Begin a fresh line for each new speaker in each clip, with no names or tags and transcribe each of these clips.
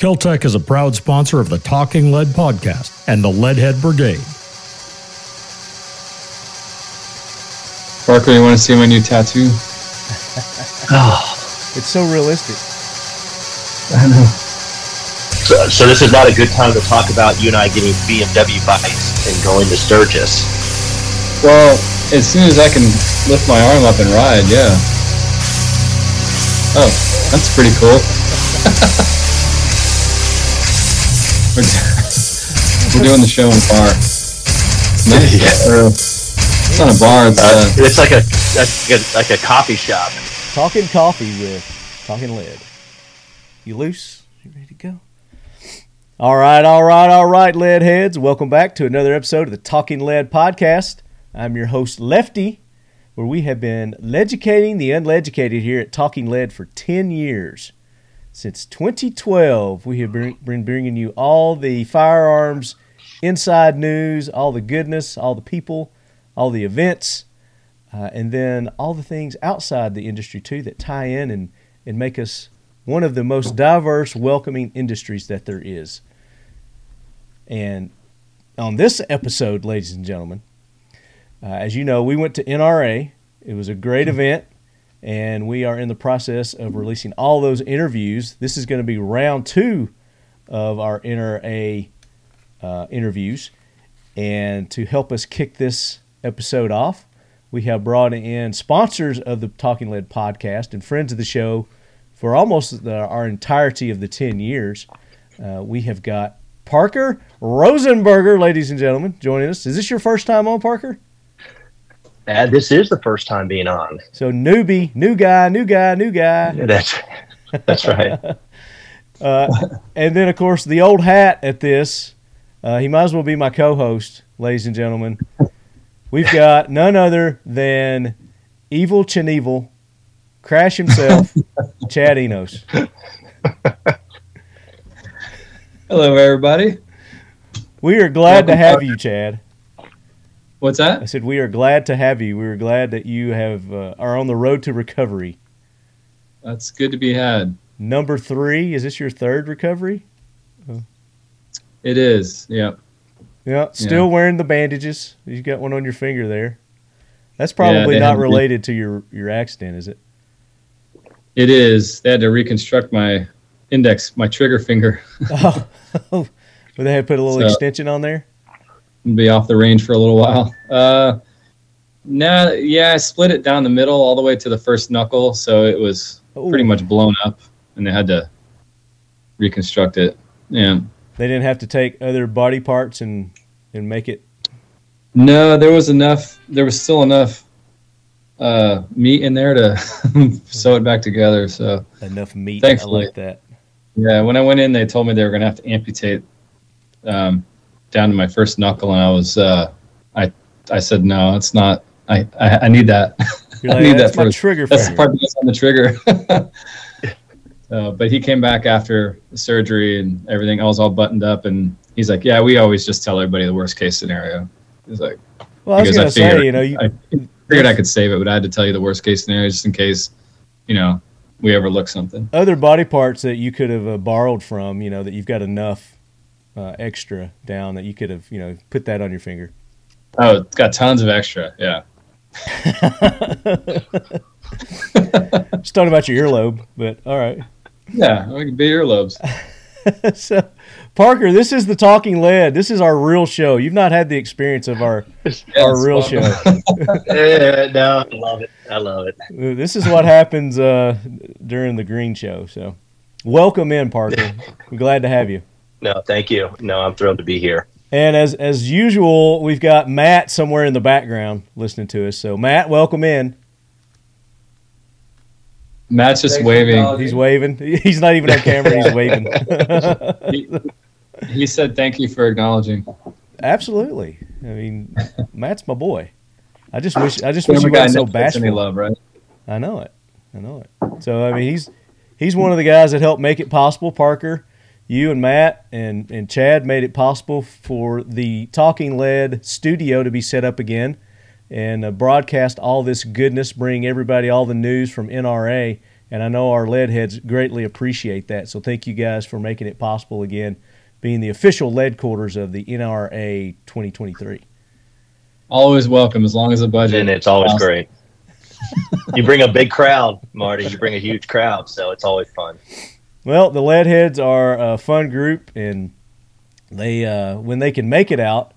Keltec is a proud sponsor of the Talking Lead podcast and the Leadhead Brigade.
Parker, you want to see my new tattoo?
It's so realistic.
I know.
So, so this is not a good time to talk about you and I getting BMW bikes and going to Sturgis.
Well, as soon as I can lift my arm up and ride, yeah. Oh, that's pretty cool. we're, we're doing the show in a bar. Nice. uh, it's not a bar. It's
Uh,
uh,
it's like a, like a like a coffee shop.
Talking coffee with talking lead. You loose? You ready to go? All right, all right, all right, lead heads. Welcome back to another episode of the Talking Lead podcast. I'm your host Lefty, where we have been educating the uneducated here at Talking Lead for 10 years. Since 2012, we have been been bringing you all the firearms inside news, all the goodness, all the people, all the events, uh, and then all the things outside the industry too that tie in and, and make us one of the most diverse, welcoming industries that there is. And on this episode, ladies and gentlemen, uh, as you know, we went to NRA. It was a great event, and we are in the process of releasing all those interviews. This is going to be round two of our NRA uh, interviews. And to help us kick this episode off, we have brought in sponsors of the Talking Lead podcast and friends of the show for almost the, our entirety of the 10 years. Uh, we have got Parker Rosenberger, ladies and gentlemen, joining us. Is this your first time on, Parker?
Uh, this is the first time being on.
So, newbie, new guy, new guy, new guy.
That's that's right.
Uh, and then, of course, the old hat at this. Uh, he might as well be my co host, ladies and gentlemen. We've got none other than Evil Cheneval, Crash himself, Chad Enos.
hello, everybody.
We are glad to
Welcome,
have
Parker.
you, Chad.
What's
I
that?
said, We are glad to have you. We are glad that you have uh, are on the road to recovery.
That's good to be had.
Number three, is this your third recovery?
It is. Yeah.
Yeah, still wearing the bandages. You've got one on your finger there. That's probably
they
not
had to-
related to your, your accident, is it?
It is. They had to reconstruct my index, my trigger finger,
Oh, well, they had put a little
So-
extension on there.
and be off the range for a little while. Uh, no, yeah, I split it down the middle all the way to the first knuckle, so it was pretty
Ooh.
much blown up, and they had to reconstruct it. Yeah.
They didn't have to take other body parts and and make it.
No, there was enough. There was still enough uh, meat in there to sew it back together. So
Enough meat. I
Thankfully.
like that.
yeah, when I went in, they told me they were gonna have to amputate um, down to my first knuckle, and I was uh, I I said no, it's not. I I, I need that.
You're
I
like,
need
that's
that
my
first.
trigger
That's the
finger."
part that's on the trigger. Uh, but he came back after the surgery and everything. I was all buttoned up, and he's like, "Yeah, we always just tell everybody the worst case scenario." He's like,
Well, I was
because
gonna
figured,
say, you know, you,
I figured I could save it, but I had to tell you the worst case scenario just in case, you know, we overlook something.
other body parts that you could have uh, borrowed from, you know, that you've got enough uh, extra down that you could have, you know, put that on your finger.
Oh, it's got tons of extra. Yeah.
Just talking about your earlobe, but all right.
Yeah. We could be earlobes.
so, Parker, this is the talking lead. This is our real show. You've not had the experience of our our real show.
Yeah, no, I love it. I love it.
This is what happens uh, during the green show. So, welcome in, Parker. We're glad to have you.
No, thank you. No, I'm thrilled to be here.
And as as usual, we've got Matt somewhere in the background listening to us. So, Matt, welcome in.
Matt's just
Thanks for
waving.
calling.
He's waving. He's not even on camera. He's waving.
He, he said, "Thank you for acknowledging."
Absolutely. I mean, Matt's my boy. I just wish I just wish
Whatever
he
guy
wasn't so
never gets any
bashful.
love, right?
I know it. I know it. So I mean, he's he's one of the guys that helped make it possible. Parker, you and Matt and and Chad made it possible for the Talking Lead studio to be set up again and uh, broadcast all this goodness, bring everybody all the news from NRA And I know our lead heads greatly appreciate that. So thank you guys for making it possible again, being the official lead quarters of the NRA 2023.
Always welcome as long as the budget.
And it's always
allows-
great. you bring a big crowd, Marty. You bring a huge crowd, so it's always fun.
Well, the Leadheads are a fun group, and they uh, when they can make it out,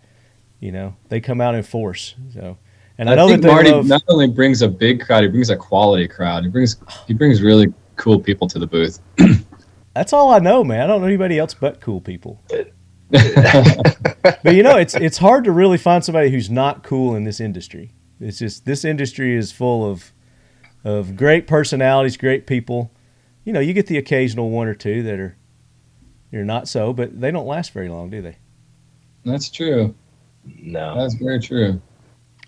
you know, they come out in force. So, and I, know
think
that they
Marty
love-
not only brings a big crowd, he brings a quality crowd. He brings he brings really cool people to the booth.
That's all I know, man. I don't know anybody else but cool people. but you know, it's it's hard to really find somebody who's not cool in this industry. It's just this industry is full of of great personalities, great people. You know, you get the occasional one or two that are you're not so, but they don't last very long, do they?
That's true.
No.
That's very true.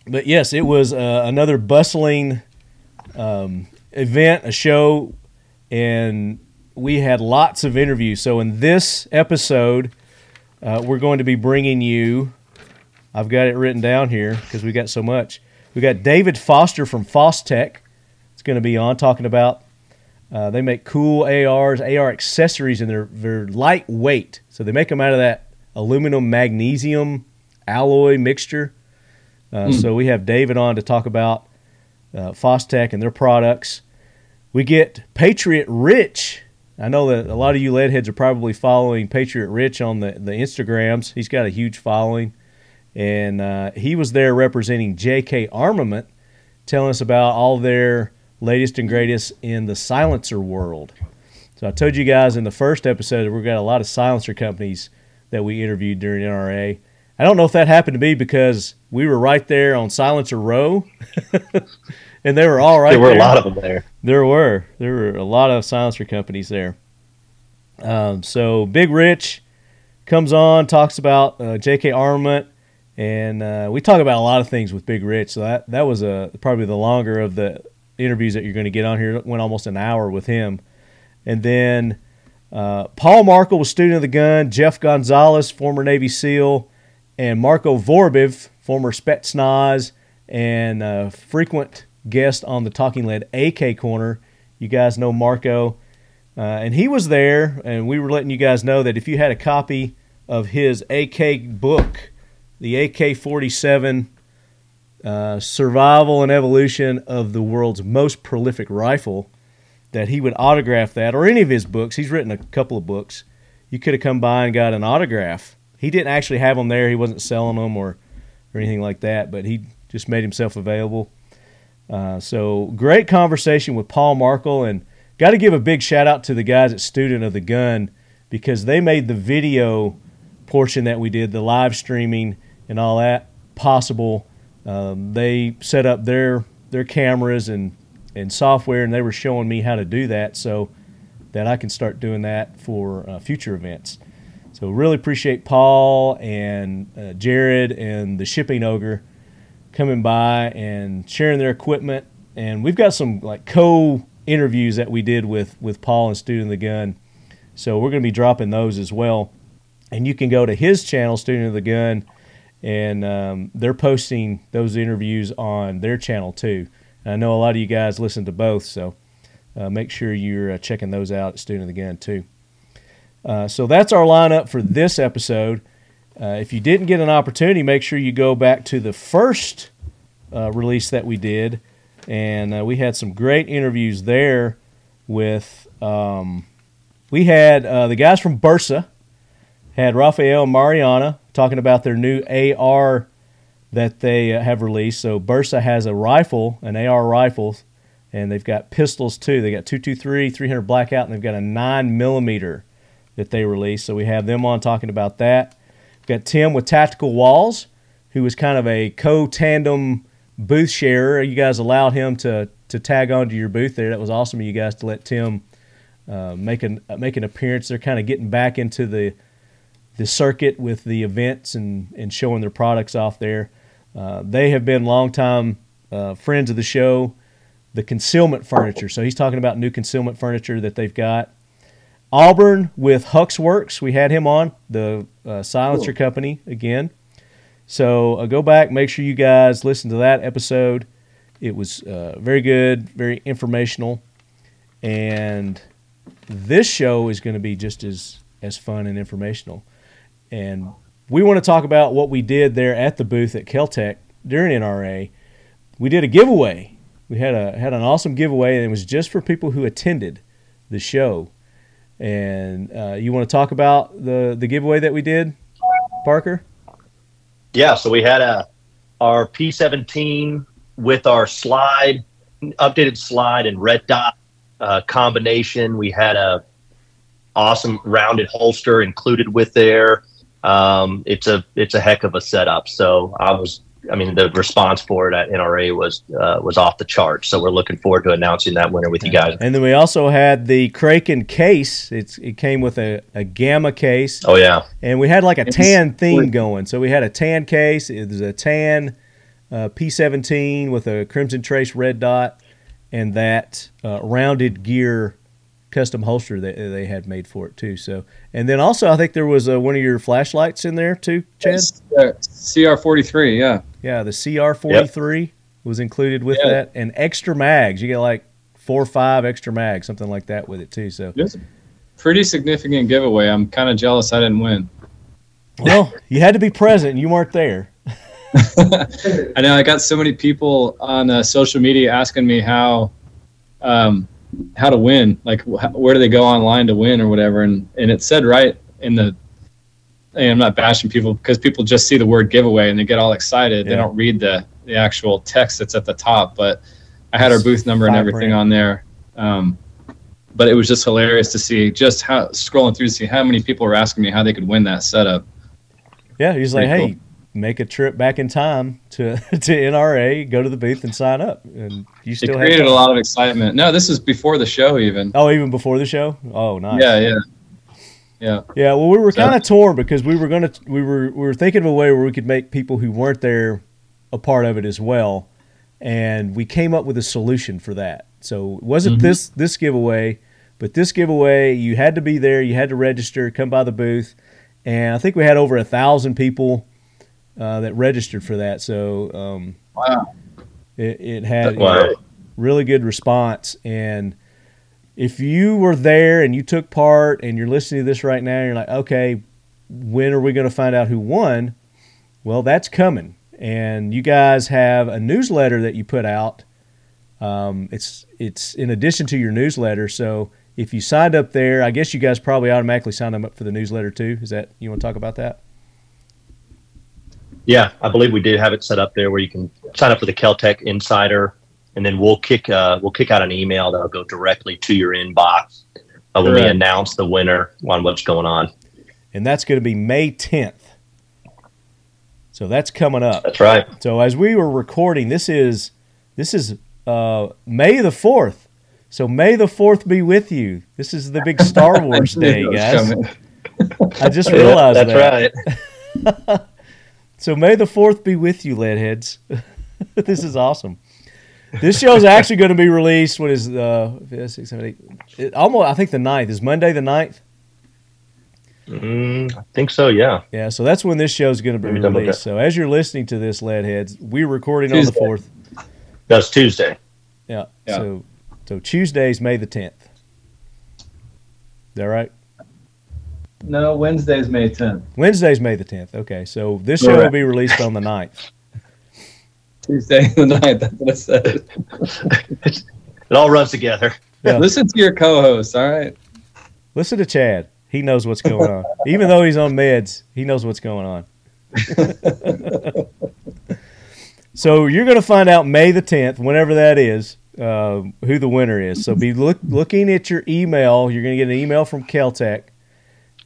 But yes, it was uh, another bustling um, event, a show, and we had lots of interviews. So in this episode, uh, we're going to be bringing you. I've got it written down here because we got so much. We got David Foster from Fostech. It's going to be on talking about. Uh, they make cool ARs, AR accessories, and they're they're lightweight. So they make them out of that aluminum magnesium alloy mixture. Uh, So we have David on to talk about uh, Fostech and their products. We get Patriot Rich. I know that a lot of you leadheads are probably following Patriot Rich on the, the Instagrams. He's got a huge following. And uh, he was there representing JK Armament, telling us about all their latest and greatest in the silencer world. So I told you guys in the first episode that we've got a lot of silencer companies that we interviewed during NRA. I don't know if that happened to be because we were right there on Silencer Row, and they were all right.
There were a
there.
lot of them there.
There were there were a lot of silencer companies there. Um, so Big Rich comes on, talks about uh, J.K. Armament, and uh, we talk about a lot of things with Big Rich. So that that was uh, probably the longer of the interviews that you're going to get on here. It went almost an hour with him, and then uh, Paul Markle was student of the gun. Jeff Gonzalez, former Navy SEAL, and Marco Vorbiv, former Spetsnaz and uh, frequent guest on the Talking Lead AK Corner. You guys know Marco, uh, and he was there, and we were letting you guys know that if you had a copy of his AK book, the AK 47 uh, Survival and Evolution of the World's Most Prolific Rifle, that he would autograph that or any of his books. He's written a couple of books. You could have come by and got an autograph. He didn't actually have them there. He wasn't selling them or, or anything like that, but he just made himself available. Uh, so great conversation with Paul Markle and got to give a big shout out to the guys at Student of the Gun because they made the video portion that we did, the live streaming and all that possible. Um, they set up their their cameras and and software, and they were showing me how to do that so that I can start doing that for uh, future events. So really appreciate Paul and uh, Jared and the shipping ogre coming by and sharing their equipment. And we've got some like co interviews that we did with with Paul and Student of the Gun. So we're going to be dropping those as well. And you can go to his channel, Student of the Gun, and um, they're posting those interviews on their channel too. And I know a lot of you guys listen to both, so uh, make sure you're uh, checking those out at Student of the Gun too. Uh, so that's our lineup for this episode. Uh, if you didn't get an opportunity, make sure you go back to the first uh, release that we did, and uh, we had some great interviews there. With um, we had uh, the guys from Bursa had Rafael and Mariana talking about their new AR that they uh, have released. So Bursa has a rifle, an AR rifle, and they've got pistols too. They got 223, 300 blackout, and they've got a nine millimeter that they released. So we have them on talking about that. We've got Tim with Tactical Walls, who was kind of a co-tandem booth sharer. You guys allowed him to to tag onto your booth there. That was awesome of you guys to let Tim uh, make an uh, make an appearance. They're kind of getting back into the the circuit with the events and and showing their products off there. Uh, they have been longtime uh, friends of the show. The concealment furniture. So he's talking about new concealment furniture that they've got. Auburn with Hux Works. We had him on the uh, silencer company again. So uh, go back, make sure you guys listen to that episode. It was uh, very good, very informational. and this show is going to be just as as fun and informational. And we want to talk about what we did there at the booth at Keltec during NRA. We did a giveaway. We had a had an awesome giveaway, and it was just for people who attended the show. And uh, you want to talk about the the giveaway that we did, Parker?
Yeah, so we had a our P17 with our slide, updated slide and red dot uh, combination. We had a awesome rounded holster included with there. Um, it's a it's a heck of a setup. So I was, I mean, the response for it at NRA was uh, was off the charts. So we're looking forward to announcing that winner with you guys.
And then we also had the Kraken case. It's it came with a, a gamma case,
Oh yeah,
and we had like a
It's-
tan theme going. So we had a tan case. It was a tan uh, P17 with a crimson trace red dot, and that uh, rounded gear custom holster that uh, they had made for it too. So and then also I think there was uh, one of your flashlights in there too, Chad.
uh, CR forty three. Yeah.
Yeah, the CR43 was included with
Yeah.
that, and extra mags. You get like four or five extra mags, something like that, with it too. So
It was a pretty significant giveaway. I'm kind of jealous I didn't win.
Well, you had to be present. and You weren't there.
I know I got so many people on uh, social media asking me how, um, how to win. Like, wh- how- where do they go online to win or whatever? And and it said right in the. And I'm not bashing people because people just see the word giveaway and they get all excited. They
Yeah.
don't read the the actual text that's at the top. But I had our
It's
booth number and
vibrant.
everything on there. Um, but it was just hilarious to see just how scrolling through to see how many people were asking me how they could win that setup.
Yeah, he's like,
Pretty
hey, make a trip back in time to to NRA, go to the booth and sign up, and you
It
still
created
have
a lot of excitement. No, this was before the show even.
Oh, even before the show. Oh, nice.
Yeah, yeah, yeah.
Yeah, well, we were
So-
kind of torn because we were gonna we were we were thinking of a way where we could make people who weren't there a part of it as well, and we came up with a solution for that. So it wasn't
Mhm.
this this giveaway, but this giveaway you had to be there, you had to register, come by the booth, and I think we had over a thousand people uh, that registered for that. So um,
Wow.
it, it had
Wow.
really good response and if you were there and you took part and you're listening to this right now and you're like okay when are we going to find out who won well that's coming and you guys have a newsletter that you put out um, it's it's in addition to your newsletter so if you signed up there i guess you guys probably automatically signed them up for the newsletter too is that you want to talk about that
yeah. I believe we did have it set up there where you can sign up for the Caltech Insider, and then we'll kick uh, we'll kick out an email that'll go directly to your inbox uh, when we
Correct.
announce the winner on what's going on.
and that's going to be may 10th so that's coming up
That's right.
So as we were recording, this is this is uh, May the fourth. So May the fourth be with you. This is the big Star Wars day,
It was
guys.
coming.
I just
Yeah,
realized
that's
that.
right.
So May the fourth be with you, leadheads. this is awesome. This show is actually going to be released. What is uh, five, six, seven, eight? It, almost, I think the 9th is Monday the 9th.
Mm, I think so. Yeah.
Yeah, so that's when this show is going to be
Let me double
released. So as you're listening to this, leadheads, we're recording on the
Tuesday.
fourth.
That's Tuesday.
Yeah.
Yeah.
So so Tuesday's May the tenth. Is that right?
No, Wednesday's May 10th.
Wednesday's May the tenth. Okay. So this show will
Correct.
be released on the 9th.
Tuesday the 9th. That's what I said.
It all runs together.
Yeah.
Listen to your co host, all right?
Listen to Chad. He knows what's going on. Even though he's on meds, he knows what's going on. so you're going to find out May the 10th, whenever that is, uh, who the winner is. So be look, looking at your email. You're going to get an email from Caltech.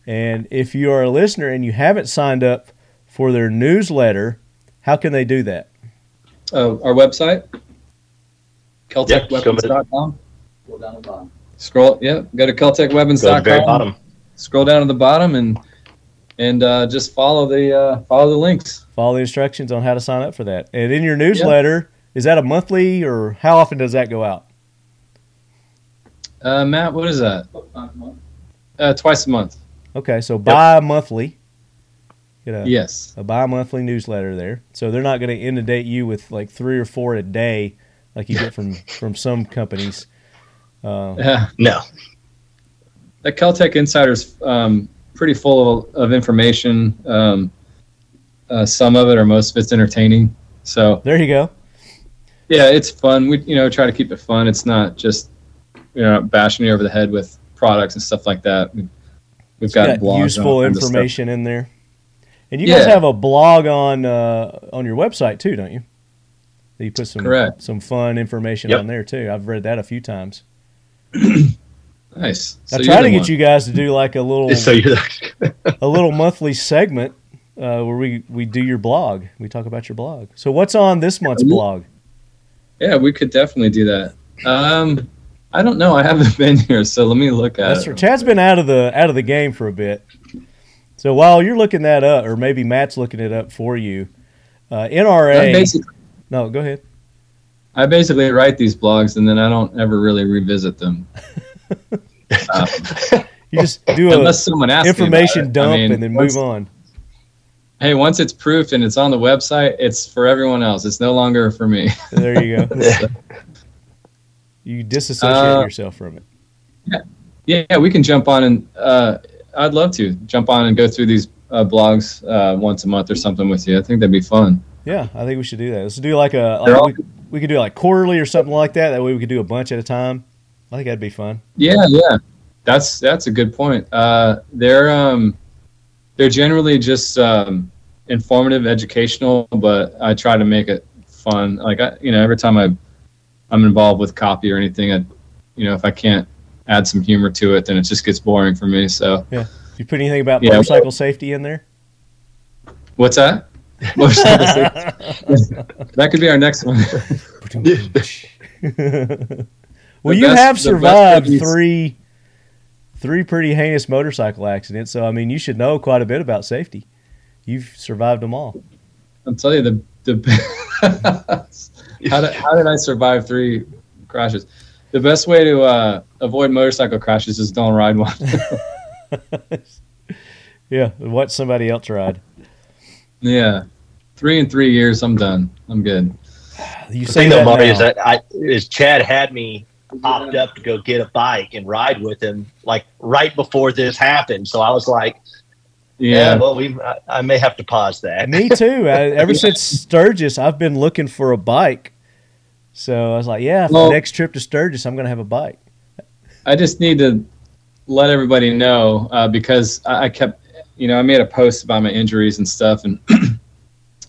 And if you are a listener and you haven't signed up for their newsletter, how can they do that?
Uh, our website,
Yep, just go to-
KeltechWeapons.com. Scroll, yeah, go to
Go to the very
KeltechWeapons.com.
bottom.
Scroll down to the bottom and and uh, just follow the uh, follow the links.
Follow the instructions on how to sign up for that. And in your newsletter, is that a monthly or how often does that go out?
Uh, Matt, what is that? Uh, twice a month.
Okay, so bi-monthly. Get a,
Yes.
a bi-monthly newsletter there. So they're not going to inundate you with like three or four a day like you get from from some companies. Uh,
Yeah,
No.
the Caltech Insider's um, pretty full of, of information. Um, uh, some of it, or most of it's entertaining. So
there you go.
yeah, it's fun. We you know try to keep it fun. It's not just you know not bashing you over the head with products and stuff like that. We- We've got, blogs
Got
and all
useful
kinds of stuff.
information in there. And you guys
Yeah.
have a blog on uh, on your website too, don't you? That you put some
Correct.
some fun information
Yep.
on there too. I've read that a few times.
Nice. So
I try
you're
to
the
get
one.
you guys to do like a little
So you're the,
a little monthly segment uh, where we, we do your blog. We talk about your blog. So what's on this month's
we-
blog?
Yeah, we could definitely do that. Um, I don't know. I haven't been here, so let me look at
That's
it.
right. Chad's been out of the out of the game for a bit. So while you're looking that up, or maybe Matt's looking it up for you, uh,
I
NRA.
basically,
No, go ahead.
I basically write these blogs and then I don't ever really revisit them Um,
You just do a
unless someone asks. me about
information
it.
dump
I mean,
and then
once-
move on.
Hey, once it's proofed and it's on the website, it's for everyone else. It's no longer for me.
There you go. you disassociate
Uh,
yourself from it.
yeah, we can jump on and uh, I'd love to jump on and go through these uh, blogs uh, once a month or something with you. I think that'd be fun.
Yeah, I think we should do that. Let's do like a
They're
like
all-
we, we could do like quarterly or something like that. That way we could do a bunch at a time. I think that'd be fun.
Yeah, yeah, that's that's a good point. Uh, they're um, they're generally just um, informative, educational, but I try to make it fun. Like I, you know, every time I I'm involved with copy or anything, I, you know, if I can't add some humor to it, then it just gets boring for me. So
You put anything about
Yeah.
motorcycle safety in there?
what's that? Motorcycle safety. that could be our next one.
well,
The
you
best-
have
the best
survived
movies-
three three pretty heinous motorcycle accidents, so I mean, you should know quite a bit about safety. You've survived them all.
I'll tell you the the how did, how did I survive three crashes? The best way to uh, avoid motorcycle crashes is don't ride one.
yeah, watch somebody else ride.
yeah, three in three years, I'm done. I'm good.
You
the
say
thing though,
that
Marty,
now.
is that I is Chad had me hopped up to go get a bike and ride with him like right before this happened. So I was like, Yeah,
Yeah,
well, we I, I may have to pause that.
Me too. I, ever since Sturgis, I've been looking for a bike. So I was like, yeah, for
Well-
the next trip to Sturgis, I'm going to have a bike.
I just need to let everybody know uh, because I, I kept, you know, I made a post about my injuries and stuff, and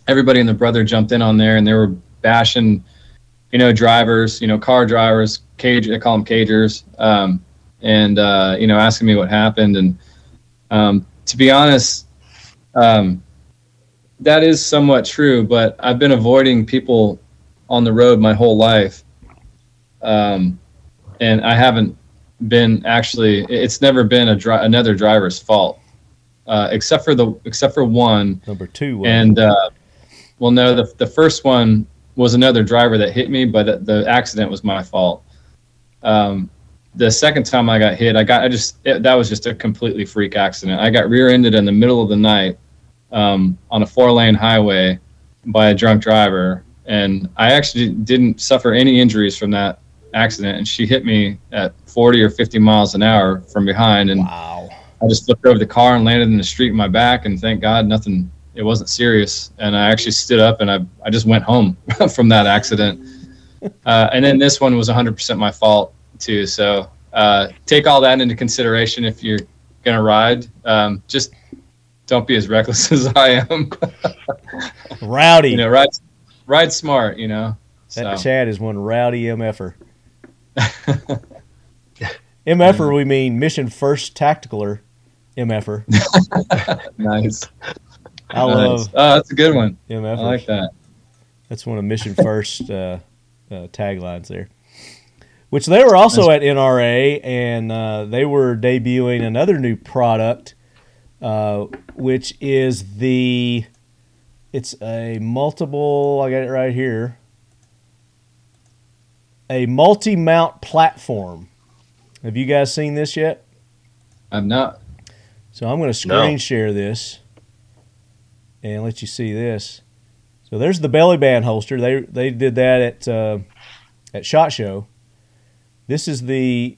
everybody and their brother jumped in on there, and they were bashing, you know, drivers, you know, car drivers, cage, they call them cagers, um, and uh, you know, asking me what happened, and um, to be honest, um, that is somewhat true, but I've been avoiding people on the road my whole life. Um, and I haven't been actually. It's never been a dri- another driver's fault, uh, except for the except for one.
Number two was
And uh, well, no, the the first one was another driver that hit me, but the, the accident was my fault. Um, the second time I got hit, I got I just it, that was just a completely freak accident. I got rear-ended in the middle of the night um, on a four-lane highway by a drunk driver, and I actually didn't suffer any injuries from that accident. And she hit me at 40 or 50 miles an hour from behind, and
wow.
I just flipped over the car and landed in the street with my back, and thank God nothing. It wasn't serious, and I actually stood up and I I just went home from that accident. Uh, and then this one was 100% my fault too. So uh, take all that into consideration if you're gonna ride. Um, just don't be as reckless as I am.
Rowdy.
you know, ride ride smart. You know. So
That Chad is one rowdy er. MFer. MFer, er, we mean Mission First Tacticaler er. MFer.
nice. nice.
I love
Oh, that's a good one. I
MFers.
like that.
That's one of Mission First uh, uh, taglines there. Which they were also at NRA, and uh, they were debuting another new product, uh, which is the. It's a multiple. I got it right here. A multi-mount platform. Have you guys seen this yet?
I'm not.
So I'm going to screen share this and let you see this. So there's the belly band holster. They they did that at uh, at Shot Show. This is the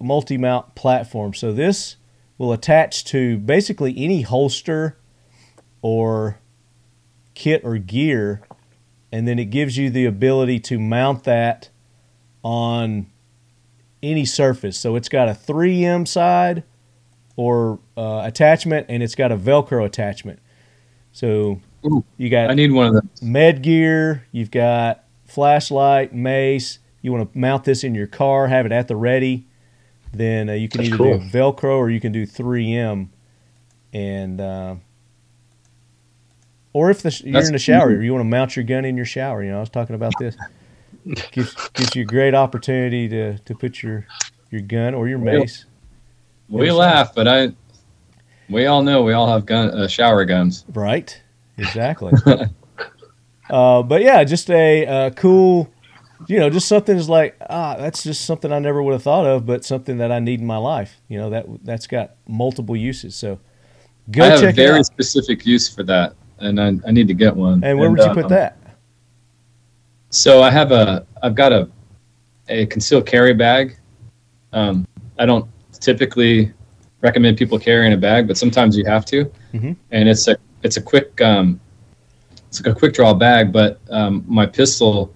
multi mount platform. So this will attach to basically any holster or kit or gear, and then it gives you the ability to mount that on any surface. So it's got a 3M side or uh, attachment, and it's got a Velcro attachment. So
Ooh,
you got
I need one of them.
med gear, you've got flashlight, mace. You want to mount this in your car, have it at the ready. Then uh, you can
That's
either
cool.
do Velcro or you can do 3M. And, uh, or if the, sh- you're
That's
in the shower, you want to mount your gun in your shower. You know, I was talking about this. gives, gives you a great opportunity to, to put your, your gun or your
Well,
mace.
We laugh, but I. We all know we all have gun uh, shower guns.
Right. Exactly. uh, but yeah, just a uh, cool, you know, just something is like ah, that's just something I never would have thought of, but something that I need in my life. You know that that's got multiple uses. So go
I have a
check
very
it out.
specific use for that, and I, I need to get one.
And where would you
uh,
put that?
So I have a I've got a a concealed carry bag. Um, I don't typically recommend people carrying a bag, but sometimes you have to.
Mhm.
And it's a it's a quick um, it's like a quick draw bag, but um, my pistol,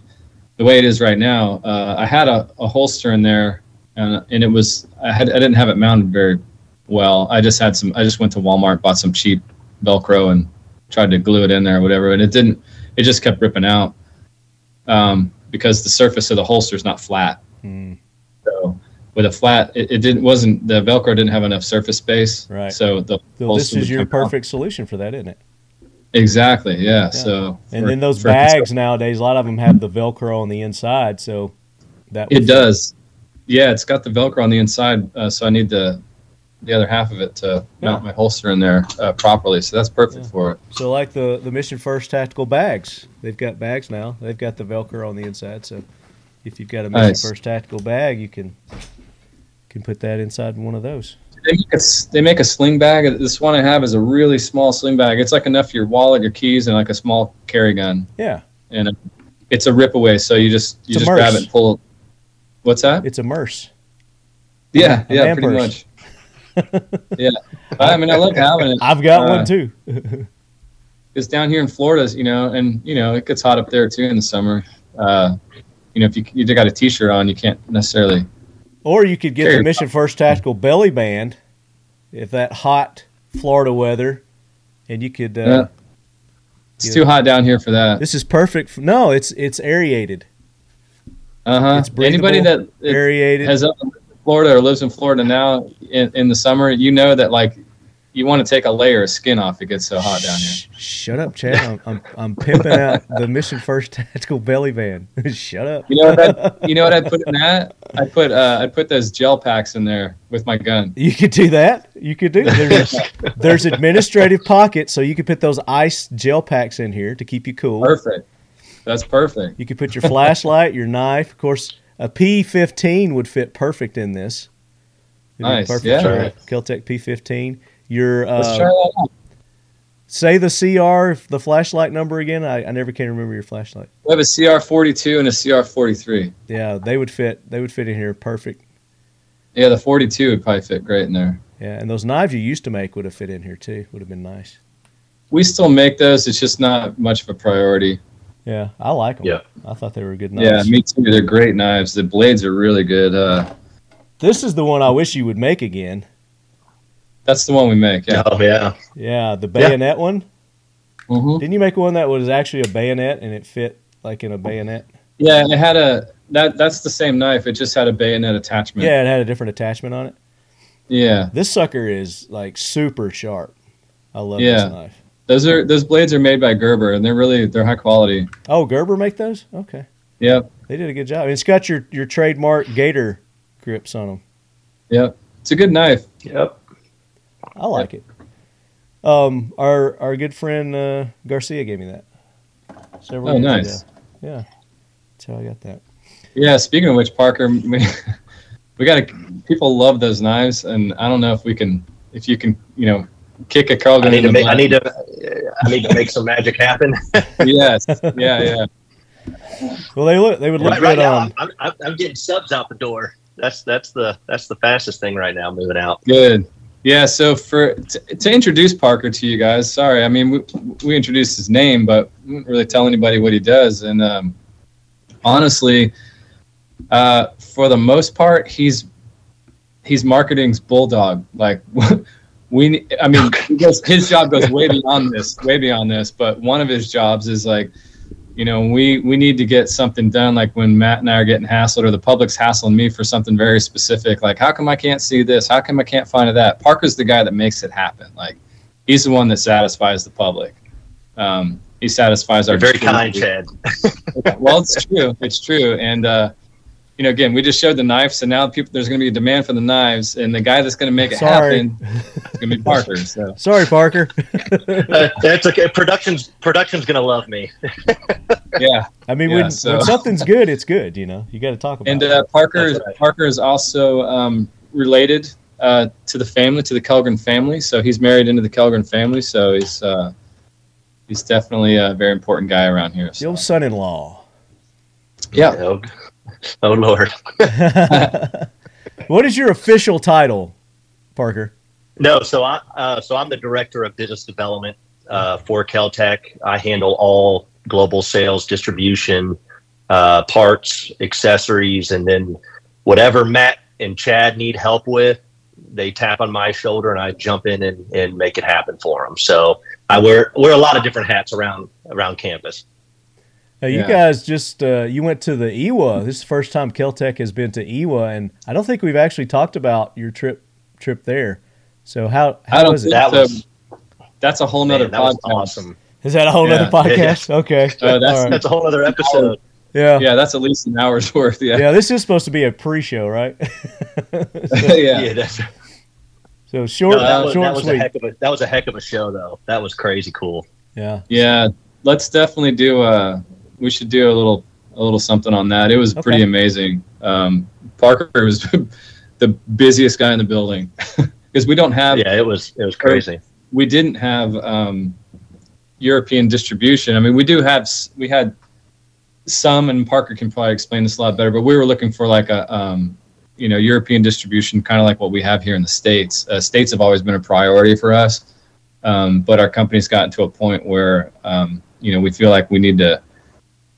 the way it is right now, uh, I had a, a holster in there, and, and it was I had I didn't have it mounted very well. I just had some I just went to Walmart, bought some cheap Velcro, and tried to glue it in there or whatever, and it didn't. It just kept ripping out um, because the surface of the holster is not flat.
Hmm.
So with a flat, it, it didn't wasn't the Velcro didn't have enough surface space.
Right.
So the
So this
holster
is
would
your
come out.
perfect solution for that, isn't it?
Exactly. Yeah. So
And
for-
then those
for a concealed
bags nowadays, a lot of them have the Velcro on the inside, so that uh,
It does. Yeah, it's got the Velcro on the inside, uh, so I need the the other half of it to mount my holster in there uh, properly. So that's perfect
Yeah.
for it.
So like the the Mission First tactical bags, they've got bags now. They've got the Velcro on the inside. So if you've got a Mission
Nice.
First tactical bag, you can can put that inside one of those.
They make, a, s- they make a sling bag. uh, This one I have is a really small sling bag. It's like enough for your wallet, your keys, and like a small carry gun.
Yeah,
And it- it's a rip away, so you just you
It's a
just grab
Merce.
it, and pull. What's that?
it's a MERS.
yeah,
a
yeah,
man
pretty
purse.
much. yeah, I mean, I love having it.
I've got
Uh,
one too.
It's down here in Florida, you know, and you know it gets hot up there too in the summer. Uh, you know, if you you just got a T-shirt on, you can't necessarily.
Or you could get
Sure.
the Mission First Tactical belly band if that hot Florida weather, and you could. Uh,
Yeah. It's
Yeah.
too hot down here for that.
This is perfect. For, no, it's it's aerated,
Uh huh.
it's breathable,
Anybody that it
aerated.
has up in Florida or lives in Florida now in, in the summer, you know that like you want to take a layer of skin off. It gets so hot down here.
Sh- Shut up, Chad. I'm, I'm, I'm pimping out the Mission First Tactical Belly Band. Shut up.
You know what? I, you know what I put in that? I put uh, I put those gel packs in there with my gun.
You could do that. You could do. There's, there's administrative pockets, so you could put those ice gel packs in here to keep you cool.
Perfect. That's perfect.
You could put your flashlight, your knife. Of course, a P15 would fit perfect in this. It'd be
Nice,
Perfect
yeah.
for a
Right.
Kel-Tec P15. Your
Let's
uh,
try that out.
say the CR, the flashlight number again. I, I never can remember your flashlight.
We have a CR forty two and a CR forty three.
Yeah, they would fit. They would fit in here perfect.
Yeah, the forty two would probably fit great in there.
Yeah, and those knives you used to make would have fit in here too. Would have been nice.
We still make those. It's just not much of a priority.
Yeah, I like them.
Yeah.
I thought they were good
Yeah,
knives.
me too. They're great knives. The blades are really good. Uh,
This is the one I wish you would make again.
that's the one we make. Yeah.
Oh yeah.
Yeah, the bayonet one.
Mm-hmm.
Didn't you make one that was actually a bayonet and it fit like in a bayonet?
Yeah, and it had a that. That's the same knife. It just had a bayonet attachment.
Yeah, it had a different attachment on it.
Yeah.
This sucker is like super sharp. I love
Yeah.
this knife.
Those are those blades are made by Gerber, and they're really they're high quality.
Oh, Gerber make those? Okay.
Yep.
They did a good job. It's got your, your trademark gator grips on them.
Yep. It's a good knife.
Yep.
I like it. Um, our our good friend uh, Garcia gave me that. Several
Oh,
years
nice.
ago. Yeah, that's how I got that.
Yeah. Speaking of which, Parker, we, we got to people love those knives, and I don't know if we can if you can you know kick a Carl
I
gun
need
in
to
the
make. I
butt.
need to. I need to make some magic happen.
yes. Yeah. Yeah.
Well, they look. They would look
Right, right
good um,
now,
on.
I'm, I'm, I'm getting subs out the door. That's that's the that's the fastest thing right now. Moving out.
Good. Yeah. So for to, to introduce Parker to you guys, sorry. I mean, we, we introduced his name, but we didn't really tell anybody what he does. And um, honestly, uh, for the most part, he's he's marketing's bulldog. Like we, ne- I mean, he goes- his job goes way beyond this, way beyond this. But one of his jobs is like, you know, we we need to get something done. Like when Matt and I are getting hassled, or the public's hassling me for something very specific. Like, how come I can't see this? How come I can't find that? Parker's the guy that makes it happen. Like, he's the one that satisfies the public. Um, he satisfies our
You're very kind, Chad.
well, it's true. It's true. And uh, you know, again, we just showed the knives, and now people there's going to be a demand for the knives, and the guy that's going to make it
Sorry.
happen is going to be Parker. So
Sorry, Parker.
Uh, that's okay. Production's production's gonna love me.
yeah,
I mean,
Yeah,
when,
so-
when something's good, it's good. You know, you got to talk about.
and
it.
uh, Parker
That's right.
Parker is also um, related uh, to the family, to the Kelgren family. So he's married into the Kelgren family. So he's uh, he's definitely a very important guy around here.
the
So.
old son-in-law.
Yeah,
Oh, oh Lord.
what is your official title, Parker?
No, so I uh, so I'm the director of business development uh, for Caltech. I handle all global sales, distribution, uh, parts, accessories, and then whatever Matt and Chad need help with, they tap on my shoulder and I jump in and, and make it happen for them. So I wear wear a lot of different hats around around campus.
Now, you
Yeah.
guys just uh, you went to the Ewa. This is the first time Keltec has been to Ewa, and I don't think we've actually talked about your trip trip there. So how
I
how
don't
was
think
That
it?
so.
was-
that's a whole
Man,
nother
that was
podcast.
awesome.
Is that a whole
Yeah.
nother podcast? Okay,
Uh, that's-
All right.
That's a whole other episode.
yeah. yeah.
Yeah, that's at least an hour's worth. Yeah,
this is supposed to be a pre-show, right?
yeah.
yeah that's,
so short,
no, that was,
short,
that
and
was a
sweet.
heck of a that was a heck of a show though. That was crazy cool.
Yeah,
Yeah, let's definitely do a. We should do a little a little something on that. It was
Okay.
pretty amazing. Um, Parker was the busiest guy in the building because we don't have
yeah, it was it was crazy.
we didn't have um, European distribution. I mean, we do have s- we had some, and Parker can probably explain this a lot better. But we were looking for like a um, you know European distribution, kind of like what we have here in the states. Uh, states have always been a priority for us, um, but our company's gotten to a point where um, you know we feel like we need to.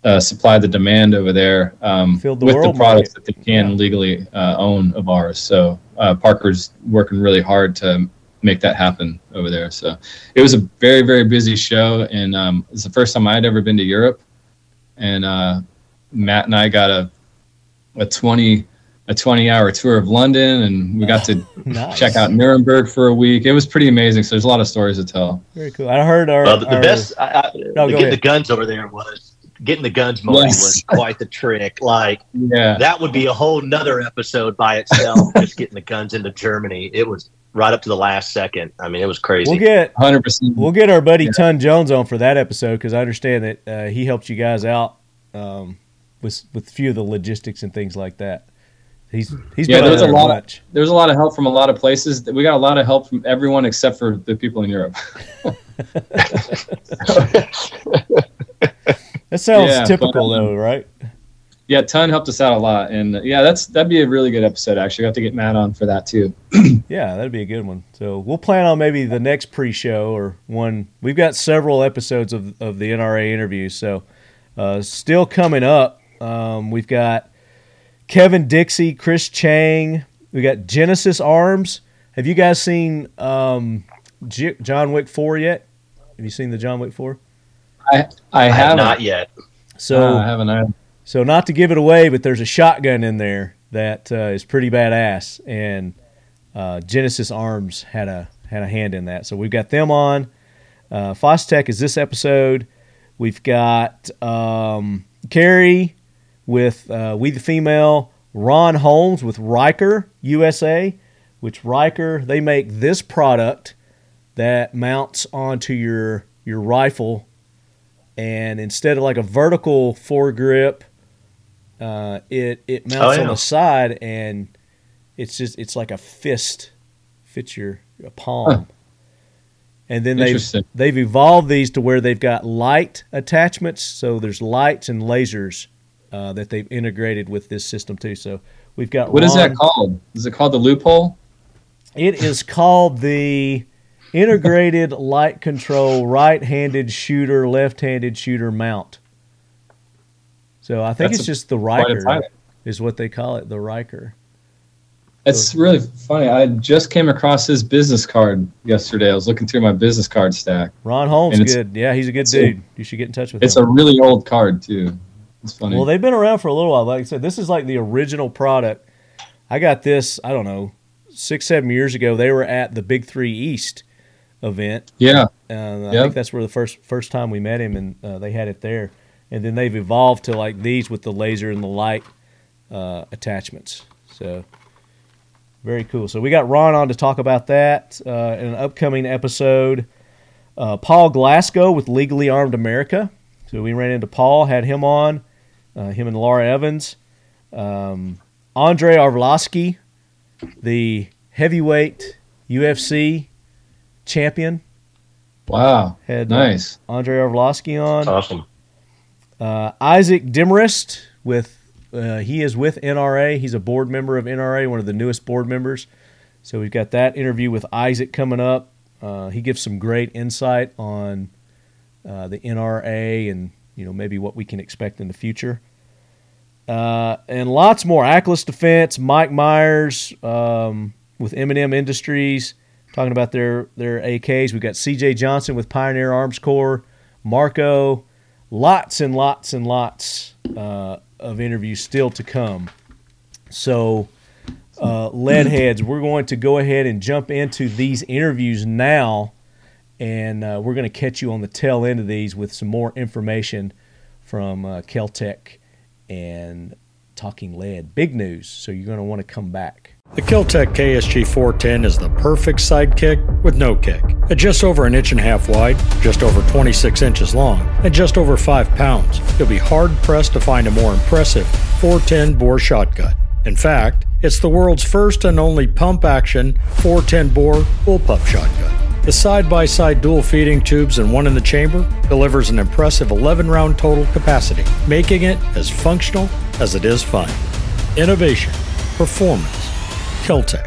Uh, supply the demand over there um,
Fill the
with the
world
products that they can
Yeah.
legally uh, own of ours. So uh, Parker's working really hard to make that happen over there. So it was a very very busy show, and um, it's the first time I had ever been to Europe. And uh, Matt and I got a a twenty a twenty hour tour of London, and we got to
nice.
check out Nuremberg for a week. It was pretty amazing. So there's a lot of stories to tell.
Very cool. I heard our,
Uh, the,
our-
the best, I, I,
No,
the,
go
getting
ahead.
the guns over there was getting the guns moment
Yes.
was quite the trick. Like
Yeah,
that would be a whole nother episode by itself. just getting the guns into Germany, it was right up to the last second. I mean, it was crazy.
We'll get
hundred percent.
We'll get our buddy Ton Jones on for that episode because I understand that uh, he helped you guys out um, with with a few of the logistics and things like that. He's he's
Yeah,
been
there
out
was a
there
lot of-
much.
There was a lot of help from a lot of places. We got a lot of help from everyone except for the people in Europe.
That sounds
Yeah, but,
typical
um,
though, right?
Yeah, Ton helped us out a lot, and uh, yeah, that's that'd be a really good episode. Actually, I have to get Matt on for that too.
Yeah, that'd be a good one. So we'll plan on maybe the next pre-show or one. We've got several episodes of, of the NRA interviews, so uh, still coming up. Um, we've got Kevin Dixie, Chris Chang. We got Genesis Arms. Have you guys seen um, J- John Wick Four yet? Have you seen the John Wick Four?
I,
I have
haven't.
not yet.
So
No, I haven't. I-
so not to give it away, but there's a shotgun in there that uh, is pretty badass, and uh, Genesis Arms had a had a hand in that. So we've got them on. Uh, Fostech is this episode. We've got um, Carrie with uh, We the Female, Ron Holmes with Riker USA, which Riker they make this product that mounts onto your your rifle and instead of like a vertical foregrip, uh, it it mounts
Oh, yeah.
on the side, and it's just it's like a fist, fits your, your palm, and then they've
Interesting.
they've evolved these to where they've got light attachments. So there's lights and lasers uh, that they've integrated with this system too. So we've got
What is
long-
that called? Is it called the loophole?
It is called the integrated light control right-handed shooter left-handed shooter mount. So I think
That's
it's
a-
just the
quite a
Riker
title.
is what they call it, the Riker.
It's
Oh.
really funny. I just came across his business card yesterday. I was looking through my business card stack.
Ron Holmes,
And it's-
good. Yeah, he's a good
a-
dude. you should get in touch with
It's
him.
a really old card too. It's funny.
Well, they've been around for a little while. Like I said, this is like the original product. I got this, I don't know, six, seven years ago. They were at the Big Three East event.
yeah,
Uh, And I
Yeah.
think that's where the first first time we met him, and uh, they had it there. And then they've evolved to like these with the laser and the light uh, attachments. So very cool. So we got Ron on to talk about that uh, in an upcoming episode. Uh, Paul Glasgow with Legally Armed America. So we ran into Paul, had him on, uh, him and Laura Evans, um, Andre Arlovsky, the heavyweight UFC champion
wow,
had uh,
nice.
Andre Orlovsky on.
Awesome.
Uh, Isaac Demarest with uh, he is with NRA. He's a board member of NRA, one of the newest board members. So we've got that interview with Isaac coming up. Uh, he gives some great insight on uh, the NRA and you know maybe what we can expect in the future. Uh, and lots more. Atlas Defense, Mike Myers um, with M&M Industries talking about their their AKs. We've got CJ Johnson with Pioneer Arms Corps, Marco, lots and lots and lots uh, of interviews still to come. So, uh, leadheads, we're going to go ahead and jump into these interviews now, and uh, we're going to catch you on the tail end of these with some more information from uh, Keltec and Talking Lead. Big news, so you're going to want to come back.
The Kiltech KSG 410 is the perfect sidekick with no kick. At just over an inch and a half wide, just over 26 inches long, and just over 5 pounds, you'll be hard pressed to find a more impressive 410 bore shotgun. In fact, it's the world's first and only pump action 410 bore bullpup shotgun. The side by side dual feeding tubes and one in the chamber delivers an impressive 11 round total capacity, making it as functional as it is fun. Innovation, performance, Keltec.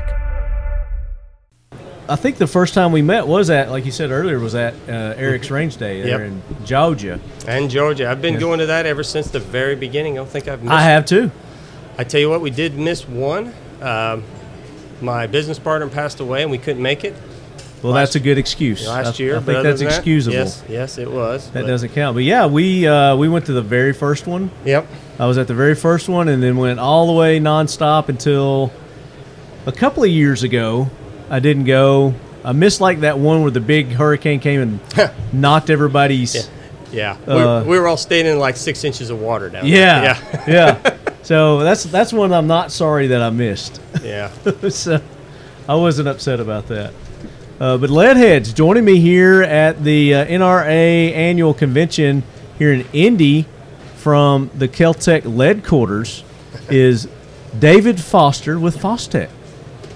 I think the first time we met was at, like you said earlier, was at uh, Eric's Range Day there
Mm-hmm. Yep.
in Georgia.
And Georgia. I've been going to that ever since the very beginning. I don't think I've missed.
I have too.
I tell you what, we did miss one. Um, my business partner passed away, and we couldn't make it
Well, that's a good excuse.
last
I,
year.
I
but
think
other
that's
than that,
excusable.
yes, yes, it was.
That
but-
doesn't count. But yeah, we uh, we went to the very first one.
Yep.
I was at the very first one, and then went all the way nonstop until a couple of years ago. I didn't go. I missed like that one where the big hurricane came and knocked everybody's.
Yeah.
Uh,
we, we were all staying in like six inches of water down
Yeah,
there.
yeah. So that's that's one I'm not sorry that I missed.
Yeah. Yeah.
so I wasn't upset about that. Uh, but Leadheads joining me here at the uh, NRA annual convention here in Indy from the Keltec Lead Quarters is David Foster with Fostec.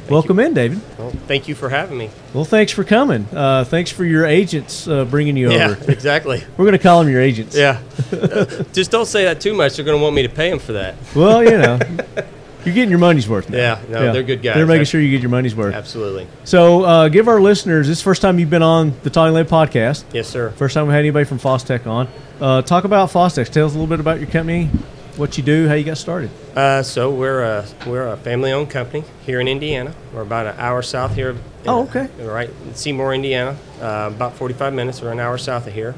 Welcome in, David.
well, thank you for having me.
Well, thanks for coming. Uh, thanks for your agents uh, bringing you
Yeah,
over.
exactly.
We're going to call them your agents.
Yeah. Just don't say that too much. They're going to want me to pay them for that.
Well, you know, you're getting your money's worth. Now.
Yeah, no, they're good guys.
They're making
I-
sure you get your money's worth.
Absolutely.
So, uh, give our listeners this is the first time you've been on the Talking Lead podcast.
Yes, sir.
First time we had anybody from Fostech on. Uh, talk about Fostech. Tell us a little bit about your company, what you do, how you got started.
Uh, so we're a we're a family-owned company here in Indiana. We're about an hour south here. Of,
Oh, okay.
Right, in Seymour, Indiana. Uh, about 45 minutes or an hour south of here.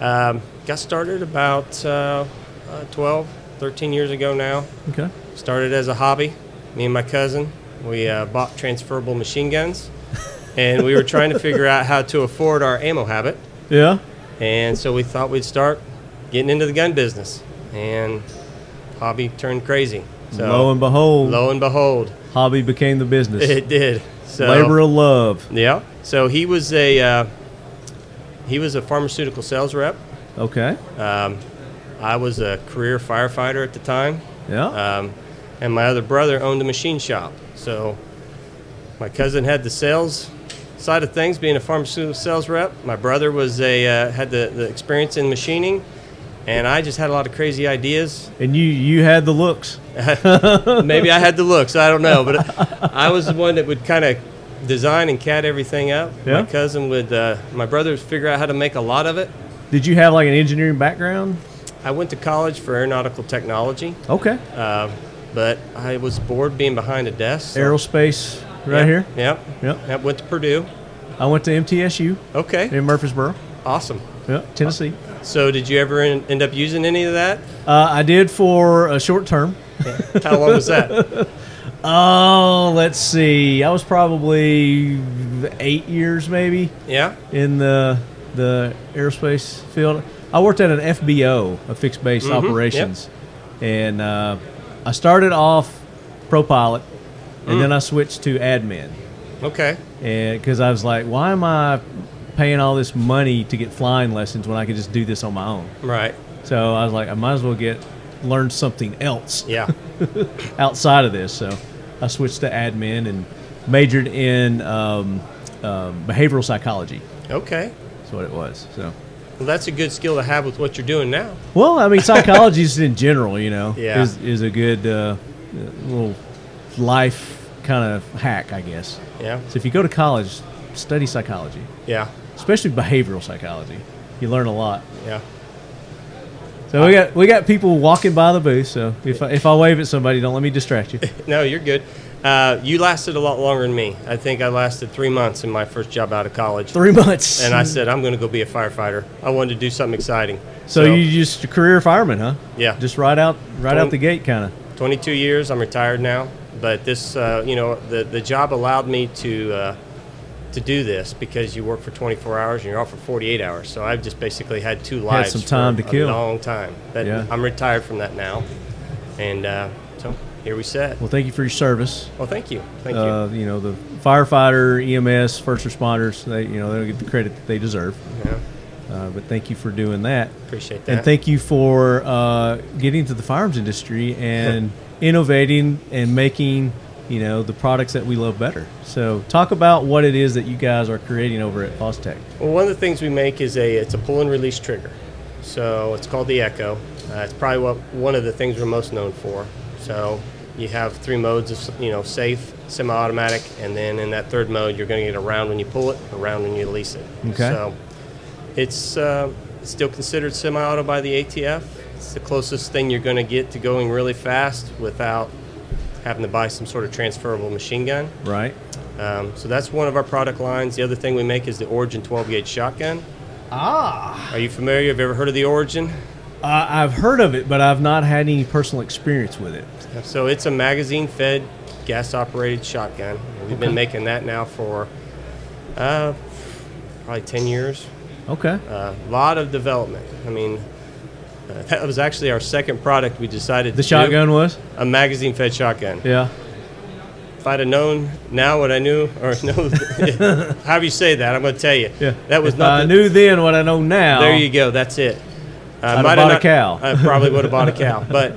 Um, got started about uh, uh, 12, 13 years ago now.
Okay.
Started as a hobby. Me and my cousin, we uh, bought transferable machine guns, and we were trying to figure out how to afford our ammo habit.
Yeah.
And so we thought we'd start getting into the gun business, and hobby turned crazy. So
lo and behold,
Lo and behold,
hobby became the business.
it did. So
Labor of love.
Yeah. So he was a uh, he was a pharmaceutical sales rep.
Okay.
Um, I was a career firefighter at the time,
Yeah.
um, and my other brother owned a machine shop. So my cousin had the sales side of things, being a pharmaceutical sales rep, my brother was a uh, had the, the experience in machining, and I just had a lot of crazy ideas.
And you you had the looks.
Maybe I had the looks, I don't know, but I was the one that would kind of design and cat everything up.
Yeah.
My cousin would, uh, my brother would figure out how to make a lot of it.
Did you have like an engineering background?
I went to college for aeronautical technology,
Okay.
uh, but I was bored being behind a desk. so-
Aerospace right
Yep,
here.
Yep.
Yep.
Yep. Went to Purdue.
I went to MTSU
Okay.
in Murfreesboro.
Awesome.
Yep, Tennessee.
So, did you ever en- end up using any of that?
Uh, I did for a short term.
How long was that?
Oh, let's see. I was probably eight years maybe
Yeah.
in the the aerospace field. I worked at an FBO, a fixed base
Mhm, yep.
operations, and uh, I started off pro pilot,
Mm.
and then I switched to admin,
Okay.
and because I was like, why am I paying all this money to get flying lessons when I could just do this on my own?
Right.
So I was like, I might as well get learn something else
Yeah.
outside of this. So I switched to admin and majored in um, um, behavioral psychology.
Okay.
That's what it was. So,
Well, that's a good skill to have with what you're doing now.
well, I mean, psychology just in general, you know,
Yeah.
is is a good uh, little life kind of hack, I guess.
Yeah.
So if you go to college, study psychology,
Yeah.
especially behavioral psychology. You learn a lot.
Yeah.
So we got we got people walking by the booth. So if I, if I wave at somebody, don't let me distract you.
No, you're good. Uh, you lasted a lot longer than me. I think I lasted three months in my first job out of college.
Three months.
And I said, I'm going to go be a firefighter. I wanted to do something exciting.
So, you just a career fireman, huh?
Yeah.
Just right out, right
Well-
out the gate, kind of.
22 years. I'm retired now, but this, uh, you know, the the job allowed me to uh, to do this because you work for 24 hours and you're off for 48 hours. So I've just basically had two lives
some time
for
to kill.
a long time. But
Yeah.
I'm retired from that now, and uh, so here we sit.
Well, thank you for your service.
Well, thank you, thank
Uh, you know, the firefighter, EMS, first responders, they you know they don't get the credit that they deserve.
you. Yeah,
Uh, but thank you for doing that,
appreciate that.
and thank you for uh, getting into the firearms industry and innovating and making you know the products that we love better. So talk about what it is that you guys are creating over at FosTech.
Well, one of the things we make is a it's a pull and release trigger, so it's called the Echo. Uh, it's probably what one of the things we're most known for. So you have three modes of s- you know safe, semi-automatic, and then in that third mode, you're going to get a round when you pull it, a round when you release it.
Okay.
So it's uh, it's still considered semi-auto by the ATF. It's the closest thing you're going to get to going really fast without having to buy some sort of transferable machine gun.
Right?
Um, so that's one of our product lines. The other thing we make is the Origin 12 gauge shotgun.
Ah,
Are you familiar? Have you ever heard of the Origin?
I I've heard of it, but I've not had any personal experience with it.
So it's a magazine fed gas operated shotgun. We've been making that now for uh, probably 10 years.
Okay.
A lot of development. I mean, uh, that was actually our second product we decided
The
to do.
shotgun was?
a magazine fed shotgun.
Yeah.
If I'd have known now what I knew, or know, however you say that, I'm going to tell you.
Yeah.
That was
if I
not the-
knew then what I know now.
There you go. That's it. Uh,
have
might
bought a cow.
I probably would have bought a cow, but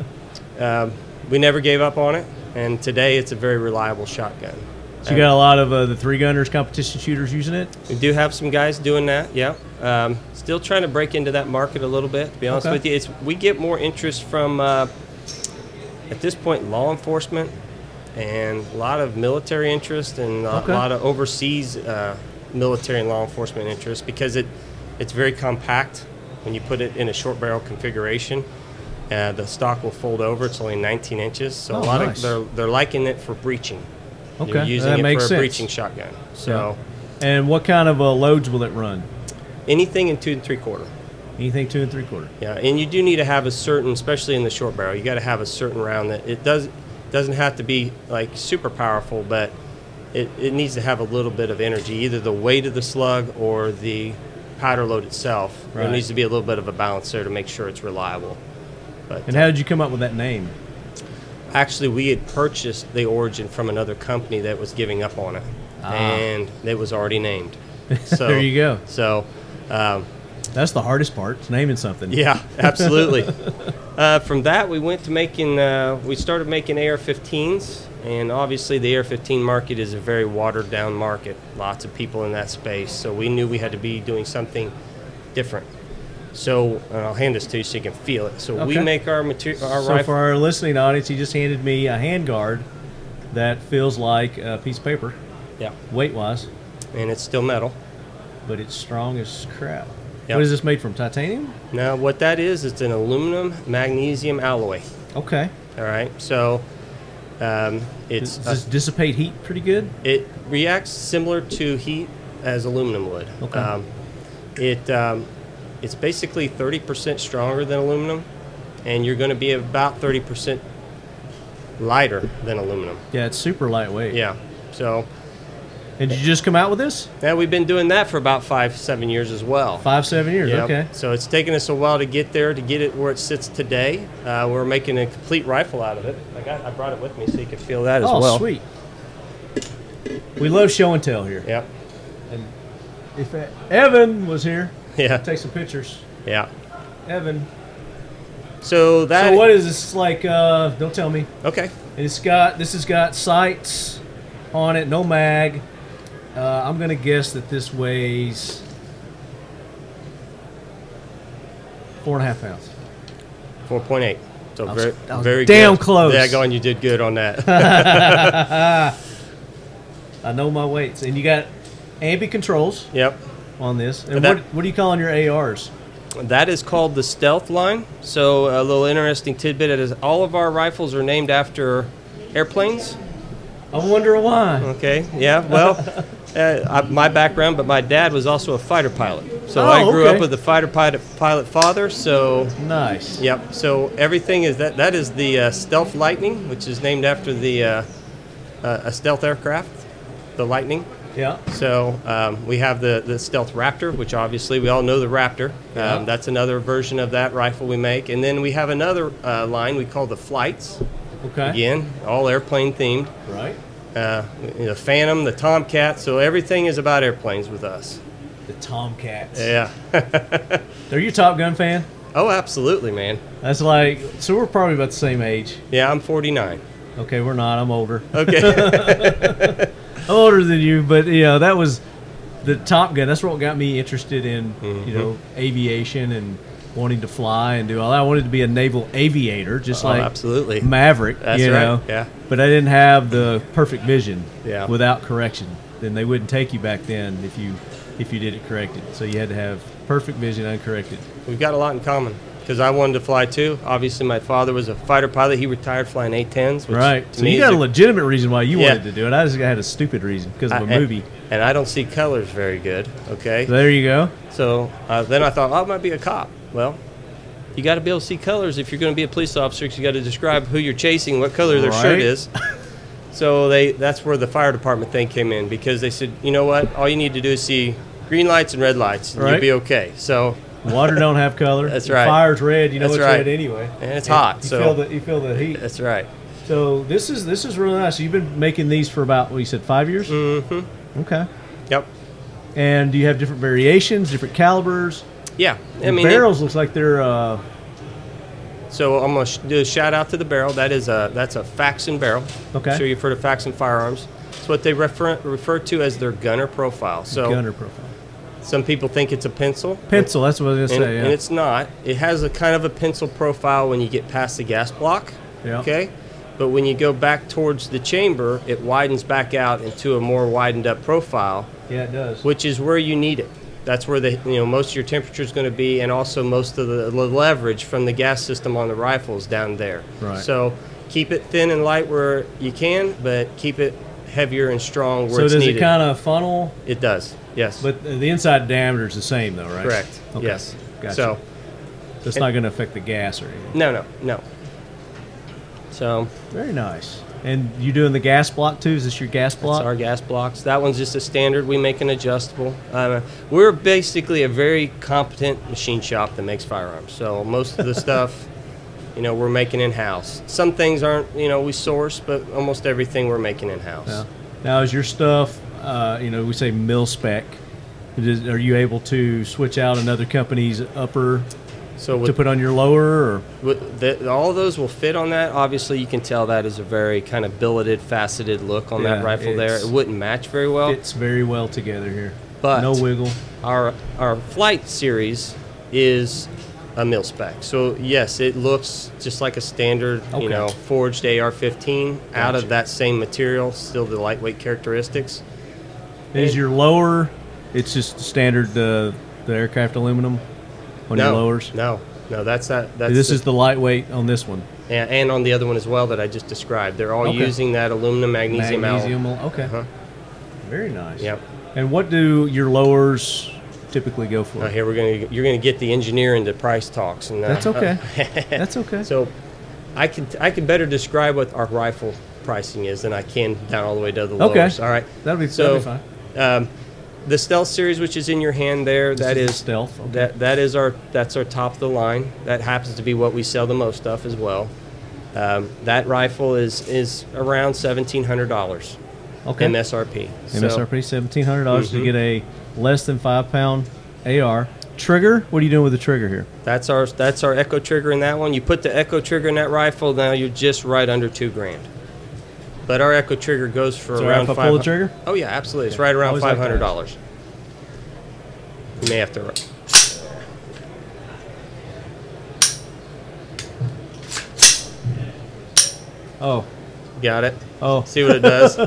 um, we never gave up on it, and today it's a very reliable shotgun.
So you got a lot of uh, the three gunners, competition shooters using it.
We do have some guys doing that. Yeah, um, still trying to break into that market a little bit. To be honest
Okay.
with you, it's we get more interest from uh, at this point law enforcement and a lot of military interest and a
Okay.
lot of overseas uh, military and law enforcement interest because it it's very compact when you put it in a short barrel configuration. Uh, the stock will fold over. It's only 19 inches, so
Oh,
a lot
nice.
of they're they're liking it for breaching. You're
Okay,
using
that
it
makes
for a
sense.
breaching shotgun. So
And what kind of uh, loads will it run?
anything in two and three quarter.
Anything two and three quarter.
Yeah, and you do need to have a certain, especially in the short barrel, you got to have a certain round that it does doesn't have to be like super powerful, but it, it needs to have a little bit of energy, either the weight of the slug or the powder load itself.
Right.
There needs to be a little bit of a balance there to make sure it's reliable. But
And how did you come up with that name?
actually we had purchased the origin from another company that was giving up on it and it was already named so
Ah. There you go.
so um,
That's the hardest part. It's naming something.
yeah absolutely Uh, from that, we went to making, uh, we started making AR-15s, and obviously the AR-15 market is a very watered-down market. Lots of people in that space, so we knew we had to be doing something different. So and I'll hand this to you so you can feel it. So we
Okay.
make our material, our
So for
rifle.
our listening audience, he just handed me a handguard that feels like a piece of paper,
Yeah,
weight wise,
and it's still metal.
but it's strong as crap.
Yep.
What is this made from? Titanium?
Now, what that is, it's an aluminum magnesium alloy.
Okay.
All right, so um, it's
Does this dissipate heat pretty good?
It reacts similar to heat as aluminum would.
Okay.
Um, it um, it's basically 30% stronger than aluminum, and you're going to be about 30% lighter than aluminum.
Yeah, it's super lightweight.
Yeah. So
And did you just come out with this?
now we've been doing that for about five, seven years as well.
Five, seven years.
Yep.
Okay.
So it's taken us a while to get there, to get it where it sits today. Uh, we're making a complete rifle out of it. I got, I brought it with me so you could feel that as
oh,
well.
sweet. We love show and tell here.
Yep.
If uh, Evan was here,
Yeah.
take some pictures.
Yeah.
Evan.
So that.
So what is this? It's Like, uh, don't tell me.
Okay.
It's got this has got sights on it, no mag. Uh, I'm gonna guess that this weighs four and a half pounds.
Four point eight. So
I was-
very,
I was
very
damn
good.
close.
Yeah, going. You did good on that.
I know my weights, and you got ambi controls
yep.
on this. And
But that-
what, what do you calling your ARs?
That is called the stealth line. So a little interesting tidbit is all of our rifles are named after airplanes.
I wonder why.
Okay. Yeah. Well, uh, I, my background, but my dad was also a fighter pilot. So
Oh,
I grew
okay.
up with a fighter pilot, pilot father. So
Nice.
Yep. So everything is that. That is the uh, Stealth Lightning, which is named after the uh, uh, a stealth aircraft, the Lightning.
Yeah.
So um, we have the the Stealth Raptor, which obviously we all know the Raptor.
Yeah.
Um, that's another version of that rifle we make, and then we have another uh, line we call the Flights.
Okay.
Again, all airplane themed.
Right.
Uh, the Phantom, the Tomcat. So everything is about airplanes with us.
The Tomcats.
Yeah.
Are you a Top Gun fan?
oh, absolutely, man.
That's like so. We're probably about the same age.
Yeah, I'm 49.
Okay, we're not. I'm older.
Okay.
I'm older than you, but you know that was the Top Gun. That's what got me interested in you know
Mm-hmm.
aviation and wanting to fly and do all that. I wanted to be a naval aviator, just
Oh,
like
absolutely.
Maverick.
That's
you
right,
know?
yeah.
But I didn't have the perfect vision.
Yeah.
Without correction, then they wouldn't take you back then if you if you did it corrected. So you had to have perfect vision uncorrected.
We've got a lot in common because I wanted to fly too. Obviously, my father was a fighter pilot. He retired flying A-10s. Which
Right.
to
So
me
you
is
got
a-
a legitimate reason why you
Yeah.
wanted to do it. I just had a stupid reason because of a
I- and-
movie.
And, I don't see colors very good. Okay.
So there you go.
So uh, then I thought, oh, I might be a cop. Well, you got to be able to see colors if you're going to be a police officer. 'cause you got to describe who you're chasing, what color their
Right.
shirt is. So they that's where the fire department thing came in because they said, you know what, all you need to do is see green lights and red lights, and
Right.
you'll be okay. So
Water don't have color.
That's
The
right.
Fire's red. You know
That's
it's
right.
red anyway.
And it's hot,
You
so-
feel the you feel the heat.
that's right.
So this is this is really nice. You've been making these for about what you said five years.
Mm-hmm.
Okay.
Yep.
And do you have different variations, different calibers?
Yeah. I
The
mean, it-
barrels looks like they're uh,
So I'm gonna sh- do a shout out to the barrel. That is a that's a Faxon barrel.
Okay.
So you've heard of Faxon firearms. It's what they refer refer to as their gunner profile. So
gunner profile.
some people think it's a pencil.
Pencil. That's what I was
And,
gonna say.
and
yeah.
it's not. It has a kind of a pencil profile when you get past the gas block.
Yeah.
Okay. But when you go back towards the chamber, it widens back out into a more widened up profile,
yeah, it does.
which is where you need it. That's where the you know most of your temperature is going to be, and also most of the le- leverage from the gas system on the rifles down there.
Right.
So keep it thin and light where you can, but keep it heavier and strong where
so
it's
does
needed.
it kind of funnel?
it does. Yes.
But the inside diameter is the same though, right?
correct.
Okay.
Yes.
Gotcha.
So
So it's not going to affect the gas or anything.
no, no, no. So
Very nice. And you doing the gas block too? Is this your gas
That's
block?
our gas blocks. That one's just a standard. We make an adjustable. Uh, we're basically a very competent machine shop that makes firearms. So most of the stuff, you know, we're making in house. Some things aren't, you know, we source, but almost everything we're making in house.
Yeah. Now, is your stuff, uh, you know, we say mil spec. Is- Are you able to switch out another company's upper
So
to
with,
put on your lower or
with the, all those will fit on that. Obviously, you can tell that is a very kind of billeted, faceted look on
Yeah,
that rifle there.
it's-
It wouldn't match very well.
fits very well together here.
But-
no wiggle.
our our flight series is a mil spec. So yes, it looks just like a standard,
Okay.
you know, forged AR-15 out
Gotcha.
of that same material, still the lightweight characteristics.
Is your lower? It's just standard uh, the aircraft aluminum on
no
your lowers.
No, no, that's not. That's
this
the-
is the lightweight on this one.
and, and on the other one as well that I just described. They're all
Okay.
using that aluminum magnesium, alloy.
Magnesium. al- Okay.
Uh-huh.
Very nice.
Yep.
And what do your lowers typically go for?
Now here we're gonna you're gonna get the engineer into price talks and uh,
That's okay. That's okay.
So, I can I can better describe what our rifle pricing is than I can down all the way to the
Okay.
lowers. All right.
that'll be,
So,
that'll be fine.
Um, the stealth series, which is in your hand there, that
is the
is,
Stealth, okay.
That that is our that's our top of the line. That happens to be what we sell the most of as well. Um, that rifle is is around seventeen hundred dollars
Okay.
MSRP. So-
MSRP seventeen hundred dollars to
Mhm.
get a less than five pound AR trigger. What are you doing with the trigger here?
That's our that's our echo trigger in that one. You put the echo trigger in that rifle, now you're just right under two grand. But our echo trigger goes for
So
around
if I
five
pull the
hundred.
trigger,
Oh yeah, absolutely. It's right around
Always like
five
that.
hundred dollars. You may have to.
oh,
Got it.
oh,
See what it does.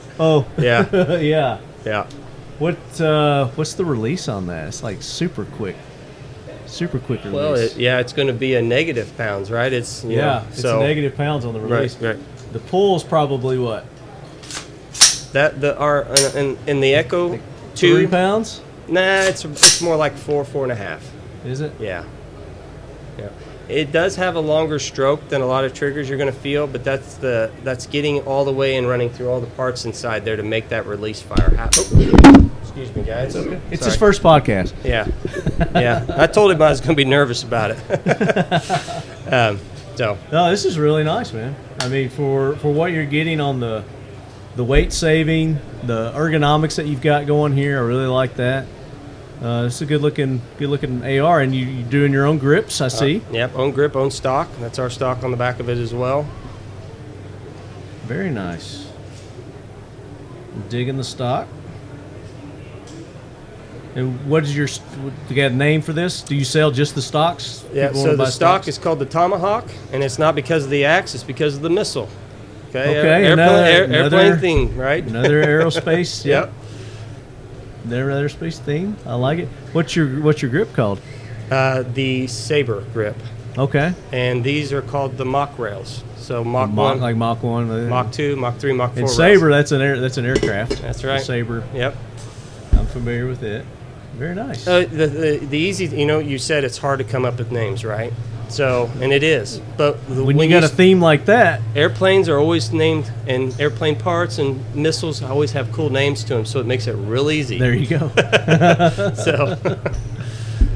oh,
yeah,
yeah.
yeah.
What uh, what's the release on that? It's like super quick, super quick release.
Well, it, yeah, it's going to be a negative pounds, right? It's you
yeah,
know,
it's
so
negative pounds on the
right,
release.
right.
The pull's probably what
That the our in, in the echo
three
two.
pounds?
Nah, it's it's more like four four and a half.
Is it?
Yeah. Yeah. It does have a longer stroke than a lot of triggers you're going to feel, but that's the that's getting all the way and running through all the parts inside there to make that release fire happen. Oh, Excuse me,
It's
guys. Sorry.
his first podcast.
Yeah. Yeah. I told him I was going to be nervous about it. um, so,
No, this is really nice, man. I mean, for for what you're getting on the the weight saving, the ergonomics that you've got going here, I really like that. Uh, it's a good looking, good looking AR, and you, you're doing your own grips. I see.
uh, yep, own grip, own stock. That's our stock on the back of it as well.
Very nice. Digging the stock. And what is your? s- what- Do you got a name for this? Do you sell just the stocks?
Yeah,
People wanna
so the
buy
stock
stocks?
is called the Tomahawk, and it's not because of the axe, it's because of the missile. Okay,
Okay,
airplane,
another-
air,
another-
airplane thing, right?
another aerospace.
Yep.
Their aerospace theme. I like it. What's your What's your grip called?
Uh, the saber grip,
Okay.
and these are called the mock rails. So mock,
Mach,
one,
like Mach one. uh,
mock two, mock three, mock four.
and
rails.
Saber. That's an air. That's an aircraft.
That's
The
right.
Saber.
Yep.
I'm familiar with it. Very nice.
Uh, the, the the easy, you know, you said it's hard to come up with names, right? So, and it is, but the,
when, you got a
s-
theme like that,
airplanes are always named, and airplane parts and missiles always have cool names to them, so it makes it real easy.
there you go.
so,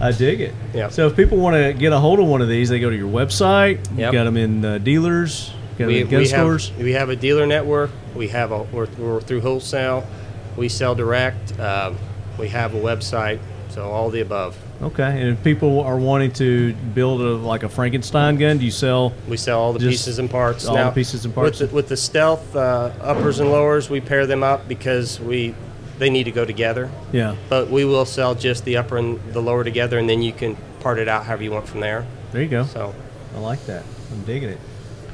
I dig it.
Yeah.
So if people want to get a hold of one of these, they go to your website. You
Yep.
got them in uh, dealers. you Got them in gun stores.
Have, we have a dealer network. We have a we're, we're through wholesale. We sell direct. Um, we have a website. So all the above.
Okay. And if people are wanting to build a like a Frankenstein gun, do you sell?
We sell all the
Just
pieces and parts.
all the pieces and parts.
With the, with the stealth uh, uppers and lowers, we pair them up because we they need to go together.
Yeah.
But we will sell just the upper and the lower together, and then you can part it out however you want from there.
There you go.
So
I like that. I'm digging it.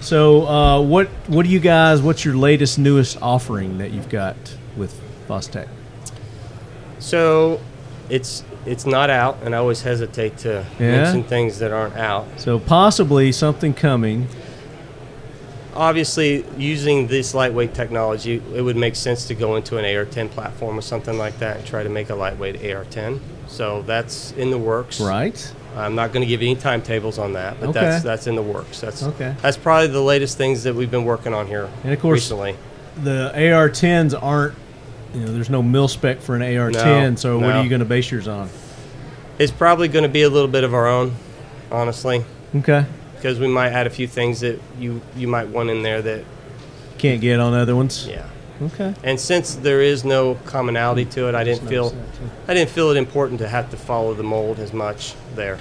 So, uh, what what do you guys? What's your latest, newest offering that you've got with Vostec?
so it's it's not out, and I always hesitate to
Yeah?
mention things that aren't out.
So possibly something coming.
obviously using this lightweight technology it would make sense to go into an ar-10 platform or something like that and try to make a lightweight ar-10 so that's in the works
Right.
i'm not going to give any timetables on that but
Okay.
that's that's in the works that's
Okay.
that's probably the latest things that we've been working on here
And of course-
recently
The AR-10s aren't. You know, there's no mil spec for an AR-10.
No,
so, what
no.
are you going to base yours on?
it's probably going to be a little bit of our own honestly
Okay.
because we might add a few things that you you might want in there that
Can't get on other ones.
yeah
Okay.
And since there is no commonality to it, I didn't feel,
noticed that, too.
I didn't feel it important to have to follow the mold as much there.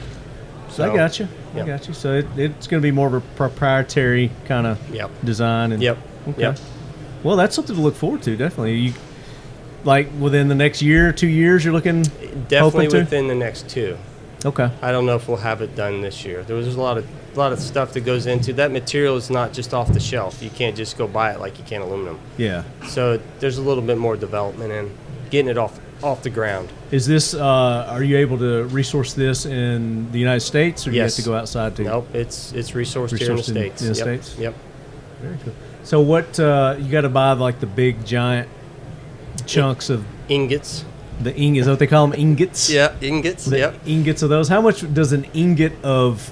So
I got you. I
Yep.
got you. So it, it's going to be more of a proprietary kind of
Yep.
design. And,
Yep.
Okay.
Yep.
Well, that's something to look forward to. Definitely. You like within the next year, two years, you're looking
Definitely
hoping to?
within the next two.
Okay.
I don't know if we'll have it done this year. There was a lot of a lot of stuff that goes into that material is not just off the shelf. You can't just go buy it like you can aluminum.
Yeah.
So there's a little bit more development in getting it off off the ground.
Is this? Uh, are you able to resource this in the United States, or do you have
Yes.
to go outside to?
Nope, it's it's resourced, here in the
Resourced in-
states.
in the
yep.
States?
Yep.
Very cool. So what? Uh, you got to buy like the big giant chunks of
Ingots.
the ing. Is that what they call them? Ingots.
Yeah, ingots.
the
yep.
ingots of those. How much does an ingot of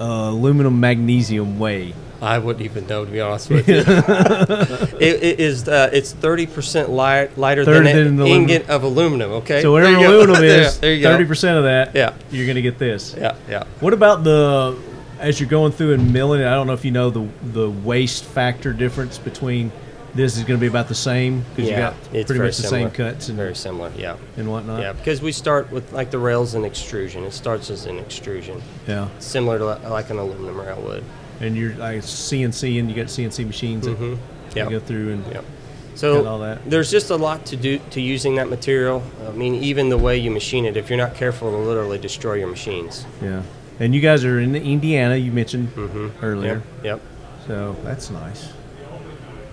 uh, aluminum magnesium weigh?
I wouldn't even know to be honest with you. it, it is uh, it's thirty percent light, lighter
Third
than an
than the
ingot of aluminum. Okay.
So
There
whatever
you go.
aluminum
There-
is,
there you go.
thirty percent of that,
Yeah.
you're gonna get this.
Yeah, yeah.
What about the as you're going through and milling it? I don't know if you know the the waste factor difference between this is gonna be about the same because
yeah,
you got
it's
pretty
very
much the
similar.
same cuts and,
very similar. Yeah.
and whatnot.
Yeah, because we start with like the rails and extrusion. It starts as an extrusion,
Yeah.
similar to li- like an aluminum rail would.
And you're like CNC and you got CNC machines that
Mhm.
you go
Yep.
through and
Yep.
Got all
So
that.
there's just a lot to do to using that material. I mean, even the way you machine it, if you're not careful, it'll literally destroy your machines.
yeah. And you guys are in Indiana, you mentioned earlier.
Mm-hmm. Yep. Yep.
So that's nice.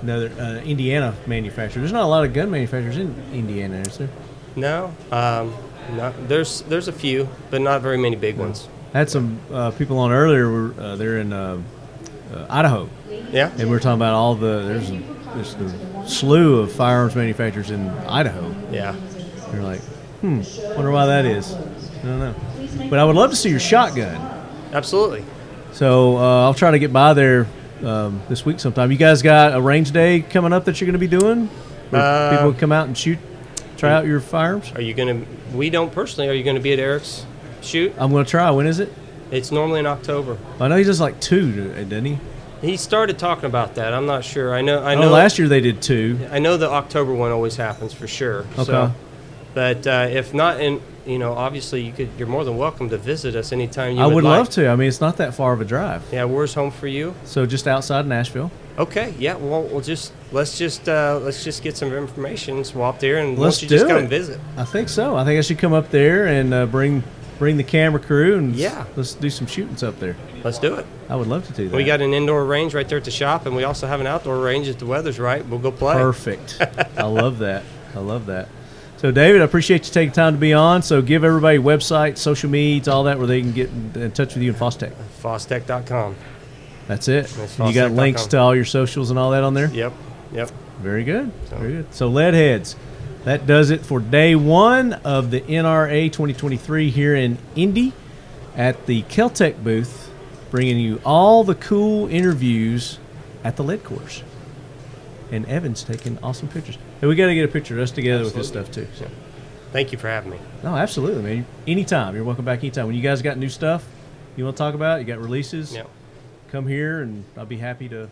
Another uh, Indiana manufacturer. There's not a lot of gun manufacturers in Indiana, is there?
No, um, not, there's there's a few, but not very many big ones.
I had some uh, people on earlier. Were, uh, they're in uh, uh, Idaho,
Yeah.
and we are talking about all the there's a, there's the slew of firearms manufacturers in Idaho.
Yeah.
You're like, hmm, wonder why that is. I don't know. But I would love to see your shotgun.
Absolutely.
So uh, I'll try to get by there um, this week sometime. You guys got a range day coming up that you're going to be doing? Where
Uh,
people come out and shoot, try out your firearms.
Are you gonna? We don't personally. Are you gonna be at Eric's shoot?
I'm going to try. When is it?
It's normally in October.
I know he does like two, doesn't he?
He started talking about that. I'm not sure. I know. I
I
know.
know Oh, last year they did two.
I know the October one always happens for sure.
Okay.
So, but uh, if not, and you know, obviously, you could. You're more than welcome to visit us anytime you.
I would,
like.
love to. I mean, it's not that far of a drive.
Yeah, where's home for you?
So just outside Nashville.
Okay. Yeah. Well, we'll just let's just uh, let's just get some information. So up there and
Let's
won't you just
do
come
it.
and visit.
I think so. I think I should come up there and uh, bring bring the camera crew and s-
Yeah.
let's do some shootings up there.
Let's do it.
I would love to do that.
We got an indoor range right there at the shop, and we also have an outdoor range if the weather's right. We'll go play.
perfect. I love that. I love that. So David, I appreciate you taking time to be on. So give everybody website, social medias, all that, where they can get in in touch with you in Fostech.
Fostech.com.
That's it.
That's
And you got
fostech.com.
links to all your socials and all that on there.
Yep. Yep.
Very good. Very good. So, Leadheads, that does it for day one of the NRA 2023 here in Indy at the Keltec booth, bringing you all the cool interviews at the lead course. And Evan's taking awesome pictures. And we got to get a picture of us together with this stuff, too. So.
Thank you for having me.
No, absolutely, man. Anytime. You're welcome back anytime. When you guys got new stuff you want to talk about, you got releases,
Yep.
come here and I'll be happy to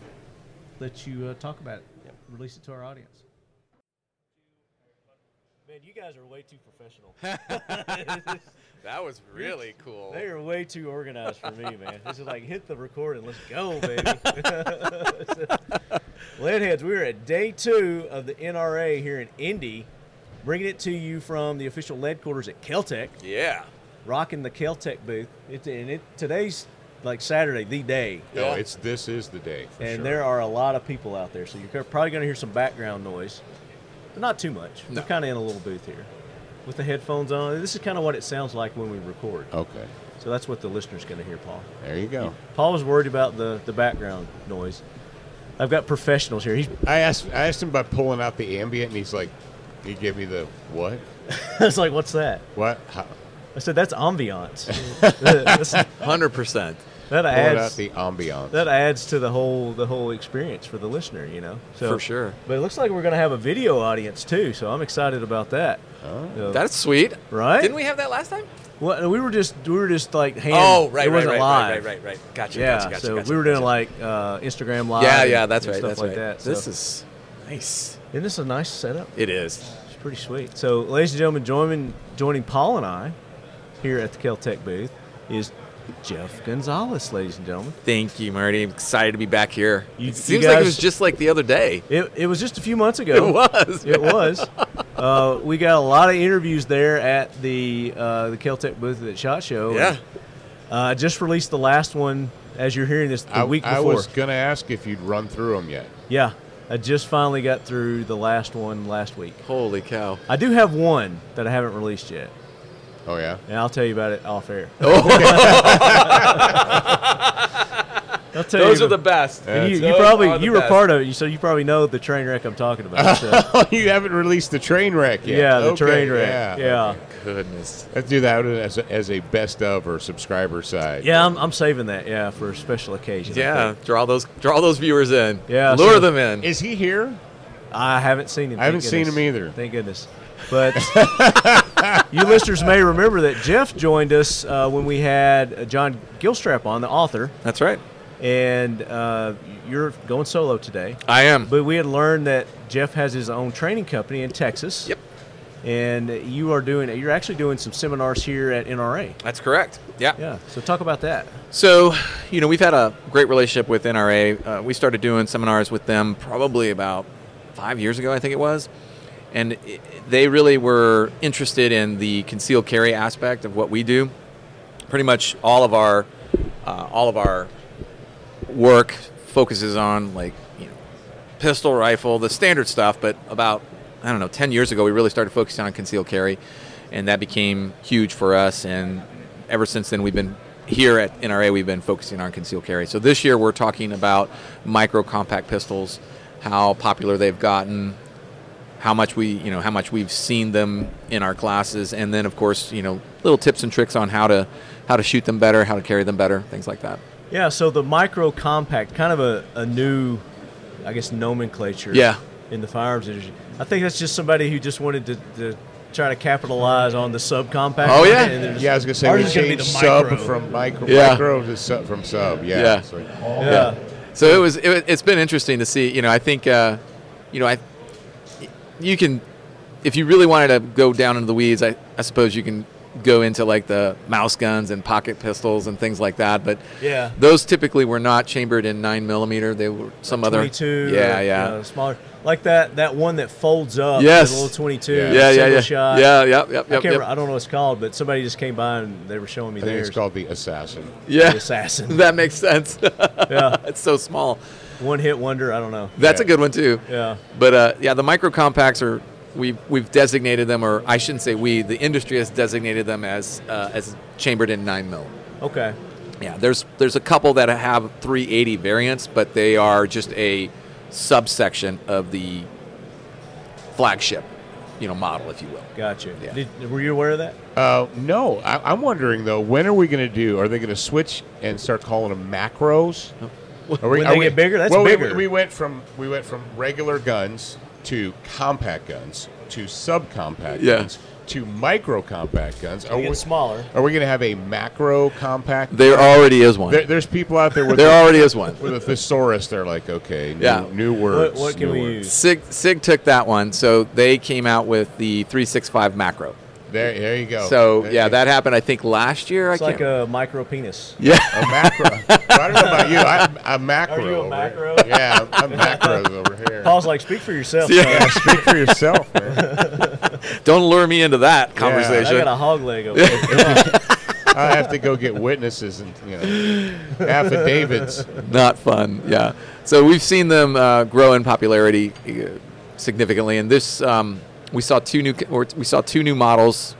let you uh, talk about it, release it to our audience. Man, you guys are way too professional.
That was really cool.
They are way too organized for me, man. This is like hit the record and let's go, baby. Leadheads, we are at day two of the NRA here in Indy, bringing it to you from the official lead quarters at Keltec.
Yeah.
rocking the Keltec booth. It, and it today's like Saturday, the day,
No,
Yeah.
it's this is the day. For
and
sure.
there are a lot of people out there, so you're probably going to hear some background noise, but not too much.
No.
We're kind of in a little booth here with the headphones on. This is kind of what it sounds like when we record.
Okay.
So that's what the listener's going to hear, Paul.
There you go.
Paul was worried about the the background noise. I've got professionals here. He's
I asked I asked him about pulling out the ambient, and he's like, he gave me the what?
I was like, "What's that?"
What? How?
I said, "That's ambiance." That's-
Hundred percent.
that
Pulling out
adds
the ambiance.
that adds to the whole the whole experience for the listener, you know. So,
For sure.
But it looks like we're going to have a video audience too, so I'm excited about that. So-
That's sweet.
Right?
Didn't we have that last time?
well, we were just we were just like hand.
oh, right,
it
right,
wasn't
right,
live.
right, right, right, right. Gotcha.
Yeah,
gotcha, gotcha,
so
gotcha,
we were doing
gotcha.
like uh, Instagram live.
Yeah,
and-
yeah, that's
and
right.
Stuff
That's
like
right.
that. So,
This is nice.
isn't this a nice setup?
It is.
It's pretty sweet. So, ladies and gentlemen, joining joining Paul and I here at the Caltech booth is Jeff Gonzalez, ladies and gentlemen.
Thank you, Marty. I'm excited to be back here.
You- you
it seems like it was
guys-
just like the other day.
It, it was just a few months ago.
It was,
It was. Uh, we got a lot of interviews there at the uh, the Caltech booth at Shot Show.
Yeah.
Uh, just released the last one as you're hearing this the
I,
week before.
I was gonna ask if you'd run through them yet.
Yeah, I just finally got through the last one last week.
Holy cow.
I do have one that I haven't released yet,
Oh yeah.
and I'll tell you about it off air.
Oh,
I'll tell
those
you
are the best.
And you, you
Those are
probably
the
you were
best.
part of it, so you probably know the train wreck I'm talking about. so-
you haven't released the train wreck yet.
yeah, the
Okay,
train wreck. Yeah, yeah,
Oh, Goodness.
Let's do that as a, as a best of or subscriber side.
I'm, I'm saving that. Yeah, for a special occasion. I
Yeah,
think.
draw those draw those viewers in.
Yeah,
lure
so-
them in.
Is he here?
I haven't seen him.
I haven't
thank
seen
goodness.
him either.
Thank goodness. But you listeners may remember that Jeff joined us uh, when we had uh, John Gilstrap on, the author,
That's right.
and uh, you're going solo today.
I am.
But we had learned that Jeff has his own training company in Texas.
Yep.
And you are doing you're actually doing some seminars here at NRA.
That's correct. Yeah.
Yeah. So talk about that.
So, you know, we've had a great relationship with NRA. Uh, we started doing seminars with them probably about five years ago, I think it was. And i they really were interested in the concealed carry aspect of what we do. Pretty much all of our, uh, all of our work focuses on like you know pistol rifle the standard stuff but about i don't know 10 years ago we really started focusing on concealed carry and that became huge for us and ever since then we've been here at nra we've been focusing on concealed carry so this year we're talking about micro compact pistols how popular they've gotten how much we you know how much we've seen them in our classes and then of course you know little tips and tricks on how to how to shoot them better how to carry them better things like that
Yeah, so the micro compact, kind of a, a new I guess nomenclature
Yeah.
in the firearms industry. I think that's just somebody who just wanted to, to try to capitalize on the subcompact.
Oh,
market,
yeah.
and they're just-
Yeah, I was gonna say
Ours
we
is gonna be
changed
the
sub
micro.
from micro,
Yeah.
micro to sub from sub. Yeah.
Yeah.
So,
yeah.
So it was. It, wa- it's been interesting to see. You know, I think, uh, you know, I, you can, if you really wanted to go down into the weeds, I, I suppose you can go into like the mouse guns and pocket pistols and things like that. But
Yeah.
those typically were not chambered in nine millimeter. They were some other.
22
Yeah,
or,
yeah.
you know, uh, smaller like that that one that folds up
Yes.
the little 22
Yeah.
yeah, yeah,
single
yeah,
shot
yeah, yep, yep,
I,
yep,
can't remember,
yep.
I don't know what it's called, but somebody just came by and they were showing me
I think it's
theirs.
called the assassin.
yeah.
The assassin.
that makes sense.
yeah,
it's so small.
one hit wonder. I don't know.
That's a
Yeah.
good one too.
Yeah,
But uh, yeah, the micro compacts are we've we've designated them, or I shouldn't say we. The industry has designated them as uh, as chambered in nine mil.
okay.
Yeah, there's there's a couple that have 380 variants, but they are just a subsection of the flagship, you know, model, if you will.
Gotcha.
Yeah.
Did, were you aware of that?
Uh, no, I, I'm wondering though, when are we going to do? Are they going to switch and start calling them macros? Are
When they get bigger? That's
well, we-
bigger.
We, went from we went from regular guns to compact guns to subcompact
Yeah.
guns to micro compact guns. Are
They
we,
get smaller.
are we going to have a macro compact?
There already is one.
There,
There,
there's people out there with
already is one.
with a thesaurus. They're like, okay, new,
Yeah.
new words.
What- what can
new
we
words.
use?
Sig Sig took that one, so they came out with the 365 macro.
There, there you go.
so
There
yeah,
you
that happened. I think last year.
It's
I
like
can't.
a micro penis.
yeah.
A macro. Well, I don't know about you. I'm, I'm macro.
Are you a
over here.
macro?
Yeah, I'm, I'm macros over here.
Paul's like, speak for yourself.
Yeah.
son.
Yeah, speak for yourself. Man.
Don't lure me into that conversation.
I got a hog leg over there.
I have to go get witnesses and you know affidavits.
not fun. Yeah. So we've seen them uh, grow in popularity uh, significantly, and this um, we saw two new or we saw two new models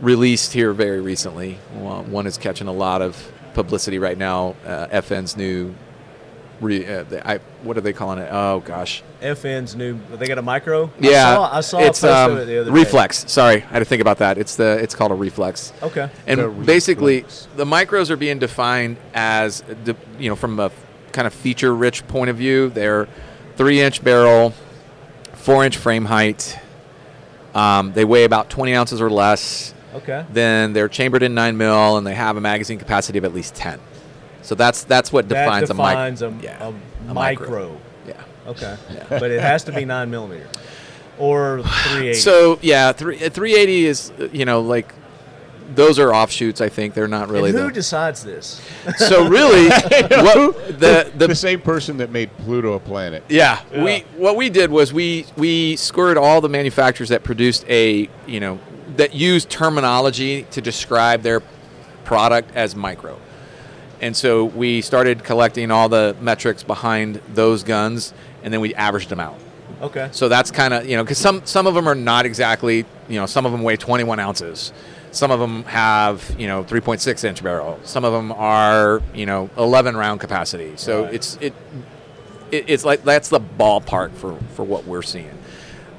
released here very recently. One one is catching a lot of publicity right now. Uh, FN's new. Re, uh, the, I, what are they calling it? Oh gosh,
FN's new. They got a micro.
yeah,
I saw, I saw a
it's
post
um,
of it the other day.
reflex. Sorry, I had to think about that. It's the it's called a reflex.
Okay.
And
The
basically,
reflex.
the micros are being defined as, de- you know, from a kind of feature rich point of view. They're three inch barrel, four inch frame height. Um, they weigh about 20 ounces or less.
Okay.
Then they're chambered in 9 mil and they have a magazine capacity of at least 10. So that's that's what
That
defines,
defines
a,
a,
mic- yeah,
a,
a
micro.
Yeah.
Okay. But it has to be nine millimeter or 380.
So yeah, three, uh, 380 is uh, you know like those are offshoots. I think they're not really.
and who
the-
decides this?
so really, what the
The,
the
same person that made Pluto a planet.
yeah, we what we did was we we scored all the manufacturers that produced a you know that used terminology to describe their product as micro, and so we started collecting all the metrics behind those guns, and then we averaged them out.
Okay.
So that's kind of you know because some some of them are not exactly you know some of them weigh 21 ounces, some of them have you know 3.6 inch barrel, some of them are you know 11 round capacity. So it's it, it it's like that's the ballpark for for what we're seeing.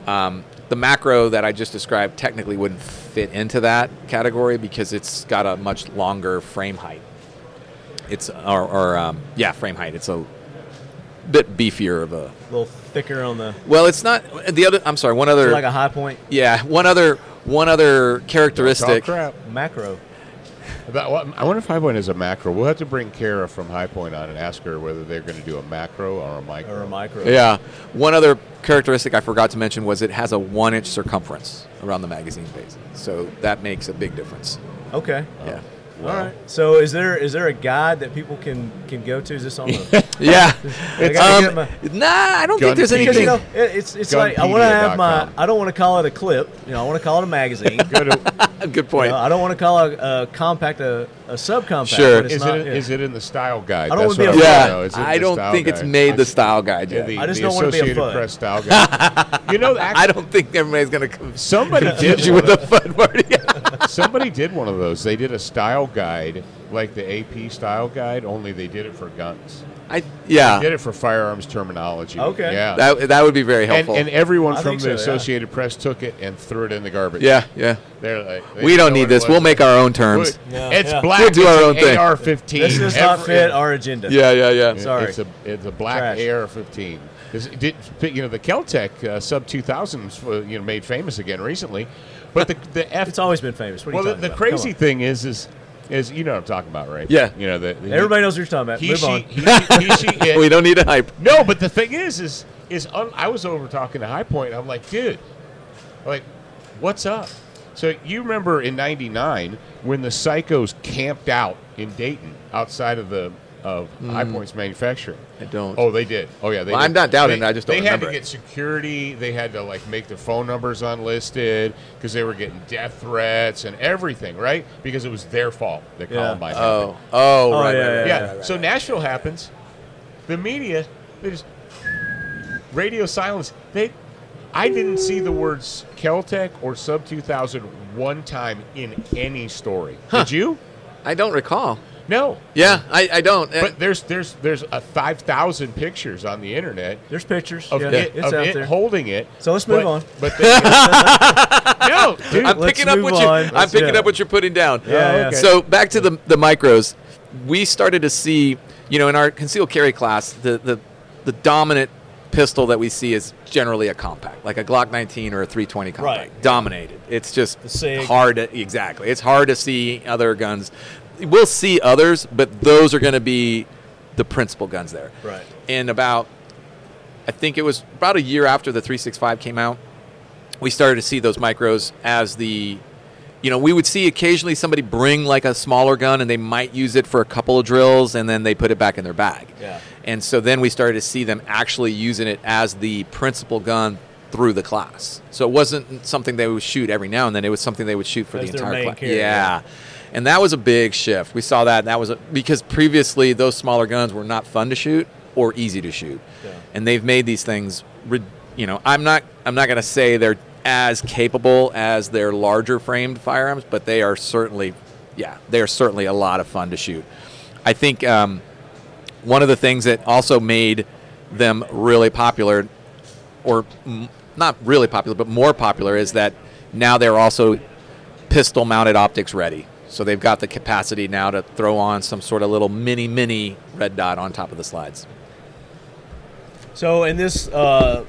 Um, the macro that I just described technically wouldn't fit into that category because it's got a much longer frame height. It's or, or um, yeah frame height. It's a bit beefier of a
A little thicker on the
well, it's not the other. I'm sorry. One other.
like a high point
yeah, one other. One other
Talk
characteristic.
crap.
macro.
About what, I wonder if High Point is a macro. We'll have to bring Kara from High Point on and ask her whether they're going to do a macro or a micro.
or a micro.
Yeah, one other characteristic I forgot to mention was it has a one-inch circumference around the magazine base, so that makes a big difference.
Okay.
Yeah.
All right. So is there is there a guide that people can can go to? Is this on the?
Yeah.
It's-
um, nah, I don't think there's
Gunpedia.
Because you
anything.
know it, it's it's like I want to have my
Gunpedia.com.
I don't want to call it a clip. You know I want to call it a magazine.
Go to-
Good point.
You know, I don't want to call a, a compact a, a subcompact.
Sure.
but it's
is,
not-
it,
yeah.
is it in the style guide?
I don't
That's
wanna
what wanna
be a-
yeah,
know. Is it in
I
the
don't
style
think it's
guide?
made the
I-
style guide
Yeah,
yet.
the,
I just
the
don't wanna be a
Associated
FUD.
Press style guide. you know,
I
actually,
don't think everybody's gonna come
somebody did
hit you with
one
a fun party.
of- somebody did one of those. They did a style guide like the AP style guide, only they did it for guns.
I yeah.
Did it for firearms terminology.
Okay.
Yeah.
That that would be very
and,
helpful.
and everyone
I
from
think
the
so, yeah.
Associated Press took it and threw it in the garbage.
yeah, yeah.
They're like, they
We
didn't
don't
know
need
what it
this.
was.
We'll make our own terms.
Yeah.
It's
Yeah.
black.
We'll do our
it's
own
an
thing.
AR-15.
This does not
Every-
fit our agenda.
Yeah, yeah, yeah.
Yeah,
Sorry.
It's a it's a black
Trash.
AR-15. This, it did, you know the Keltec uh, sub 2000s uh, you know made famous again recently, but the the F.
It's always been famous. What are
well,
you
the,
talking
the
about?
crazy
Come
thing is is is you know what I'm talking about, right?
Yeah.
You know the, the
on. Everybody knows what you're talking about.
He,
Move
she,
on.
he, she, he, she, it.
We don't need a hype.
No, but the thing is, is is un- I was over talking to High Point. I'm like, dude, I'm like, what's up? So you remember in '99 when the psychos camped out in Dayton outside of the of High Point's manufacturing?
Mm-hmm. I don't.
Oh, they did. Oh yeah, they.
Well,
did.
I'm not doubting
They,
it, I just don't
They
remember
had to
it.
get security. They had to like make their phone numbers unlisted because they were getting death threats and everything, right? Because it was their fault that
Yeah.
Columbine. happened
Oh, oh,
Oh,
right,
yeah,
right, right.
yeah.
right,
so Nashville happens. The media, they just radio silence. They, I didn't see the words Keltec or Sub 2000 one time in any story. Did you?
I don't recall.
No.
Yeah, I, I don't. Uh,
But there's there's there's a five thousand pictures on the internet
There's pictures.
of
yeah,
it,
it's
of
out
it
there.
holding it.
So let's move
but-
on.
But they, no, dude.
I'm
let's
picking up what
move
you.
on.
I'm
Let's-
picking
yeah.
up what you're putting down.
Yeah, yeah.
Oh, okay.
So back to the the micros, we started to see, you know, in our concealed carry class, the the the dominant pistol that we see is generally a compact, like a Glock 19 or a 320 compact.
Right.
Dominated. It's just
The SIG.
hard. To, exactly. It's hard to see other guns. We'll see others, but those are going to be the principal guns there.
Right.
And about I think it was about a year after the 365 came out, we started to see those micros as the, you know, we would see occasionally somebody bring like a smaller gun and they might use it for a couple of drills and then they put it back in their bag.
Yeah.
And so then we started to see them actually using it as the principal gun through the class. So it wasn't something they would shoot every now and then. It was something they would shoot for
As
the
their
entire
main
class.
carry,
yeah. And that was a big shift. We saw that. That was a, because previously those smaller guns were not fun to shoot or easy to shoot.
Yeah.
And they've made these things, rid- you know, I'm not I'm not going to say they're as capable as their larger framed firearms, but they are certainly yeah, they are certainly a lot of fun to shoot. I think um, one of the things that also made them really popular, or m- not really popular, but more popular, is that now they're also pistol mounted optics ready. So they've got the capacity now to throw on some sort of little mini, mini red dot on top of the slides.
So in this uh,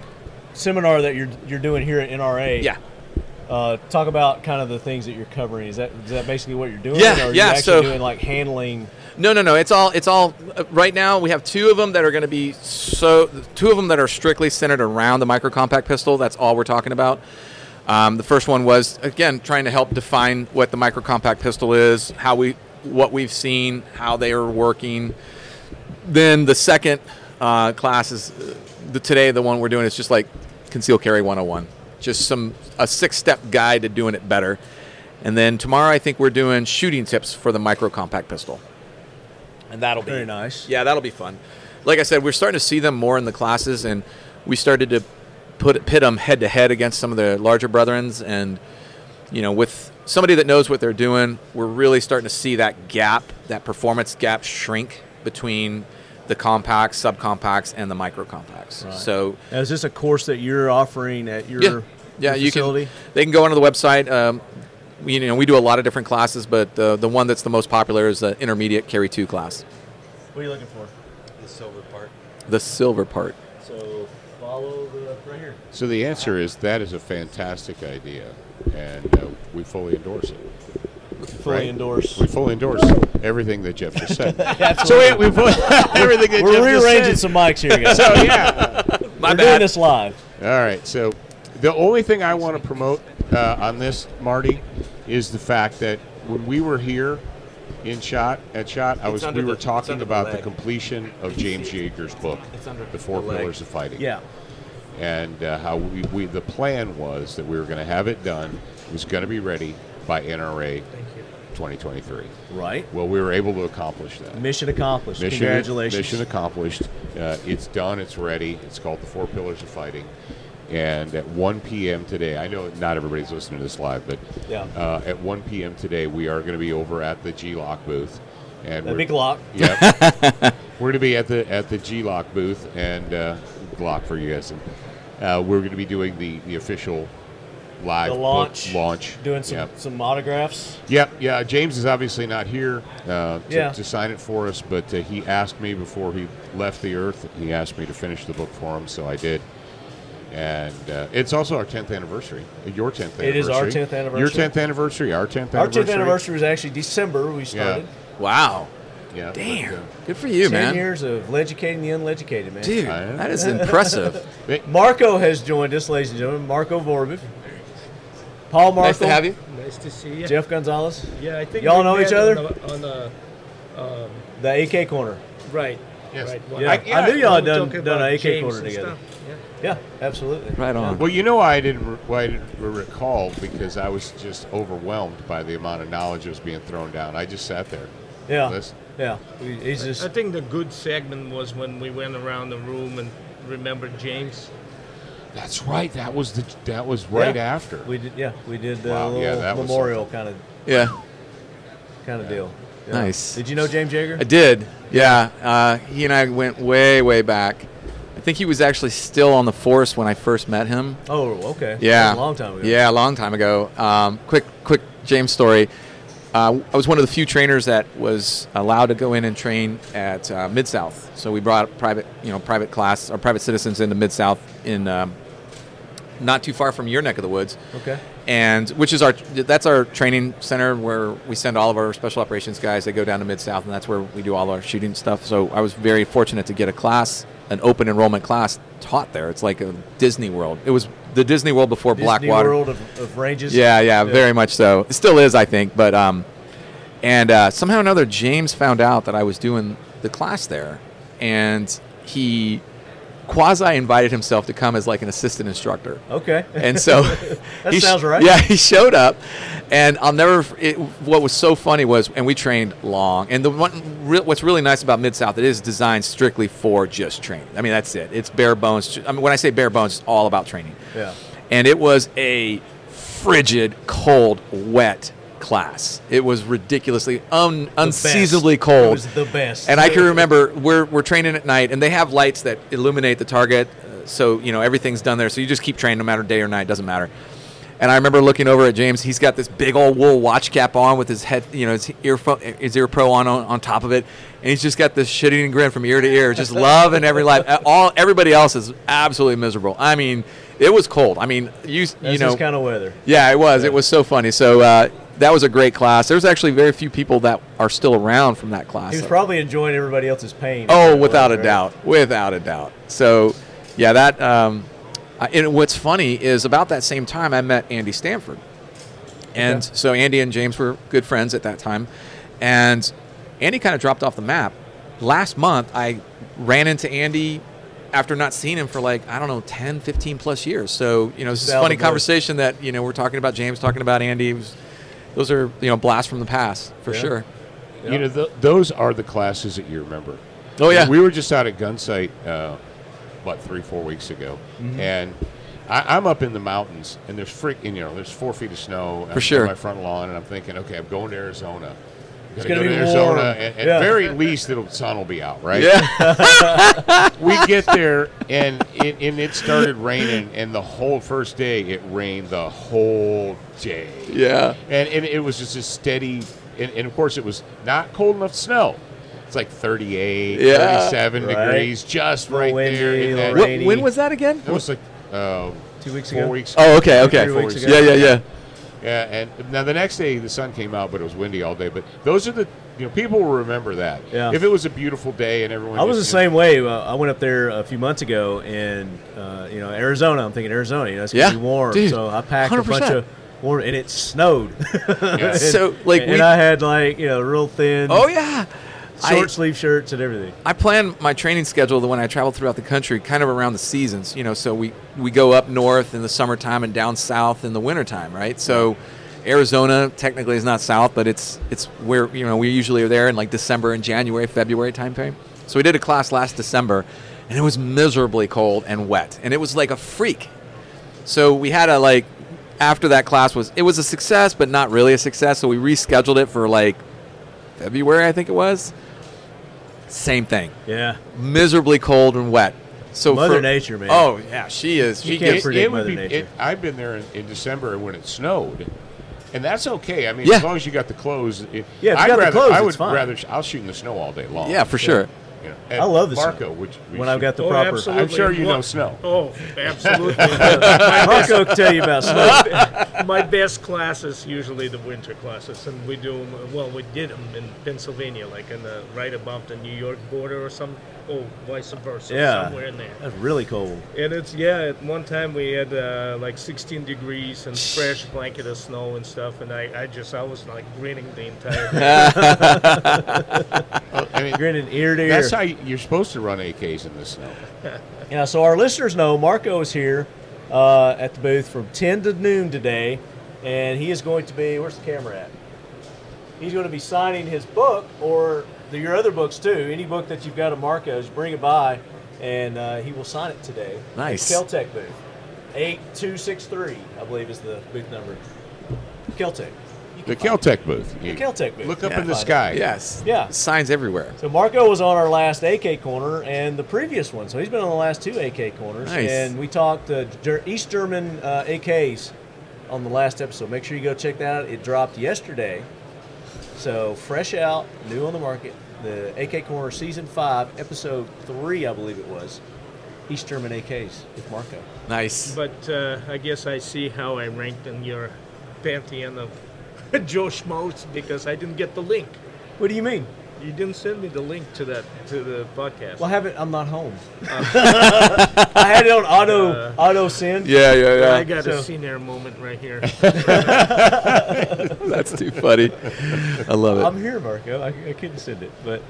seminar that you're you're doing here at NRA,
Yeah.
uh, talk about kind of the things that you're covering. Is that is that basically what you're doing?
Yeah,
or are you
yeah,
actually
so-
doing like handling.
No, no, no. It's all. It's all. uh, Right now, we have two of them that are going to be so. Two of them that are strictly centered around the micro compact pistol. That's all we're talking about. Um, the first one was again trying to help define what the micro compact pistol is, how we, what we've seen, how they are working. Then the second uh, class is uh, the today the one we're doing is just like conceal carry 101, just some a six step guide to doing it better. And then tomorrow I think we're doing shooting tips for the micro compact pistol, and that'll be
Very nice.
yeah, that'll be fun. Like I said, we're starting to see them more in the classes, and we started to put pit them head to head against some of the larger brethrens. And you know, with somebody that knows what they're doing, we're really starting to see that gap, that performance gap, shrink between the compacts, subcompacts, and the micro compacts. So
Now, is this a course that you're offering at your
yeah, yeah,
your
you
facility?
can. They can go onto the website. Um, we, you know, we do a lot of different classes, but uh, the one that's the most popular is the intermediate carry two class,
What are you looking for?
The silver part.
the silver part.
So follow the right here.
So the answer is that is a fantastic idea, and uh, we fully endorse it.
Fully
Right.
endorse.
We fully endorse everything that Jeff just said.
Absolutely.
so yeah, we fully everything that
We're
Jeff just
rearranging
said.
some mics here, guys.
So yeah.
My
We're doing
bad.
this live.
All right. So the only thing I want to promote uh, on this, Marty, is the fact that when we were here in shot at shot, I was
under
we were
the- it's
talking
under the
about the,
leg.
completion of James Yeager's book,
It's under
The Four
the leg.
Pillars of Fighting.
Yeah.
And uh, how we, we the plan was that we were going to have it done. It was going to be ready by NRA 2023.
Right.
Well, we were able to accomplish that.
Mission accomplished.
Mission,
Congratulations.
Mission accomplished. Uh, it's done. It's ready. It's called the Four Pillars of Fighting. And at 1 p.m. today, I know not everybody's listening to this live, but
Yeah.
uh, at 1 p.m. today, we are going to be over at the G Lock booth. And
The
we're-
big lock.
Yep. we're going to be at the at the G Lock booth and uh, Glock for you guys. And, uh, we're going to be doing the, the official live
The
book
launch.
launch.
Doing some,
Yep.
some autographs.
Yep, yeah. James is obviously not here uh, to,
Yeah.
to sign it for us, but uh, he asked me before he left the earth. He asked me to finish the book for him, so I did. And uh, it's also our 10th anniversary. Your 10th anniversary.
It is our 10th anniversary.
Your 10th anniversary. Our 10th anniversary.
Our 10th anniversary was actually December. We started.
Wow.
Yeah. but,
Damn.
uh,
Good for you,
10
man.
years of educating the uneducated, man.
Dude,
I know.
that is impressive.
Marco has joined us, ladies and gentlemen. Marco Vorbiv. Paul Marco.
nice to have you.
Nice to see you.
Jeff Gonzalez.
Yeah, I think
Y'all
we
know
met
each other?
on the, on the um,
The AK corner.
right.
Yes.
Right.
Yeah.
Wow.
I knew y'all had
We're
done,
talking
done
about
an AK
James
corner
and
together.
stuff. Yeah.
Yeah, absolutely.
Right on.
Well, you know why I didn't re- why I didn't re- recall because I was just overwhelmed by the amount of knowledge that was being thrown down. I just sat there.
Yeah.
Listen.
Yeah. We- He's just
I think the good segment was when we went around the room and remembered James.
That's right. That was the that was right
Yeah.
after.
we did yeah, we did the
Wow, yeah,
little
that was
memorial kind of
Yeah,
kind of deal. Yeah.
Nice.
Did you know James Jaeger?
I did. Yeah, uh, he and I went way, way back. I think he was actually still on the force when I first met him.
Oh, okay.
Yeah,
That was a long time ago.
Yeah, a long time ago. Um, quick, quick James story. Uh, I was one of the few trainers that was allowed to go in and train at uh, Mid South. So we brought private, you know, private class or private citizens into Mid South in um, not too far from your neck of the woods.
Okay.
and which is our that's our training center where we send all of our special operations guys. They go down to Mid South, and that's where we do all our shooting stuff. So I was very fortunate to get a class, an open enrollment class taught there. It's like a Disney World. It was the Disney World before
Disney
Blackwater.
World of, of ranges.
Yeah, yeah, very much so. It still is, I think. But um, and uh, somehow or another, James found out that I was doing the class there, and he quasi invited himself to come as like an assistant instructor.
Okay.
And so
That
he sh-
sounds right.
Yeah, he showed up, and I'll never. f- It, what was so funny was, and we trained long. And the one, re, what's really nice about Mid South, it is designed strictly for just training. I mean, that's it. It's bare bones. I mean, when I say bare bones, it's all about training.
Yeah.
And it was a frigid, cold, wet class. It was ridiculously un,
The
unseasonably
best.
cold.
It was the best.
And I can remember we're, we're training at night, and they have lights that illuminate the target, uh, so you know everything's done there. So you just keep training, no matter day or night, doesn't matter. And I remember looking over at James. He's got this big old wool watch cap on with his head, you know, his earphone, his ear pro on, on on top of it, and he's just got this shitting grin from ear to ear, just loving every life. Uh, All everybody else is absolutely miserable. I mean, it was cold. I mean, you
That's
you know,
this kind of weather.
yeah, it was. It was so funny. So uh, that was a great class. There's actually very few people that are still around from that class.
He was probably enjoying everybody else's pain.
Oh, without a
Right?
doubt, without a doubt. So, yeah, that um, Uh, and what's funny is about that same time I met Andy Stanford, and so Andy and James were good friends at that time, and Andy kind of dropped off the map. Last month I ran into Andy after not seeing him for like I don't know 10, 15 plus years. So you know this is a
out of
funny
the blue.
conversation that you know we're talking about James talking about Andy. It was- those are you know blasts from the past for
Yeah.
sure.
You know, th- those are the classes that you remember.
Oh, yeah.
We were just out at Gunsight uh, about three, four weeks ago,
Mm-hmm.
and I, I'm up in the mountains, and there's frick, and, you know, there's four feet of snow I'm on
sure.
my front lawn, and I'm thinking, okay, I'm going to Arizona. It's
gonna be warm.
Arizona. and- At
Yeah.
very least, the sun will be out, right?
Yeah.
we get there and it, and it started raining and the whole first day it rained the whole day
Yeah.
and, and it was just a steady and, and of course it was not cold enough to snow it's like 38
Yeah.
37
Right.
degrees just
Little
right
windy,
there in
little
that,
rain.
Wh-
Brady.
when was that again?
it was like uh,
Two weeks
four
ago.
weeks
Oh, okay, okay.
Three weeks ago.
Yeah, yeah, yeah.
yeah, and now the next day the sun came out, but it was windy all day. But those are the you know people will remember that.
Yeah.
If it was a beautiful day and everyone,
I was the
just, you know,
same way. Uh, I went up there a few months ago, and uh, you know, Arizona. I'm thinking Arizona. You know, it's gonna
Yeah.
be warm,
Dude,
so I packed a bunch
100%.
of warm, and it snowed. And-
So, like,
and
we-
I had like you know real thin,
Oh, yeah. I-
short sleeve shirts and everything.
I plan my training schedule when I travel throughout the country kind of around the seasons, you know, so we, we go up north in the summertime and down south in the wintertime, right? So Arizona technically is not south, but it's it's where you know, we usually are there in like December and January, February time frame. So we did a class last December and it was miserably cold and wet. And it was like a freak. So we had a like after that class was it was a success, but not really a success. So we rescheduled it for like February, I think it was. Same thing
Yeah,
miserably cold and wet. So
Mother
for-
Nature, man.
Oh yeah, she is. She
You can't
gets.
predict
would
Mother
be-
Nature.
I've been there in, in December when it snowed, and that's okay. I mean,
Yeah.
as long as you got the clothes. It,
Yeah, if you
I'd
got the
rather,
clothes,
I
it's
would
fine.
rather sh- I'll shoot in the snow all day long.
Yeah, for sure.
You know, at
I love the snow.
Barco, which we
when I've
shoot-
got the
Oh,
proper.
absolutely.
I'm sure you know
Look-
snow.
Oh, absolutely. my, best,
Marco can tell you about snow.
my best classes usually the winter classes, and we do 'em- well. We did them in Pennsylvania, like in the right above the New York border or some, or vice versa,
Yeah.
somewhere in there.
That's really cold.
And it's yeah. At one time we had uh, like 16 degrees and fresh blanket of snow and stuff, and I, I just I was like grinning the entire day.
Oh, I mean,
Grinning ear to ear.
that's how you- you're supposed to run AKs in the snow.
Yeah, so our listeners know Marco is here uh, at the booth from 10 to noon today, and he is going to be, where's the camera at? He's going to be signing his book or the, your other books too. Any book that you've got of Marco's, bring it by, and uh, he will sign it today. at
Nice.
Caltech booth. 8263, I believe, is the booth number. Caltech. You
The
can find
Caltech booth. You
it. Caltech booth.
Look up
You
in
can
the
find it.
sky.
Yes.
Yeah.
Signs everywhere.
So Marco was on our last AK corner and the previous one, so he's been on the last two AK corners.
Nice.
And we talked uh, Ger- East German uh, AKs on the last episode. Make sure you go check that out. It dropped yesterday, so fresh out, new on the market. The AK corner season five, episode three, I believe it was. East German AKs with Marco.
Nice.
but uh, I guess I see how I ranked in your pantheon of Joe Schmoes because I didn't get the link.
What do you mean?
You didn't send me the link to that to the podcast.
Well, I haven't. I'm not home. I had it on auto auto send.
Yeah, yeah,
Uh, I
yeah.
got
So-
a senior moment right here.
That's too funny. I love
I'm
it.
here, Marco. I, I couldn't send it, but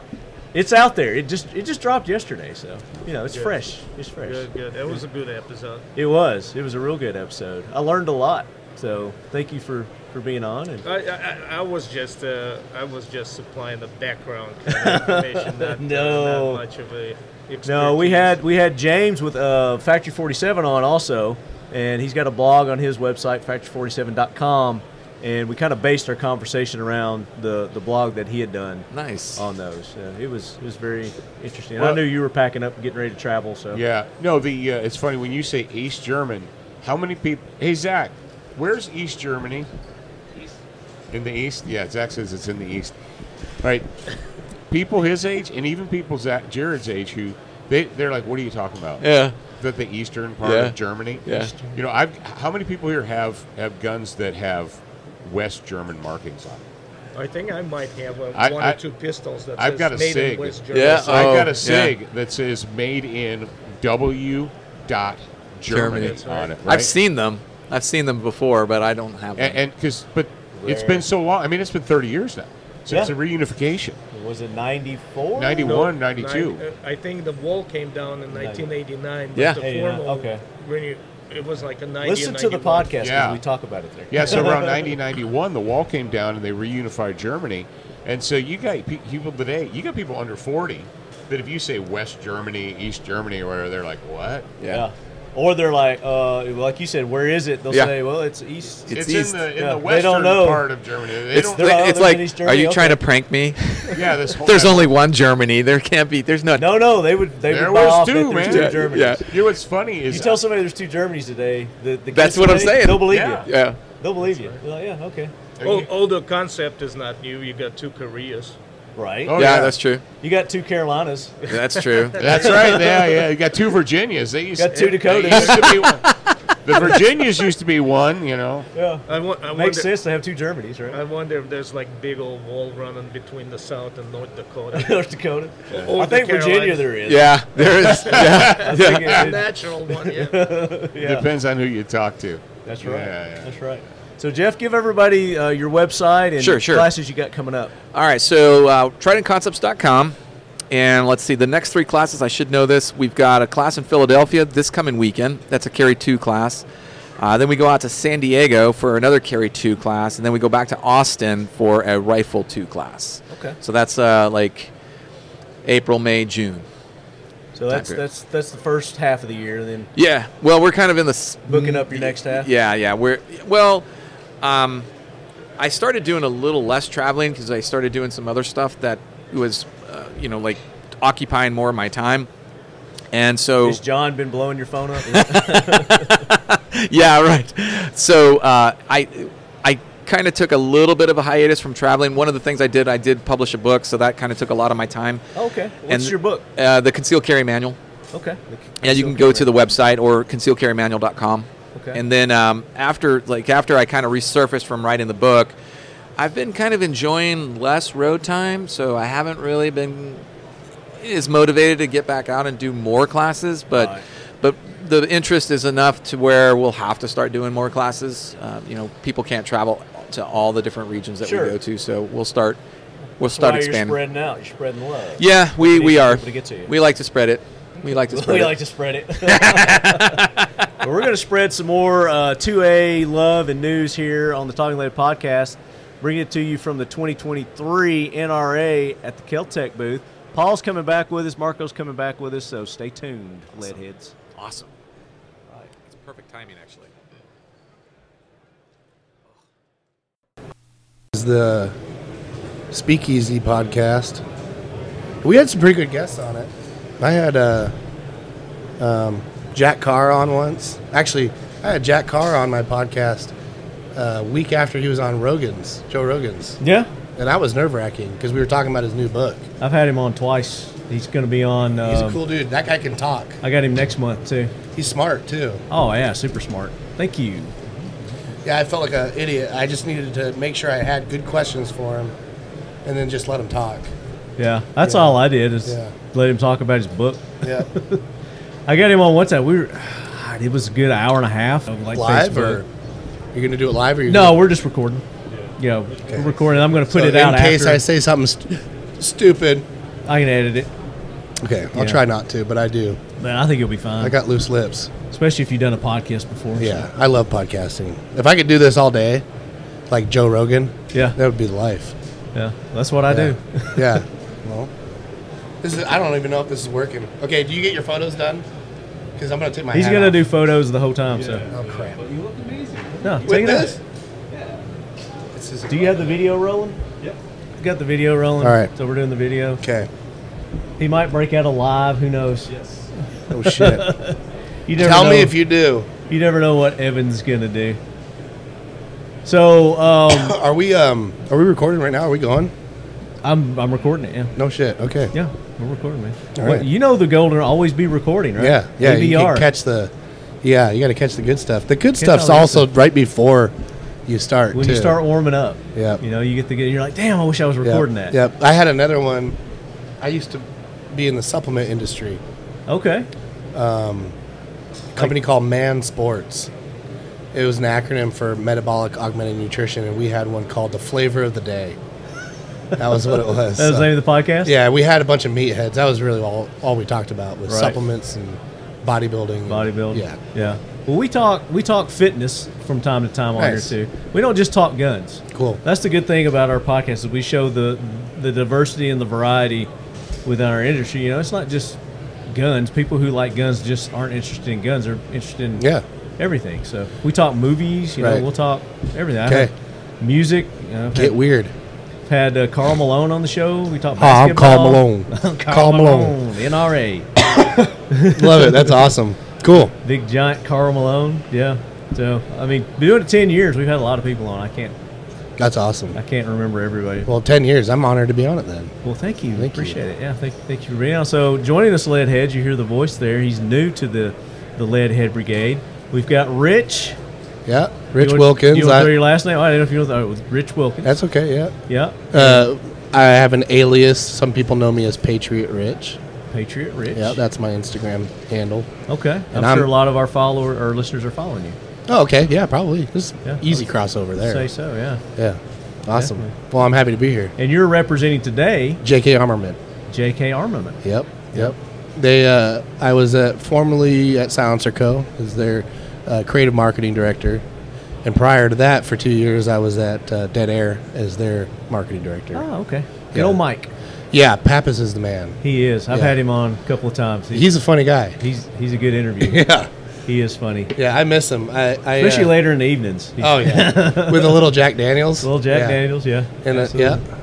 it's out there. It just it just dropped yesterday, so you know it's
Good.
fresh. It's fresh.
good, good. That was a good episode.
It was. It was a real good episode. I learned a lot, so thank you for for being on. And
I, I, I was just uh, I was just supplying the background kind of information. Not,
No.
not much of a.
no, we
expertise.
had we had James with uh, Factory 47 on also, and he's got a blog on his website factory47.com, and we kind of based our conversation around the the blog that he had done
Nice.
on those. So Oh, it was it was very interesting. And I
Well-
knew you were packing up, and getting ready to travel, so
Yeah. No, the uh, it's funny when you say East German. How many people? Hey Zach, where's East Germany? In the east? Yeah, Zach says it's in the east. All Right. People his age and even people Zach Jared's age who they they're like, what are you talking about?
Yeah.
That the eastern part
Yeah.
of Germany.
Yeah.
You know, I've how many people here have have guns that have West German markings on them?
I think I might have uh
I-
one
I-
or two pistols that
I've
says
got a
made
Sig.
in West Germany.
oh, Yeah.
I've
Oh,
got
yeah.
a Sig that says made in W dot Germany,
Germany.
on it. right?
I've seen them. I've seen them before, but I don't have them.
and because but it's been so long. I mean, it's been 30 years now since the reunification.
Was it 94?
91, 92.
Nine- uh, I think the wall came down in 1989. but
Yeah.
the
89,
formal
uh, okay.
rene- it was like a 90 or
Listen to the
91.
podcast because
Yeah.
we talk about it there.
Yeah, so around 90, 91, the wall came down and they reunified Germany. And so you got pe- people today, you got people under 40 that if you say West Germany, East Germany, or whatever, they're like, what?
Yeah. Or they're like, uh, like you said, where is it? They'll
Yeah.
say, well, it's east.
It's
It's,
east.
in the, in
Yeah,
the
they
western
don't know.
part of Germany. They
It's,
don't,
they're all
it's
over
like,
East
are
Germany,
you
okay.
trying to prank me?
yeah, this whole
There's only one Germany. There can't be. There's no.
No, no, they would. They
There
would buy
was
off
two,
that there's
man.
two
Yeah,
Germans.
yeah.
You know what's funny is uh,
You tell somebody there's two Germanys today. The, the
That's
kids
what I'm
today,
saying.
They'll believe
Yeah.
you.
Yeah.
They'll believe you. They're like, Oh, yeah, okay,
Al- Although Oh, concept is not new, you got two Koreas.
right.
Oh,
yeah,
yeah.
that's true.
You got two Carolinas.
That's true.
That's right. Yeah, yeah. You got two Virginias. They used,
Got two
they
Dakotas.
used to be one. The Virginias used to be one, you know.
Yeah,
I, wa- I
makes
wonder,
sense to have two Germanys,
I
right?
wonder if there's like big old wall running between the South and North Dakota.
North Dakota.
Or
I
the
think Virginia
Carolinas.
there is.
Yeah, there is. Yeah.
I think
A
it- it-
natural one, yeah.
yeah.
Depends on who you talk to.
That's right.
Yeah, yeah.
That's right. So Jeff, give everybody uh, your website and
Sure, sure.
classes you got coming up.
All right, so uh, tridentconcepts.com. And let's see, the next three classes, I should know this. We've got a class in Philadelphia this coming weekend. That's a Carry 2 class. Uh, then we go out to San Diego for another Carry 2 class. And then we go back to Austin for a Rifle 2 class.
Okay.
So that's uh, like April, May, June.
So that's
Accurate.
that's that's the first half of the year. Then
Yeah, well, we're kind of in the. s-
booking up your next half.
Mm. Yeah, yeah. We're well. Um, I started doing a little less traveling because I started doing some other stuff that was, uh, you know, like occupying more of my time. And so,
Has John been blowing your phone up?
yeah, right. So uh, I, I kind of took a little bit of a hiatus from traveling. One of the things I did, I did publish a book, so that kind of took a lot of my time.
okay. What's
And-
your book?
Uh, the Concealed Carry Manual.
Okay.
Yeah, you can go to the website or concealcarrymanual.com.
Okay.
And then um, after, like after I kind of resurfaced from writing the book, I've been kind of enjoying less road time, so I haven't really been as motivated to get back out and do more classes. But
Right.
but the interest is enough to where we'll have to start doing more classes. Uh, you know, people can't travel to all the different regions that
Sure.
we go to, so we'll start we'll start
Start Why You're
expanding.
spreading out. You're spreading love.
Yeah, we,
need
we
for
are.
people to get to you.
We like to spread it. We like to spread
We
it.
like to spread it. Well, we're going to spread some more uh, 2A love and news here on the Talking Lead podcast. Bringing it to you from the 2023 NRA at the Keltec booth. Paul's coming back with us. Marco's coming back with us. So stay tuned, leadheads.
Awesome. It's perfect timing, actually.
is the Speakeasy podcast. We had some pretty good guests on it. I had uh, um, Jack Carr on once. Actually, I had Jack Carr on my podcast uh, week after he was on Rogan's, Joe Rogan's,
Yeah,
and that was nerve wracking because we were talking about his new book.
I've had him on twice. He's going to be on.
He's
Um,
a cool dude. That guy can talk.
I got him next month too.
He's smart too.
Oh yeah, super smart. Thank you.
Yeah, I felt like an idiot. I just needed to make sure I had good questions for him, and then just let him talk.
Yeah, that's
Yeah.
all I did is
Yeah.
let him talk about his book.
Yeah,
I got him on one time. We were, God, it was a good hour and a half. Of like
live or
Facebook.
you're gonna do it live or you're
No, we're just recording. Yeah, we're recording. I'm going to put
So
it out
in case
after.
I say something st- stupid.
I can edit it,
Okay, I'll
Yeah.
try not to, but I do.
but I think it'll be fine.
I got loose lips.
Especially if you've done a podcast before. so-
Yeah, I love podcasting. If I could do this all day, like Joe Rogan,
Yeah.
that would be life.
yeah. That's what I
Yeah.
do.
yeah. Well, this is. I don't even know if this is working. Okay, do you get your photos done? Because I'm gonna take my.
He's
hat
going to
off.
do photos the whole time. So
Oh crap!
no, take
With
it
this.
out.
This is
Do you have the video rolling? Yep. Got the video rolling.
All right.
So we're doing the video.
Okay.
He might break out alive. Who knows?
Oh shit!
You never
Tell
know.
me if you do.
You never know what Evan's gonna do. So um,
Are we um? Are we recording right now? Are we going?
I'm I'm recording it. Yeah,
No shit. Okay.
yeah, we're recording, man.
All
Well,
right.
You know the golden will always be recording, right?
Yeah, yeah. You
DVR.
can catch the, yeah. You got to catch the good stuff. The good stuff's
all that
also right before you start.
when
too.
you start warming up.
Yep.
You know, you get the good. You're like, damn, I wish I was
Yep,
recording that.
Yep. I had another one. I used to be in the supplement industry,
Okay.
Um, a company called Man Sports. It was an acronym for metabolic augmented nutrition, and we had one called the flavor of the day. That was what it was.
That was the name of the podcast?
Yeah, we had a bunch of meatheads. That was really all all we talked about was
Right.
supplements and bodybuilding.
bodybuilding.
Yeah.
yeah. Well, we talk we talk fitness from time to time on
Nice.
here too. We don't just talk guns.
Cool.
That's the good thing about our podcast is we show the the diversity and the variety within our industry. You know, it's not just guns. People who like guns just aren't interested in guns. They're interested in
Yeah.
everything. So we talk movies. You
Right.
know, we'll talk everything. I
Okay.
have music. You know, I've
Get
had,
weird.
had uh, Carl Malone on the show. We talked
Hi, I'm Carl
basketball.
Malone.
Carl,
Carl Malone.
Malone, NRA.
Love it. That's awesome. Cool.
Big giant Carl Malone. Yeah. So I mean, doing it ten years, we've had a lot of people on. I can't
That's awesome.
I can't remember everybody.
Well, ten years. I'm honored to be on it then.
Well, thank you.
Thank you.
Appreciate it. Yeah, thank, thank you for being on. So joining us, Leadhead, you hear the voice there. He's new to the the Leadhead Brigade. We've got Rich.
Yeah. Rich
you wanna-
Wilkins.
You want
I-
to throw your last name? I don't know if you want to. Oh, Rich Wilkins.
that's okay. Yeah.
yeah.
Uh, I have an alias. Some people know me as Patriot Rich.
Patriot Rich.
Yeah, that's my Instagram handle.
okay. I'm,
and I'm-
sure a lot of our follower our listeners are following you.
Oh, okay. Yeah, probably. This
Yeah.
easy crossover there.
Say so. Yeah.
Yeah. Awesome. Well, I'm happy to be here.
And you're representing today
JK Armament.
J.K. Armament.
Yep. Yep. They. Uh, I was at, formerly at Silencer Co. as their uh, creative marketing director, and prior to that, for two years, I was at uh, Dead Air as their marketing director.
Oh, okay. Good
Yeah.
old Mike.
Yeah, Pappas is the man.
He is. I've
Yeah.
had him on a couple of times. He's
He's a funny guy.
he's, he's a good interview.
Yeah.
he is funny,
Yeah, I miss him. I. I uh,
especially later in the evenings. He's-
Oh yeah, with a little Jack Daniels.
little Jack
yeah.
Daniels. Yeah,
And uh,
absolutely.
yeah,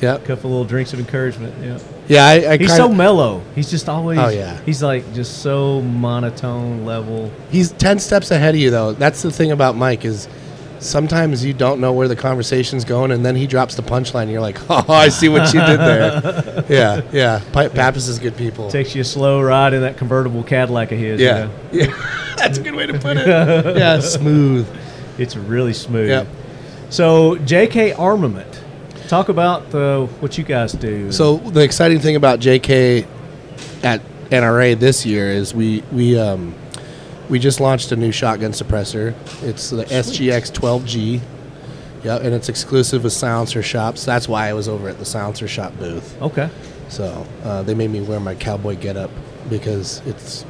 yeah,
a couple little drinks of encouragement. Yeah,
yeah. I, I
he's
kinda,
so mellow. He's just always.
Oh, yeah.
he's like just so monotone level.
he's ten steps ahead of you though. That's the thing about Mike is sometimes you don't know where the conversation's going, and then he drops the punchline. And you're like, oh, I see what you did there. yeah, yeah. Pa- Pappas is good people.
Takes you a slow ride in that convertible Cadillac of his. you
yeah,
know.
yeah. That's a good way to put it. yeah, smooth.
it's really smooth.
Yep.
So J.K. Armament, talk about uh, what you guys do.
So the exciting thing about JK at NRA this year is we we um, we just launched a new shotgun suppressor. It's the SGX 12G. Yeah, and it's exclusive with silencer shops. That's why I was over at the silencer shop booth.
okay,
So uh, they made me wear my cowboy getup because it's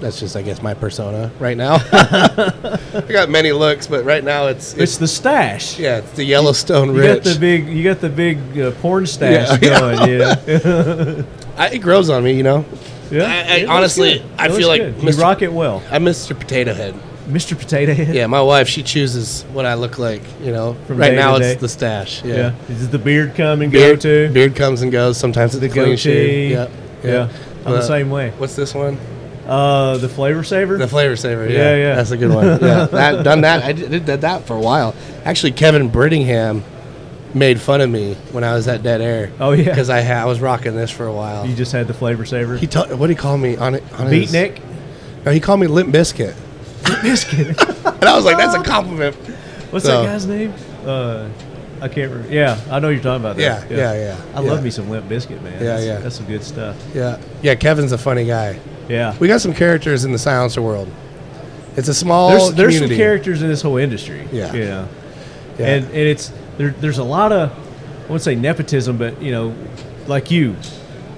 that's just I guess my persona right now. I got many looks, but right now it's
it's
it's,
the stash.
yeah, it's the Yellowstone
You
Ridge.
got the big, you got the big uh, porn stash
Yeah.
going. Yeah,
I, it grows on me, you know.
yeah.
I- I
It looks
honestly-
good.
I
It
feel
looks
like
good.
Mr.
you rock it well,
I'm Mr. Potato Head.
Mr. Potato Head.
Yeah, my wife, she chooses what I look like. You know,
From
right
day
now
to
it's
day.
the stash. Yeah,
Yeah. Does the beard come and
beard,
go to?
beard comes and goes. Sometimes it's
The
the clean shave.
goatee.
Yeah,
Yeah. I'm the
But-
same way.
What's this one?
Uh, the flavor saver.
The flavor saver. Oh, Yeah,
Yeah, yeah.
That's a good one. Yeah, that done that. I did, did that for a while. Actually, Kevin Brittingham made fun of me when I was at Dead Air.
Oh, yeah.
because I ha- I was rocking this for a while.
you just had the flavor saver.
he ta- what did he call me on it? On his-
Beatnik.
No, he called me Limp Biscuit,
Biscuit.
and I was like, that's a compliment.
What's
So-
that guy's name? Uh, I can't remember. Yeah, I know you're talking about that.
Yeah, yeah, yeah,
I
yeah.
love me some Limp Biscuit, man.
Yeah,
that's,
yeah.
That's some good stuff.
Yeah, yeah. Kevin's a funny guy.
Yeah.
We got some characters in the silencer world. It's a small
there's there's some
community.
characters in this whole industry.
Yeah.
You know?
Yeah.
And and it's there there's a lot of I wouldn't say nepotism, but you know, like you.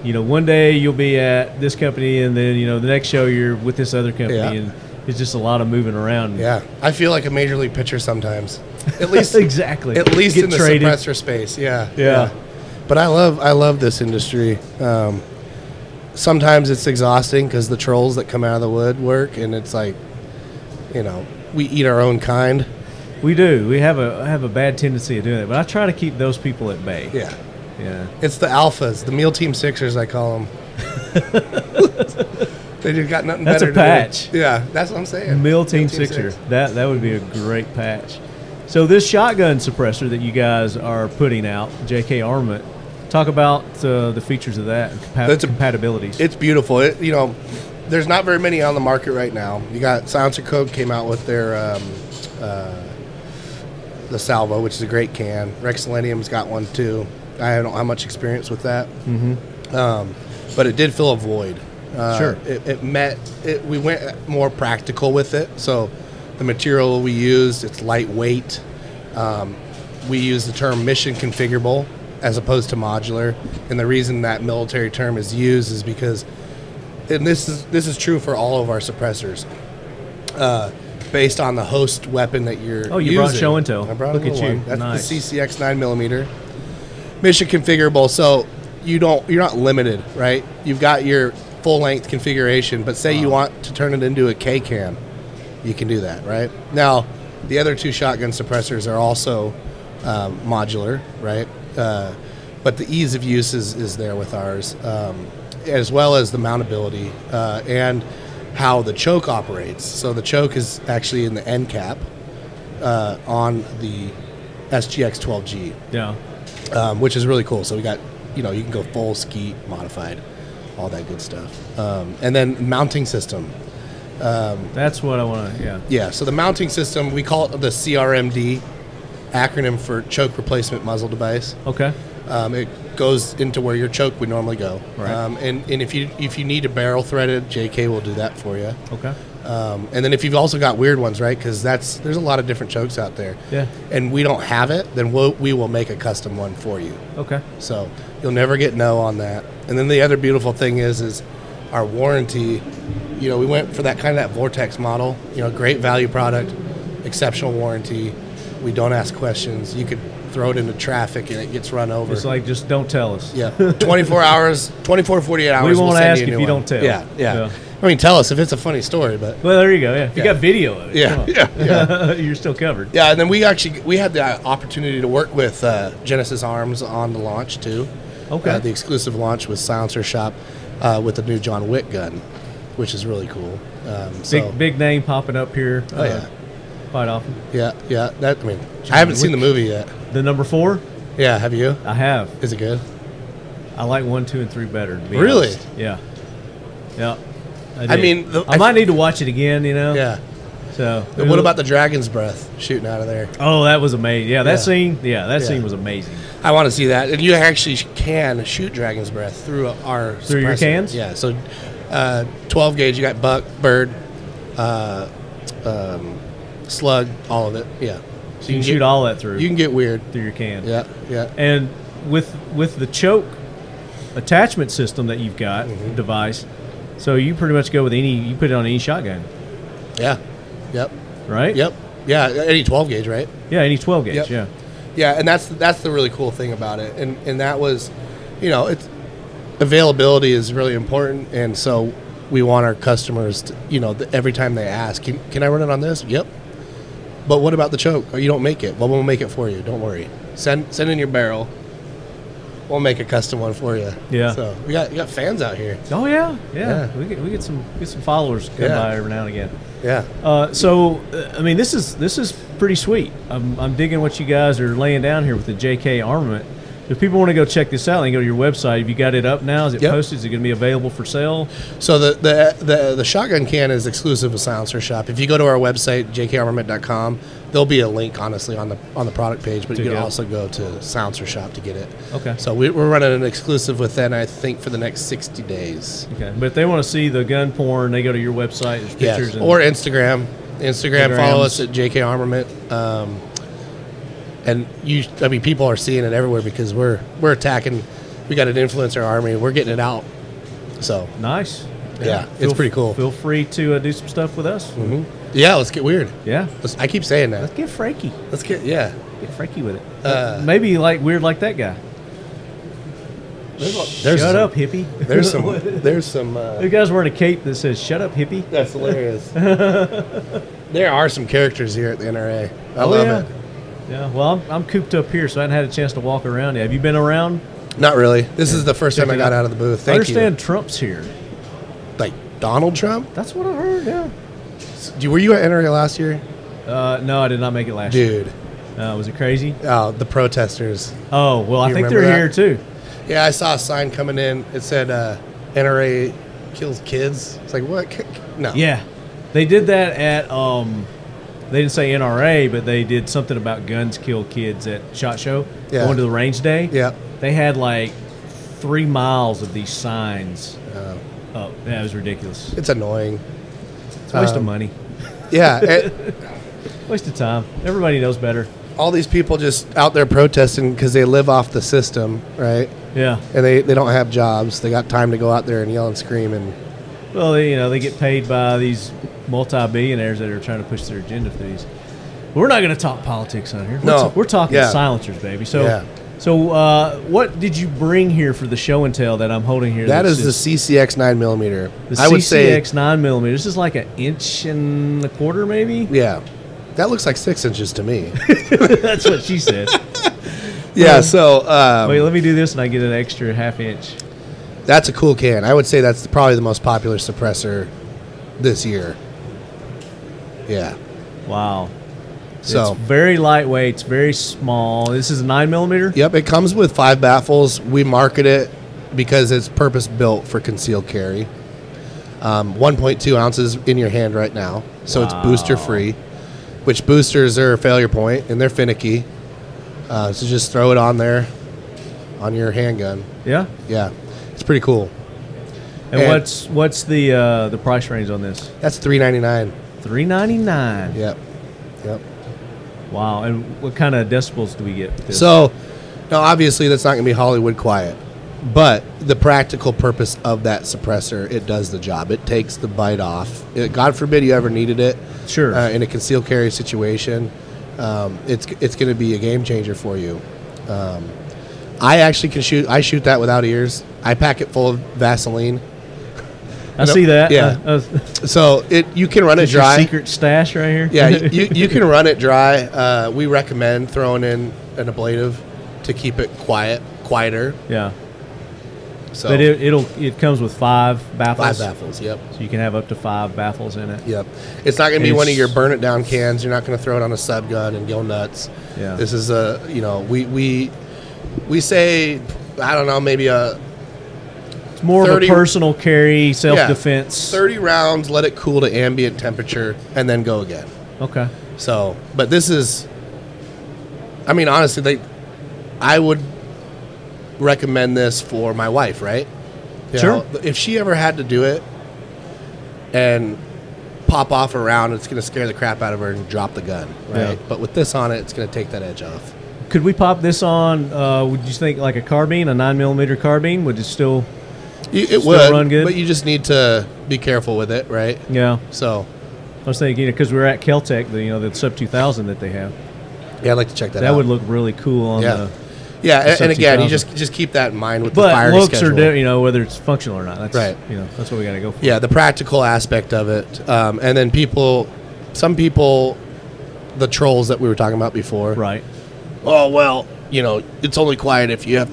You know, one day you'll be at this company and then, you know, the next show you're with this other company
Yeah.
and it's just a lot of moving around.
yeah, I feel like a major league pitcher sometimes. At least,
exactly.
at least
Get
in the
traded.
suppressor space. Yeah,
Yeah.
But I love I love this industry. Um, sometimes it's exhausting because the trolls that come out of the wood work, and it's like, you know, we eat our own kind.
We do. We have a I have a bad tendency of doing it, but I try to keep those people at bay.
Yeah,
Yeah.
it's the alphas, the meal team sixers, I call them. they just got nothing
That's a
better. To
patch.
do. Yeah, that's what I'm saying.
Mill Team
Team
Sixer.
Six.
That that would be a great patch. So this shotgun suppressor that you guys are putting out, JK Armament, talk about uh, the features of that and compa-
That's a-
compatibilities.
It's beautiful. It, you know, there's not very many on the market right now. You got Silencer Code came out with their um, uh, the Salvo, which is a great can. Rex Selenium's got one too. I don't have much experience with that, mm-hmm. um, but it did fill a void. Uh,
Sure.
It, it met. It, we went more practical with it. So, the material we used, it's lightweight. Um, we use the term mission configurable as opposed to modular, and the reason that military term is used is because, and this is this is true for all of our suppressors. Uh, based on the host weapon that you're
Oh, you brought
using.
show and tell.
I brought a
Look at
little
you.
one. That's
Nice.
the CCX nine millimeter mission configurable so you don't you're not limited right you've got your full length configuration but say you want to turn it into a k cam you can do that right now the other two shotgun suppressors are also um, modular right uh, but the ease of use is, is there with ours um, as well as the mountability uh, and how the choke operates so the choke is actually in the end cap uh, on the sgx 12g
Yeah.
um, which is really cool. So we got, you know, you can go full ski modified, all that good stuff. Um, and then mounting system. um,
That's what I want to. Yeah.
Yeah, so the mounting system, we call it the CRMD, acronym for choke replacement muzzle device.
Okay.
Um, it goes into where your choke would normally go.
Right.
Um, and, and if you if you need a barrel threaded, JK will do that for you.
Okay.
Um, and then if you've also got weird ones, right? Because that's there's a lot of different chokes out there.
Yeah.
And we don't have it, then we'll, we will make a custom one for you.
Okay.
So you'll never get no on that. And then the other beautiful thing is, is our warranty. You know, we went for that kind of that vortex model. You know, great value product, exceptional warranty. We don't ask questions. You could throw it into traffic and it gets run over.
It's like just don't tell us.
yeah, 24 hours, 24 48 hours.
won't
we'll send
ask
a
if
new
you
one.
don't tell.
Yeah, yeah,
Yeah.
I mean, tell us if it's a funny story, but
Well, there you go. Yeah. If you
Yeah.
got video of it.
Yeah,
come on.
yeah,
You're still covered.
Yeah, and then we actually we had the opportunity to work with uh, Genesis Arms on the launch too.
Okay.
Uh, the exclusive launch with Silencer Shop uh, with the new John Wick gun, which is really cool. Um, so
Big big name popping up here. uh,
Oh, yeah.
Quite often.
yeah, yeah. That I mean, I haven't seen the
Wick.
movie yet.
The number four.
Yeah, have you?
I have.
Is it good?
I like one, two, and three better. To be
Really?
honest. Yeah. Yeah.
I
do.
mean, the-
I,
I-
might need to watch it again. You know.
Yeah.
So.
And what about the dragon's breath shooting out of there?
Oh, that was amazing. Yeah, that
Yeah.
scene. Yeah, that
Yeah.
scene was amazing.
I want to see that. And you actually can shoot dragon's breath through our
Through your
suppressor.
cans?
Yeah. So, uh, twelve gauge. You got buck, bird, uh, um, slug, all of it. Yeah. So
You can shoot all that through
You can get weird.
through your can.
Yeah. Yeah.
And with with the choke attachment system that you've got
Mm-hmm.
device, so you pretty much go with any. You put it on any shotgun,
Yeah. Yep.
right?
Yep. Yeah. Any twelve gauge, right?
Yeah, any twelve gauge.
Yep.
Yeah.
Yeah, and that's that's the really cool thing about it, and and that was, you know, it's availability is really important, and so we want our customers to, you know, the, every time they ask, can, can I run it on this? Yep. But what about the choke? Oh, you don't make it. Well, we'll make it for you. Don't worry. Send send in your barrel. We'll make a custom one for you.
Yeah.
So we got we got fans out here.
Oh yeah, yeah.
Yeah.
We get we get some get some followers come
Yeah.
by every now and again.
Yeah.
Uh, so, uh, I mean, this is this is pretty sweet. I'm, I'm digging what you guys are laying down here with the JK armament. If people want to go check this out, they can go to your website. Have you got it up now? Is it
Yep.
posted? Is it going to be available for sale?
So the, the the the shotgun can is exclusive of Silencer Shop. If you go to our website jkarmament.com, there'll be a link honestly on the on the product page, but
To
you can
go.
also go to Silencer Shop to get it.
Okay.
So we, we're running an exclusive with them, I think, for the next sixty days.
Okay. But if they want to see the gun porn, they go to your website. There's pictures.
Yes.
and-
Or Instagram. Instagram. Follow us
Instagrams.
at JK Armament. Um, and you, I mean, people are seeing it everywhere because we're we're attacking. We got an influencer army. We're getting it out. So
nice.
Yeah, it's
Feel-
pretty cool. Mm-hmm.
Feel free to uh, do some stuff with us.
yeah, let's get weird.
Yeah.
Let's, I keep saying that.
Let's get Frankie.
Let's get yeah.
Get Frankie with it.
Uh,
Maybe like weird like that guy.
There's
Shut
some-
up, hippie.
There's some. There's some. Uh,
You guys wearing a cape that says "Shut up, hippie."
that's hilarious. there are some characters here at the NRA. I
Oh,
love
yeah.
it.
Yeah, well, I'm, I'm cooped up here, so I haven't had a chance to walk around. yet. Have you been around?
Not really. This is the first
Check
time I
it
got
out.
out of the booth.
I
Thank
understand Trump's here.
you. Like Donald Trump.
That's what I heard. Yeah.
Do- Were you at NRA last year,
Uh, no, I did not make it last year.
dude?
Uh, was it crazy?
Oh, the protesters.
Oh well, I
You
think
remember
they're
that?
here too.
Yeah, I saw a sign coming in. It said uh, NRA kills kids. It's like what? K- k- No.
Yeah, they did that at. Um, they didn't say NRA, but they did something about guns kill kids at Shot Show.
Yeah.
Going to the range day.
Yeah.
They had like three miles of these signs.
Uh,
Oh, that was ridiculous.
It's annoying.
It's a waste of
Um,
money,
Yeah, it,
waste of time. Everybody knows better.
all these people just out there protesting because they live off the system, right?
Yeah.
And they, they don't have jobs. They got time to go out there and yell and scream and
Well, they, you know, they get paid by these multi-billionaires that are trying to push their agenda through these. We're not going to talk politics on here. We're
No.
t- we're talking
Yeah.
silencers, baby. So,
Yeah.
so uh, what did you bring here for the show and tell that I'm holding here?
That
that's
is
just-
the CCX nine millimeter.
the
I would say,
CCX nine mm. This is like an inch and a quarter, maybe.
yeah, that looks like six inches to me.
That's what she said.
yeah, so um,
Wait, let me do this, and I get an extra half inch.
that's a cool can. I would say that's probably the most popular suppressor this year. Yeah,
Wow.
so
it's very lightweight. It's very small. This is a nine millimeter.
yep, it comes with five baffles. We market it because it's purpose built for concealed carry. Um, 1.2 ounces in your hand right now, so it's booster free, which boosters are a failure point and they're finicky. Uh, so just throw it on there on your handgun.
Yeah.
Yeah, it's pretty cool.
And,
And-
what's what's the uh, the price range on this?
That's three ninety nine.
Three ninety nine.
Yep, yep.
Wow. And what kind of decibels do we get? With this?
So, now obviously that's not going to be Hollywood quiet, but the practical purpose of that suppressor, it does the job. It takes the bite off. It- God forbid you ever needed it.
Sure.
Uh, in a concealed carry situation, um, it's it's going to be a game changer for you. Um, I actually can shoot. I shoot that without ears. I pack it full of Vaseline,
I
no,
see that.
yeah.
Uh, uh,
so it you can run it
it's your
dry.
secret stash right here.
yeah, you, you can run it dry. Uh, we recommend throwing in an ablative to keep it quiet, quieter.
yeah.
So
But it, it'll it comes with five baffles.
five baffles. Yep,
So you can have up to five baffles in it.
yep. It's not going to be one of
It's-
your burn it down cans. You're not going to throw it on a sub gun and go nuts.
Yeah.
This is a you know we we we say I don't know maybe a
It's more of
30
a personal carry, self defense.
thirty rounds. Let it cool to ambient temperature and then go again.
okay.
So, but this is, I mean, honestly, they, I would recommend this for my wife, right? You
Sure.
know, if she ever had to do it and pop off around, it's going to scare the crap out of her and drop the gun, right?
Yeah.
But with this on it, it's going to take that edge off.
Could we pop this on? Uh, would you think like a carbine, a nine millimeter carbine? Would it still?
You, it
Still
would,
run good?
but you just need to be careful with it, right?
Yeah.
So,
I was thinking because we were at Keltec, the, you know, the sub two thousand that they have.
yeah, I'd like to check that,
That
out.
would look really cool on
yeah,
the.
yeah,
the
and, and again, you
sub-2000.
just just keep that in mind with the
But
firing
looks
schedule.
are different, you know, whether it's functional or not. That's
Right.
You know, that's what we got to go for.
yeah the practical aspect of it um, and then people some people the trolls that we were talking about before
Right.
oh well you know it's only quiet if you have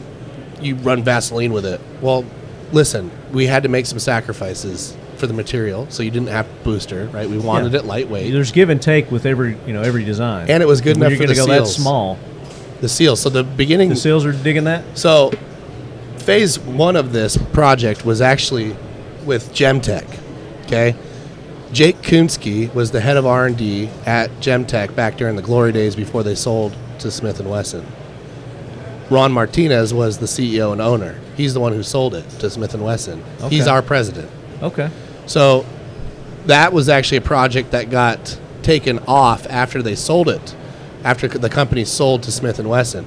you run vaseline with it well listen we had to make some sacrifices for the material so you didn't have booster right we wanted
Yeah.
it lightweight
There's give and take with every, you know, every design.
And it was good
When
enough
you're
for
gonna
the
go
seals.
that small.
the seal so the beginning
The seals are digging that.
So, phase one of this project was actually with Gemtech. Okay, Jake Kunsky was the head of R and D at Gemtech back during the glory days before they sold to Smith and Wesson. Ron Martinez was the CEO and owner. He's the one who sold it to Smith and Wesson. He's
Okay.
our president.
Okay.
So that was actually a project that got taken off after they sold it, after the company sold to Smith and Wesson.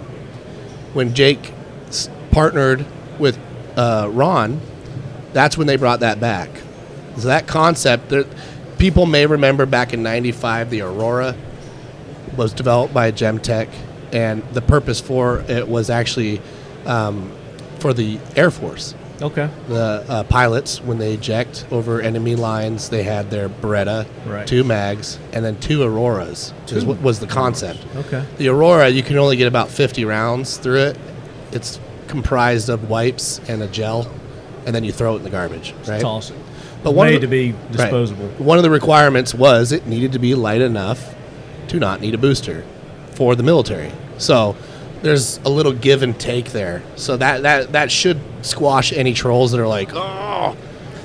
When Jake s- partnered with uh, Ron, that's when they brought that back. So that concept, there, people may remember back in '95, the Aurora was developed by Gemtech, and the purpose for it was actually um, for the Air Force
Okay.
the uh, pilots when they eject over enemy lines they had their beretta
Right.
two mags and then two auroras is what was the concept
Okay.
the aurora you can only get about 50 rounds through it it's comprised of wipes and a gel and then you throw it in the garbage right
It's awesome.
But
But
one
made
of the-
to be
Right.
disposable.
one of the requirements was it needed to be light enough to not need a booster for the military so there's a little give and take there so that that that should squash any trolls that are like oh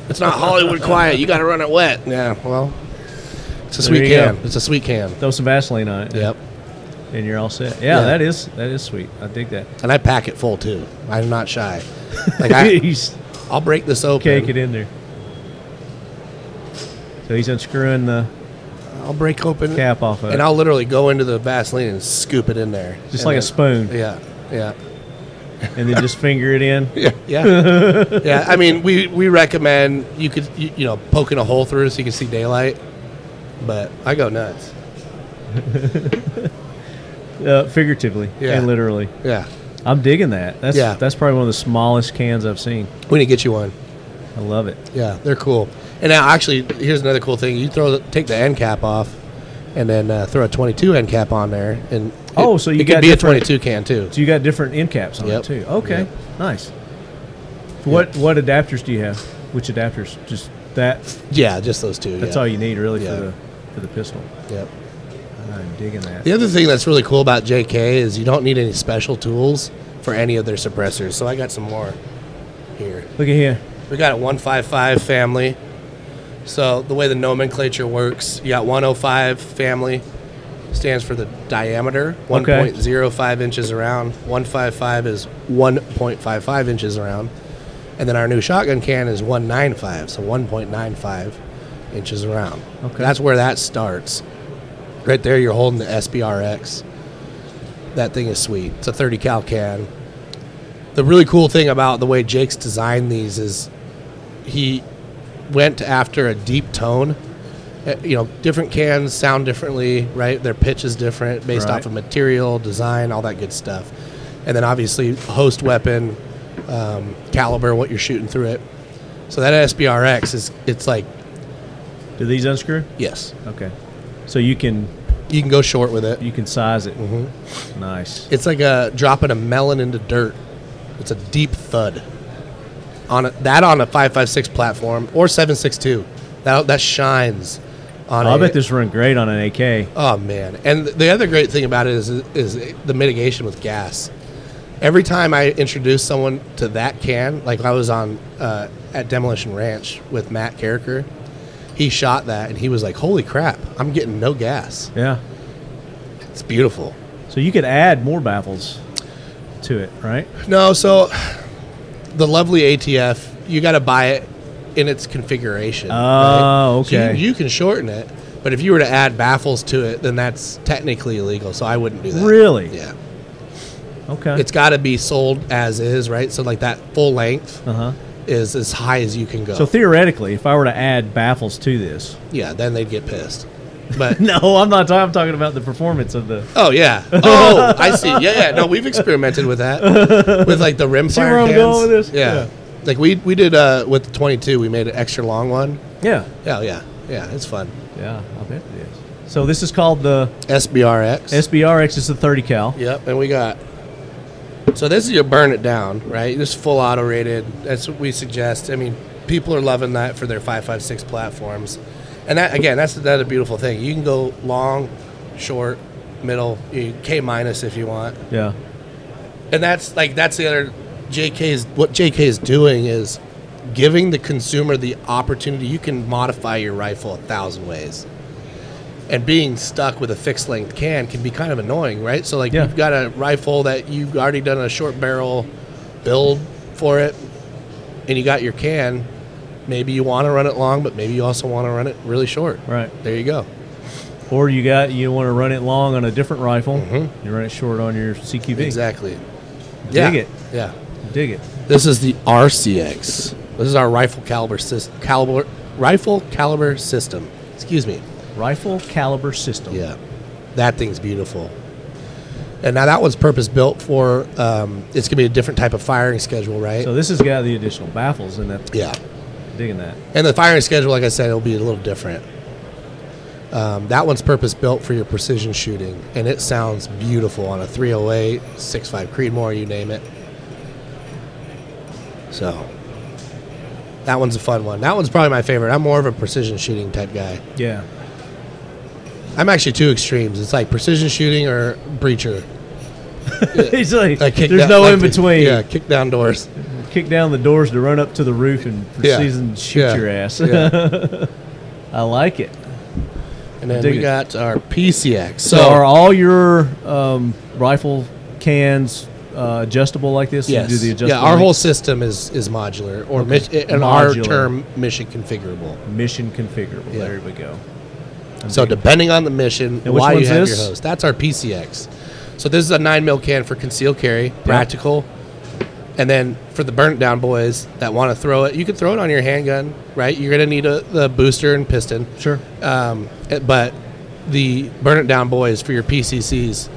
it's not hollywood quiet you gotta run it wet yeah well it's a
There
sweet
you
can
go.
it's a sweet can
Throw some Vaseline on it.
yep
And you're all set.
Yeah.
Yeah, that is that is sweet. I dig that.
and i pack it full too i'm not shy like I,
He's
i'll break this open
cake it in there. So he's unscrewing the
I'll break open
cap off of
and
it.
I'll literally go into the Vaseline and scoop it in there.
Just
And
like a
then-
spoon.
Yeah, yeah,
And then just finger it in.
yeah, yeah. yeah. I mean, we we recommend you could you, you know poking a hole through so you can see daylight, but I go nuts.
Uh, figuratively
Yeah.
and literally.
Yeah,
I'm digging that. That's
Yeah.
that's probably one of the smallest cans I've seen.
we need to get you one.
I love it.
Yeah, they're cool. And now, actually, here's another cool thing: you throw the, take the end cap off, and then uh, throw a 22 end cap on there, and it-
Oh, so you
it
got
could be a
different-
22 can too.
So you got different end caps on
Yep.
it too. Okay,
Yep.
nice. What what adapters do you have? Which adapters? Just that.
Yeah, just those two.
That's
yeah.
all you need really
Yeah.
for the for the pistol.
Yep.
I'm digging that.
The other thing that's really cool about JK is you don't need any special tools for any of their suppressors. So I got some more here.
Look at here.
We got a 155 family. So the way the nomenclature works, you got 105 family stands for the diameter, 1.05 inches around. 155 is 1.55 inches around. And then our new shotgun can is 195, so 1.95 inches around.
Okay.
That's where that starts. Right there you're holding the SBRX. That thing is sweet. It's a 30 cal can the really cool thing about the way Jake's designed these is he went after a deep tone. Uh, You know, different cans sound differently, right? Their pitch is different based
Right.
off of material, design, all that good stuff. And then obviously, host weapon, um, caliber, what you're shooting through it. So that SBRX is, it's like,
Do these unscrew?
yes,
Okay. So you can
you can go short with it. Mm-hmm.
you can size it. Nice.
It's like a dropping a melon into dirt. It's a deep thud. On a, that on a five five six platform or seven six two, that that shines. On
Oh, I
a-
bet this run great on an AK.
Oh man! And the other great thing about it is is the mitigation with gas. Every time I introduce someone to that can, like I was on uh, at Demolition Ranch with Matt Carricker, he shot that and he was like, "Holy crap! I'm getting no gas.
Yeah.
It's beautiful."
So you could add more baffles to it, right?
No, so the lovely ATF, you got to buy it in its configuration.
Oh,
So you-
okay.
you, can shorten it, but if you were to add baffles to it, then that's technically illegal. So I wouldn't do that.
Really?
Yeah.
Okay.
It's got to be sold as is, right? So like that full length
uh huh.
is as high as you can go.
So theoretically, if I were to add baffles to this,
yeah, then they'd get pissed. But
no, I'm not. I'm talking about the performance of the.
oh yeah, oh I see. Yeah, yeah. No, we've experimented with that with like the rimfire
See where I'm
cans.
going with this?
Yeah.
Yeah.
Like we we did uh with the 22, we made an extra long one.
Yeah.
Yeah, yeah, yeah. It's fun.
Yeah, I bet it is. So this is called the
SBRX.
SBRX. It's the 30 cal.
yep, and we got. So this is your burn it down, right? This is full auto rated. That's what we suggest. I mean, people are loving that for their five five six platforms, and that again, that's another beautiful thing. You can go long, short, middle, you- K minus if you want,
Yeah.
and that's like that's the other. JK is what JK is doing is giving the consumer the opportunity. You can modify your rifle a thousand ways. and being stuck with a fixed length can can be kind of annoying, right? So like
Yeah.
you've got a rifle that you've already done a short barrel build for it, and you got your can. Maybe you want to run it long, but maybe you also want to run it really short.
Right.
There you go.
Or you got you want to run it long on a different rifle. You run it short on your CQB.
Mm-hmm. Exactly.
Dig
yeah.
it.
Yeah.
Dig it.
This is the RCX. This is our rifle caliber system. Caliber rifle caliber system. Excuse me.
Rifle caliber system.
Yeah, that thing's beautiful. And now that one's purpose built for. Um, it's gonna be a different type of firing schedule, right?
So this has got the additional baffles in that.
yeah,
Digging that.
and the firing schedule, like I said, it'll be a little different. Um, that one's purpose built for your precision shooting, and it sounds beautiful on a 308, 6.5 Creedmoor, you name it. So that one's a fun one. That one's probably my favorite. I'm more of a precision shooting type guy.
Yeah.
I'm actually two extremes. It's like precision shooting or breacher.
He's like,
I kick
there's
down-
no
like
in
to-
between.
Yeah, kick down doors.
Kick down the doors to run up to the roof and
Yeah.
precision shoot
Yeah.
your ass.
Yeah.
I like it.
And then
Dig
we
it.
got our PCX. So,
So, are all your um, rifle cans uh, adjustable like this? You
Yes.
do the adjustable
yeah, our
length?
whole system is is modular, or
Okay.
mi- in our
Modular.
term, mission configurable.
mission configurable.
Yeah.
There we go.
So depending on the mission,
And which
why you
one's
have
this?
your host. That's our PCX. So this is a nine mil can for concealed carry, practical. And then for the burnt down boys that want to throw it, you can throw it on your handgun, right? You're gonna need a the booster and piston.
Sure.
Um, eh, but the burn it down boys for your PCCs,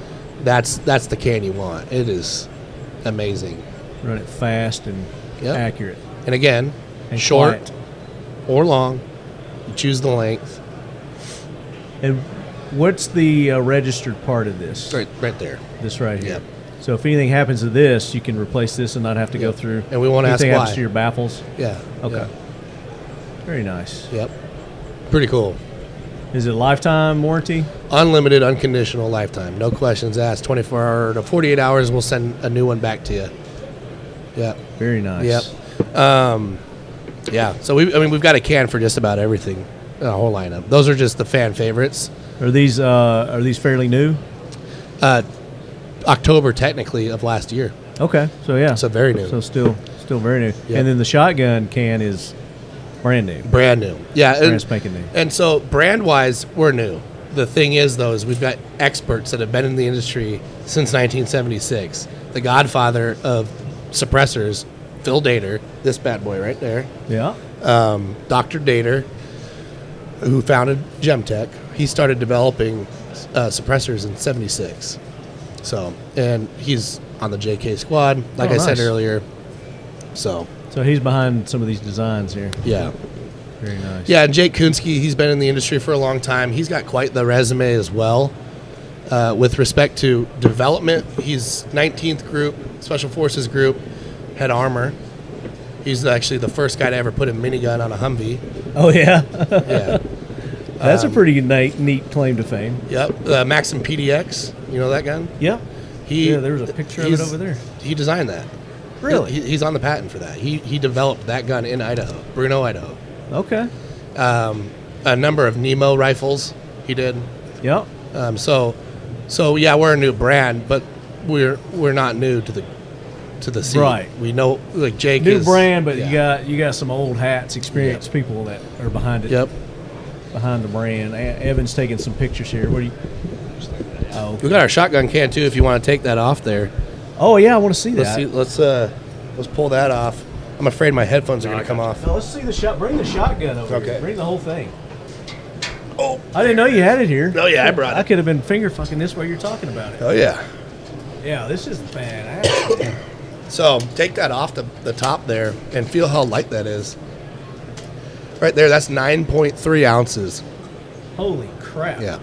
that's that's the can you want. It is amazing.
Run it fast and
Yep.
accurate.
And again,
And
short
quiet.
or long, you choose the length.
And what's the uh, registered part of this?
Right, right there.
This right here.
Yep.
So if anything happens to this, you can replace this and not have to go
Yep.
through.
And we won't ask
anything happens
why.
to your baffles.
Yeah.
Okay. Very nice.
yeah, Yep. Pretty cool.
Is it lifetime warranty?
unlimited unconditional lifetime no questions asked 24 hour to 48 hours we'll send a new one back to you yeah
Very nice.
yep um, yeah so we i mean we've got a can for just about everything a whole lineup those are just the fan favorites
Are these uh, are these fairly new?
uh, october technically of last year
Okay. So yeah.
So very new.
So still still very new.
Yeah.
And then the shotgun can is brand new.
brand new yeah and,
Brand spanking new.
and so brand wise we're new the thing is though is we've got experts that have been in the industry since 1976 the godfather of suppressors phil dater this bad boy right there
Yeah.
um, Dr. Dater, who founded Gemtech, he started developing uh, suppressors in '76. So, and he's on the JK squad, like
Oh,
I said
nice.
earlier. So,
So he's behind some of these designs here.
yeah.
Very nice.
Yeah, and Jake Kunsky, he's been in the industry for a long time. He's got quite the resume as well. Uh, with respect to development, he's 19th Group, Special Forces Group, head armor. He's actually the first guy to ever put a minigun on a Humvee.
Oh yeah.
Yeah. Um,
That's a pretty neat, neat claim to fame.
Yep, the Maxim PDX. You know that gun?
Yeah.
He,
Yeah, there was a picture of it
he's-
over there.
He designed that.
Really?
He, he's on the patent for that. He he developed that gun in Idaho, Bruno, Idaho.
Okay.
Um, a number of Nemo rifles he did.
Yep.
Um, so, so yeah, we're a new brand, but we're we're not new to the to the scene.
Right.
We know like Jake.
New
is-
brand, but you
yeah.
got you got some old hats, experienced people that are behind it.
Yep.
Behind the brand. E- Evan's taking some pictures here. What do you? Oh.
We got our shotgun can too. If you want to take that off there,
Oh yeah, I want to see
let's
that.
see, let's uh let's pull that off. I'm afraid my headphones are gonna come off.
No, let's see the shot. Bring the shotgun over.
Okay.
Here. Bring the whole thing. Oh. I didn't know you had it here.
Oh, yeah, I brought
I
it.
could have been finger fucking this while you're talking about it.
Oh yeah.
Yeah, this is badass.
So take that off the, the top there and feel how light that is. Right there, that's 9.3 ounces.
Holy crap.
Yeah,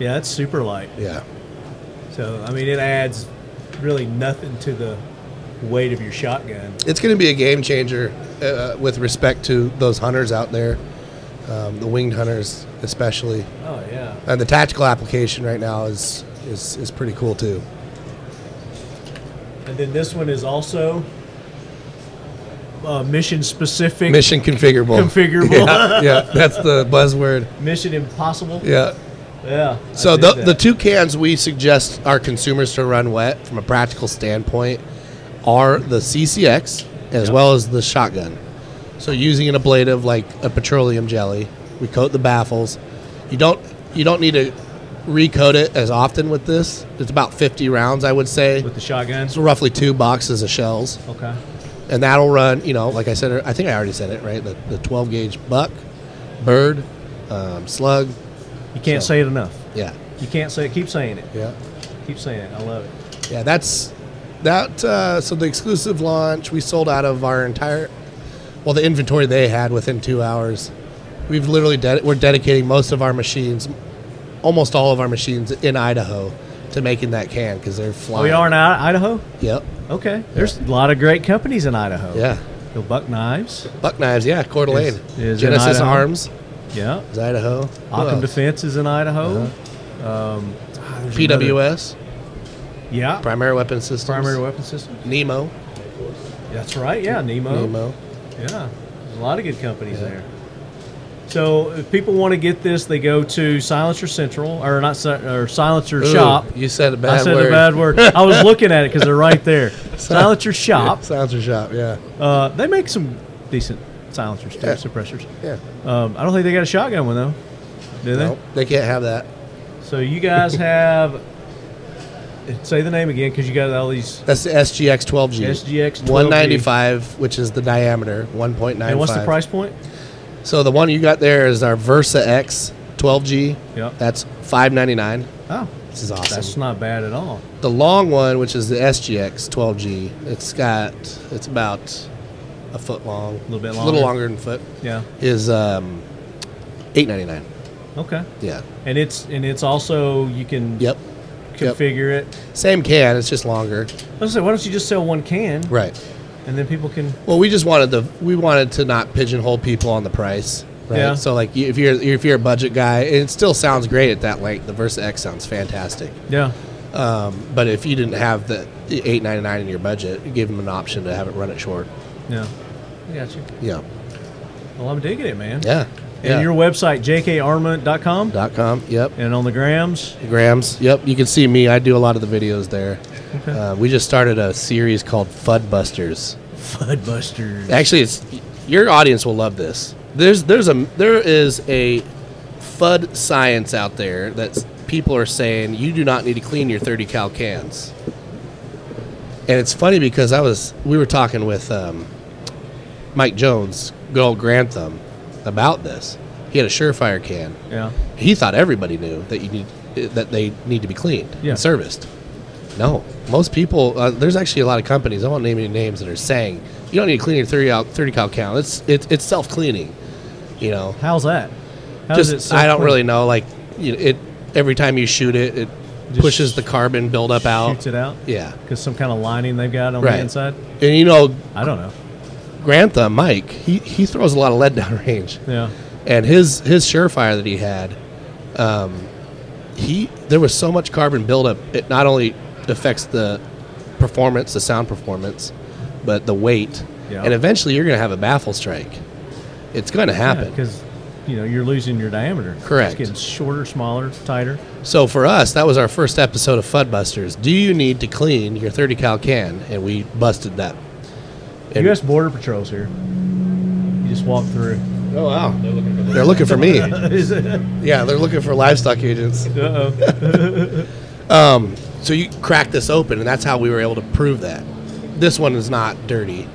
Yeah, that's super light.
yeah.
So I mean, it adds really nothing to the weight of your shotgun.
It's going to be a game changer uh, with respect to those hunters out there, um, the winged hunters especially.
Oh yeah.
And the tactical application right now is, is, is pretty cool too.
And then this one is also uh, mission specific.
Mission configurable.
Configurable.
Yeah, yeah, that's the buzzword.
Mission impossible.
Yeah.
Yeah. I
So
dig
the,
that.
the two cans we suggest our consumers to run wet from a practical standpoint are the CCX as well as the shotgun. So using an ablative like a petroleum jelly, we coat the baffles. You don't you don't need to recoat it as often with this. It's about 50 rounds, I would say.
with the shotgun.
It's roughly two boxes of shells,
Okay.
and that'll run. You know, like I said, I think I already said it right. The, the 12 gauge buck, bird, um, slug.
You can't
So-
say it enough.
Yeah,
You can't say it. Keep saying it.
yeah.
Keep saying it. I love it.
Yeah, that's that. Uh, so the exclusive launch, we sold out of our entire, well, the inventory they had within two hours. We've literally ded- we're dedicating most of our machines, almost all of our machines in Idaho, to making that can because they're flying.
Oh, We are in I- Idaho.
Yep.
Okay. There's a lot of great companies in Idaho.
Yeah.
The Buck Knives.
Buck knives. Yeah. Coeur d'Alene.
Is- is in
Genesis
Idaho.
Arms
Yeah.
is Idaho. Who
Occam
else?
Defense is in Idaho.
Uh-huh.
Um, ah, there's another-
PWS.
Yeah.
Primary Weapon Systems.
Primary weapon system.
Nemo.
That's right. Yeah. Nemo.
Nemo.
Yeah. There's a lot of good companies there. So if people want to get this, they go to Silencer Central or not Si- or Silencer
Ooh,
Shop.
you said a bad
I said
word.
a bad word. I was looking at it because they're right there. Silencer Shop.
Silencer shop. Yeah.
Uh, they make some decent silencers, too,
Yeah.
suppressors.
Yeah.
Um, I don't think they got a shotgun one though. Do they?
Nope, they can't have that.
So you guys have. Say the name again, because you got all these.
That's the SGX 12G.
SGX 12G.
195, which is the diameter, 1.95.
And what's the price point?
So the one you got there is our Versa X 12G.
Yep.
That's 599.
Oh,
This is awesome.
that's not bad at all.
The long one, which is the SGX 12G, it's got it's about a foot long, a
little bit
a little
longer.
longer than a foot.
Yeah.
Is um, 899.
Okay.
Yeah.
And it's and it's also you can
Yep. Yep.
configure it.
Same can, it's just longer.
Let's say why don't you just sell one can?
Right.
And then people can.
Well, we just wanted the we wanted to not pigeonhole people on the price, right?
Yeah.
So like you- if you're if you're a budget guy, and it still sounds great at that length. The Versa X sounds fantastic.
Yeah.
Um, but if you didn't have the 899 in your budget, you give them an option to have it run it short.
Yeah. I got you.
Yeah.
Well, I'm digging it, man.
Yeah.
And
yeah.
your website jkarmament.com
dot com. Yep.
and on the grams.
Grams. Yep. You can see me. I do a lot of the videos there. Uh, we just started a series called Fud Busters.
Fudbusters.
Actually, it's your audience will love this. There's there's a there is a fud science out there that people are saying you do not need to clean your 30 cal cans. And it's funny because I was we were talking with um, Mike Jones, good old Grantham, about this. He had a surefire can.
Yeah.
He thought everybody knew that you need that they need to be cleaned
Yeah.
and serviced. No, most people. Uh, there's actually a lot of companies. I won't name any names that are saying you don't need to clean your thirty out thirty cal count. It's it, it's self cleaning. You know,
How's that? How does
just
it
I don't
self-clean?
really know. Like you it every time you shoot it, it
Just
pushes the carbon buildup out.
Shoots it out.
Yeah,
Because some kind of lining they've got on
Right.
the inside.
and you know
I don't know.
Grantham Mike, he he throws a lot of lead down range.
Yeah.
and his his surefire that he had, um, he there was so much carbon buildup. It not only affects the performance, the sound performance, but the weight,
Yeah.
and eventually you're going to have a baffle strike. It's going to happen.
Because you know you're losing your diameter.
Correct.
It's getting shorter, smaller, tighter.
so for us, that was our first episode of Fudbusters. Do you need to clean your 30 cal can? And we busted that. And-
U.S. Border Patrol's here. You just walk through.
Oh wow! They're looking for, they're looking for me.
uh
yeah, they're looking for livestock agents.
oh.
Um, so you crack this open, and that's how we were able to prove that. This one is not dirty,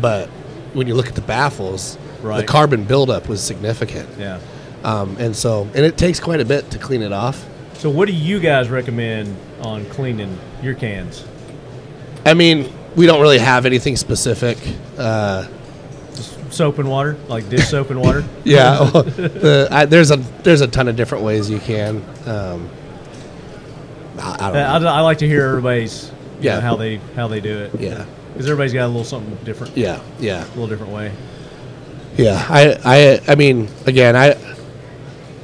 but when you look at the baffles, the
Right.
carbon buildup was significant.
Yeah.
Um, and so, and it takes quite a bit to clean it off.
So what do you guys recommend on cleaning your cans?
I mean, we don't really have anything specific. Uh,
Soap and water, like dish soap and water.
yeah, oh, the, I, there's a there's a ton of different ways you can. Um, I, I don't
I,
know.
Uh, I like to hear everybody's you
Yeah.
know, how they how they do it.
Yeah.
Because everybody's got a little something different.
Yeah, yeah.
A little different way.
Yeah, I, I, I mean, again, I,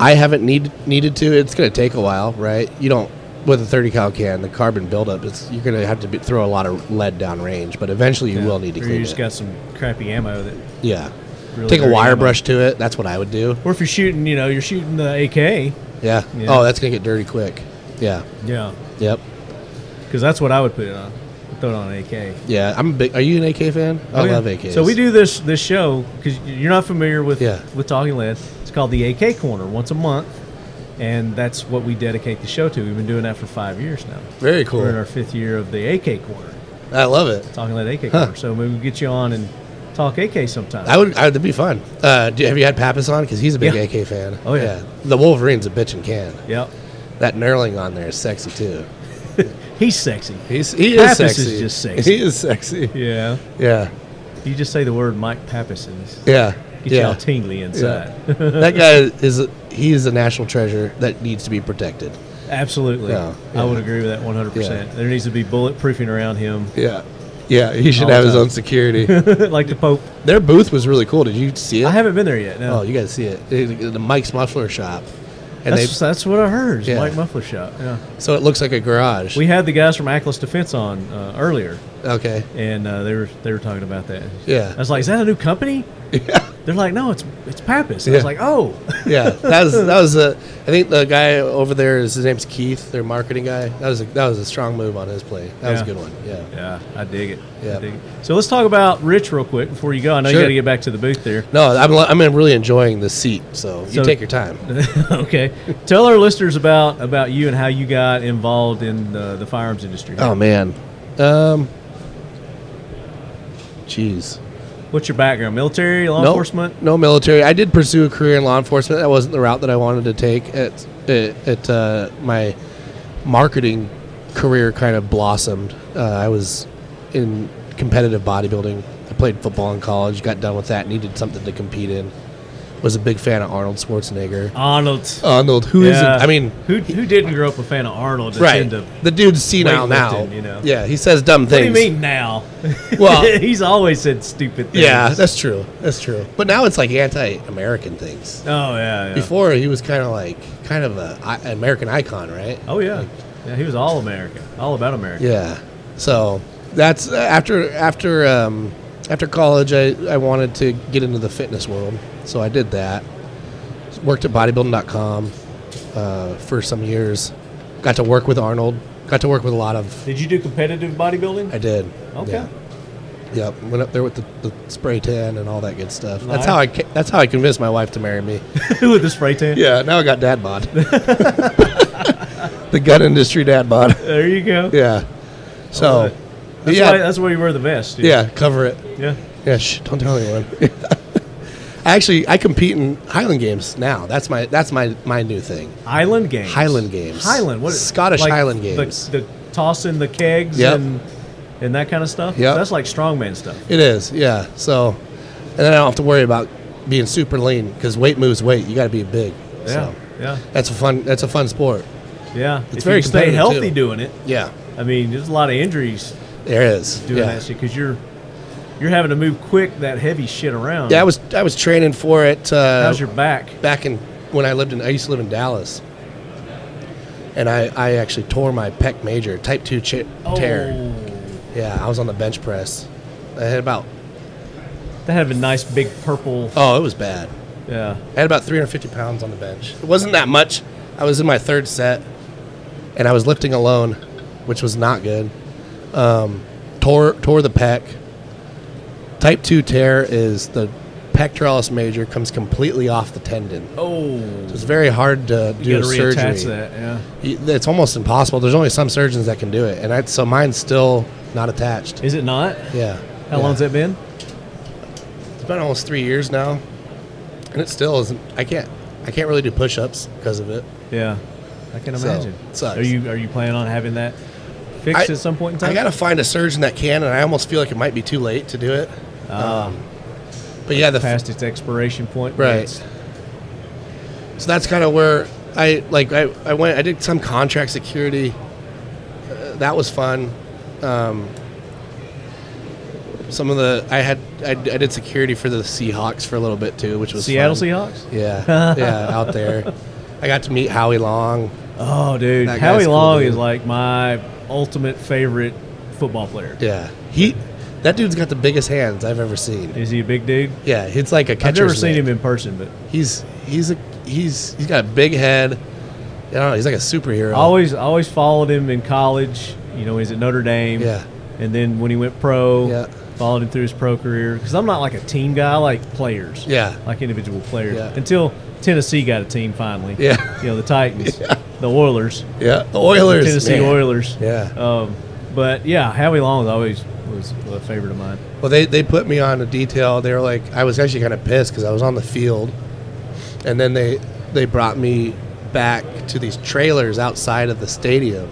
I haven't need, needed to. It's gonna take a while, right? You don't with a thirty cal can, the carbon buildup. It's you're gonna have to be, throw a lot of lead down range, but eventually you
Yeah.
will need to
Or
clean
You just
it.
got some crappy ammo that.
yeah,
really
take a
dirty
wire
ammo.
brush to it. That's what I would do.
Or if you're shooting, you know, you're shooting the AK.
Yeah.
Yeah.
Oh, that's gonna get dirty quick. Yeah.
Yeah.
Yep.
Because that's what I would put it on. Throw it on an AK.
Yeah. I'm a big. Are you an AK fan? I
Oh, yeah.
love AKs.
So we do this this show because you're not familiar with
Yeah.
with Talking Lead. It's called the AK Corner once a month, and that's what we dedicate the show to. We've been doing that for five years now.
Very cool.
We're in our fifth year of the AK Corner,
I love it.
Talking Lead AK
Huh.
Corner. So maybe we get you on and talk AK sometime.
I would. I would that'd be fun. Uh, do, have you had Pappas on? Because he's a big
Yeah.
AK fan.
Oh, yeah.
The Wolverine's a bitch and can.
Yep.
That knurling on there is sexy too.
He's sexy.
He's he is
Pappas is
sexy.
just sexy.
He is sexy.
Yeah.
Yeah,
You just say the word Mike Pappas and he's-
yeah,
get
yeah.
y'all tingly inside.
that guy is a, he is a national treasure that needs to be protected.
Absolutely.
Yeah,
I would
yeah.
agree with that 100%. There needs to be bulletproofing around him,
Yeah, yeah. He should
All
have
the
his
time.
own security.
like the Pope.
Their booth was really cool. Did you see it?
I haven't been there yet. No.
Oh, you got to see it. It- The Mike's Muffler Shop, and they
that's, that's what I heard. is
Yeah.
Mike Muffler shop. Yeah.
so it looks like a garage.
We had the guys from Ackless Defense on uh, earlier,
okay.
and uh, they were they were talking about that.
Yeah.
I was like, "Is that a new company?" They're like, no, it's it's Pappas. I was
Yeah.
like, oh,
yeah, that was that was uh, a. I think the guy over there is his name's Keith, their marketing guy. That was a, that was a strong move on his play. That was a
Yeah.
good one. Yeah.
yeah, I dig it. I
Yeah.
dig it. So let's talk about Rich real quick before you go. I know you
Sure.
got to get back to the booth there.
No, I'm li- I'm really enjoying the seat. So you
So-
take your time.
okay, tell our listeners about about you and how you got involved in the, the firearms industry.
Oh man, um, jeez.
What's your background? Military, law
no,
enforcement?
No military. I did pursue a career in law enforcement. That wasn't the route that I wanted to take. At at, at uh, my marketing career kind of blossomed. Uh, I was in competitive bodybuilding. I played football in college. Got done with that. Needed something to compete in. Was a big fan of Arnold Schwarzenegger.
Arnold.
Arnold, who is
Yeah.
I mean,
who who didn't grow up a fan of Arnold? that's
right?
into
The dude's senile now.
weightlifting, You know.
Yeah, he says dumb
What do
things.
you mean now?
Well-
he's always said stupid things.
Yeah, that's true. That's true. But now it's like anti-American things.
Oh yeah. yeah.
Before he was kind of like kind of a I- an American icon, right?
Oh yeah. Yeah, he was all America, all about America.
Yeah. So that's after after um, after college, I, I wanted to get into the fitness world, so I did that. Worked at bodybuilding.com uh, for some years. Got to work with Arnold. Got to work with a lot of.
Did you do competitive bodybuilding?
I did.
Okay.
Yeah. Yep, went up there with the, the spray tan and all that good stuff.
Nice.
That's how I ca- that's how I convinced my wife to marry me.
With the spray tan.
Yeah, now I got dad bod. the gun industry dad bod.
There you go.
Yeah.
All
So,
right. That's
yeah,
why that's why you wear the vest. dude.
yeah, cover it.
Yeah.
Yeah, shh, don't tell anyone. Actually, I compete in Highland Games now. That's my that's my my new thing.
Highland games.
Highland Games.
Highland. What?
Scottish
like
Highland
the-
Games.
The, tossing the kegs
Yep.
and and that kind of stuff.
Yep.
That's like strongman stuff.
It is, yeah. So, and then I don't have to worry about being super lean because weight moves weight. You got to be big.
Yeah.
So,
Yeah.
that's a fun that's a fun sport.
Yeah.
It's
if
very
you can stay
competitive,
healthy
too.
doing it.
Yeah,
I mean, there's a lot of injuries
there is.
doing
yeah.
that shit because you're you're having to move quick that heavy shit around.
Yeah, I was I was training for it. Uh,
How's your back?
back in when I lived in I used to live in Dallas, and I, I actually tore my pec major type two chi- tear.
Oh.
Yeah, I was on the bench press. I had about
That had a nice big purple.
oh it was bad.
Yeah.
I had about 350 pounds on the bench. It wasn't that much. I was in my third set, and I was lifting alone, which was not good. Um, tore tore the pec. Type two tear is the pectoralis major comes completely off the tendon.
Oh.
So it's very hard to do
You
a
gotta
surgery.
reattach that. Yeah.
You- It's almost impossible. There's only some surgeons that can do it, and I, so mine's still not attached.
Is it not?
Yeah.
How
yeah.
long's it been?
It's been almost three years now, and it still isn't. I can't. I can't really do push-ups because of it.
Yeah. I can
So,
imagine.
sucks.
Are you are you planning on having that fixed
I-
at some point in time?
I gotta find a surgeon that can, and I almost feel like it might be too late to do it. um, but yeah, the
Ah. past its expiration point. but
Right.
it's-
so that's kind of where I like. I, I went. I did some contract security. Uh, that was fun. Um, some of the I had I, I did security for the Seahawks for a little bit too, which was
Seattle
fun.
Seahawks.
Yeah, yeah, out there. I got to meet Howie Long.
Oh, dude,
That
Howie
guy's cool,
Long
dude.
is like my ultimate favorite football player.
Yeah, he that dude's got the biggest hands I've ever seen.
Is he a big dude?
Yeah, it's like a catcher's
I've never seen
mitt.
him in person, but
He's he's a he's he's got a big head. I don't know. He's like a superhero.
I always I always followed him in college. You know, he's at Notre Dame.
Yeah.
And then when he went pro,
Yeah.
followed him through his pro career. Because I'm not like a team guy. I like players.
Yeah.
Like individual players.
Yeah.
Until Tennessee got a team finally.
Yeah.
You know the Titans, the Oilers,
yeah. The
the
Oilers.
Tennessee
man.
Oilers.
Yeah.
Um, but yeah, Howie Long was always was a favorite of mine.
Well, they they put me on a detail. They were like, I was actually kind of pissed because I was on the field, and then they they brought me back to these trailers outside of the stadium.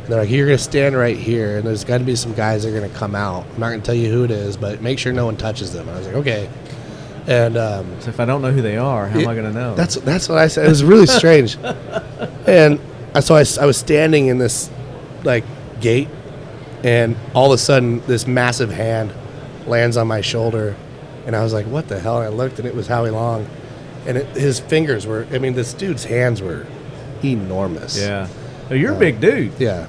And they're like, you're gonna stand right here, and there's got to be some guys that are gonna come out. I'm not gonna tell you who it is, but make sure no one touches them. And I was like, okay. And um,
So if I don't know who they are, how am
Yeah,
I going to know?
That's that's what I said. It was really strange. and I- so I, s- I was standing in this like gate, and all of a sudden this massive hand lands on my shoulder, and I was like, "What the hell?" And I looked, and it was Howie Long, and it, his fingers were. I mean, this dude's hands were enormous. Uh,
yeah. Oh, you're a big dude.
yeah,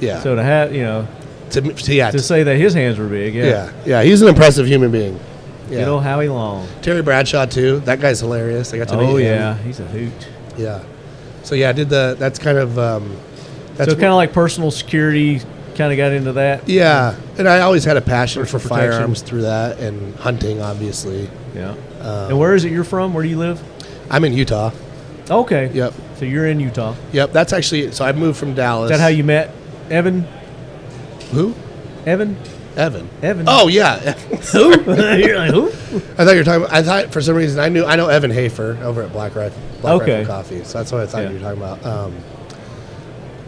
yeah.
So to have you know
to, m- to- yeah,
to
to-
say that his hands were big, yeah.
yeah, yeah. He's an impressive human being.
Good old Howie Long.
Terry Bradshaw too. That guy's hilarious. I got to meet
Oh
him.
yeah, he's a hoot.
Yeah. So yeah, I did the. That's kind of. Um, that's
so kind of like personal security, kind of got into that.
Yeah, and I always had a passion
Personal
for
protection.
firearms through that and hunting, obviously.
Yeah.
Um,
and where is it you're from? Where do you live?
I'm in Utah.
Okay.
Yep.
So you're in Utah.
Yep. That's actually. So I moved from Dallas.
Is that how you met Evan?
Who?
Evan?
Evan.
Evan.
Oh yeah.
Who? You're like, who?
I thought you were talking. About, I thought for some reason I knew. I know Evan Hafer over at Black Rifle. Black
Okay.
Rifle Coffee. So that's what I thought
Yeah.
you were talking about. Um,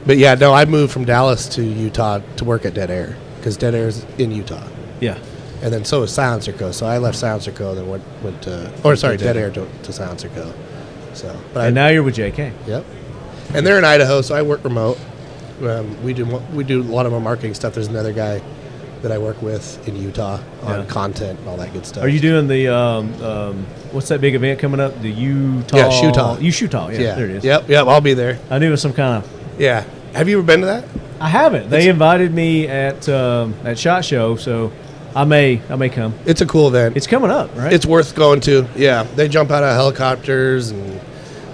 but yeah, no, I moved from Dallas to Utah to work at Dead Air because Dead Air is in Utah,
Yeah.
and then so is Silencer Co. So I left Silencer Co. and then went went to or sorry
Dead
Dead Air to, to Silencer Co. So but I,
And now you're with JK.
Yep. And they're in Idaho, so I work remote. Um, we do mo- we do a lot of our marketing stuff. There's another guy that I work with in Utah on
Yeah.
content and all that good stuff.
Are you doing the um, um, what's that big event coming up? The Utah.
Yeah, Shootaw.
You Utah. Yeah,
Yeah.
There it is.
Yep. Yep. I'll be there.
I knew it was some kind of.
Yeah. Have you ever been to that?
I haven't. They invited me at um, at Shot Show, so I may I may come.
It's a cool event.
It's coming up, right?
It's worth going to. Yeah, they jump out of helicopters and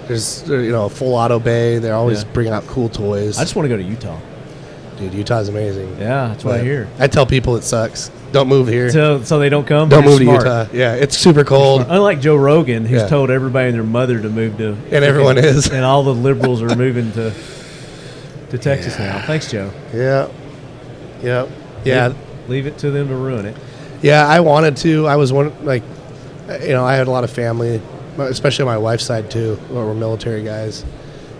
there's uh, you know full auto bay. They're always
Yeah.
bringing out cool toys.
I just want to go to Utah.
Dude, Utah's amazing.
Yeah, that's what I
But
hear.
I tell people it sucks. Don't move here.
So so they don't come.
Don't
You're
move
smart.
to Utah. Yeah, it's super cold.
Unlike Joe Rogan, who's
Yeah.
told everybody and their mother to move to,
And everyone is.
and all the liberals are moving to to Texas now. Thanks, Joe.
Yeah. Yep. Yeah.
Leave, leave it to them to ruin it.
Yeah, I wanted to. I was one like, you know, I had a lot of family, especially on my wife's side too. who We're military guys.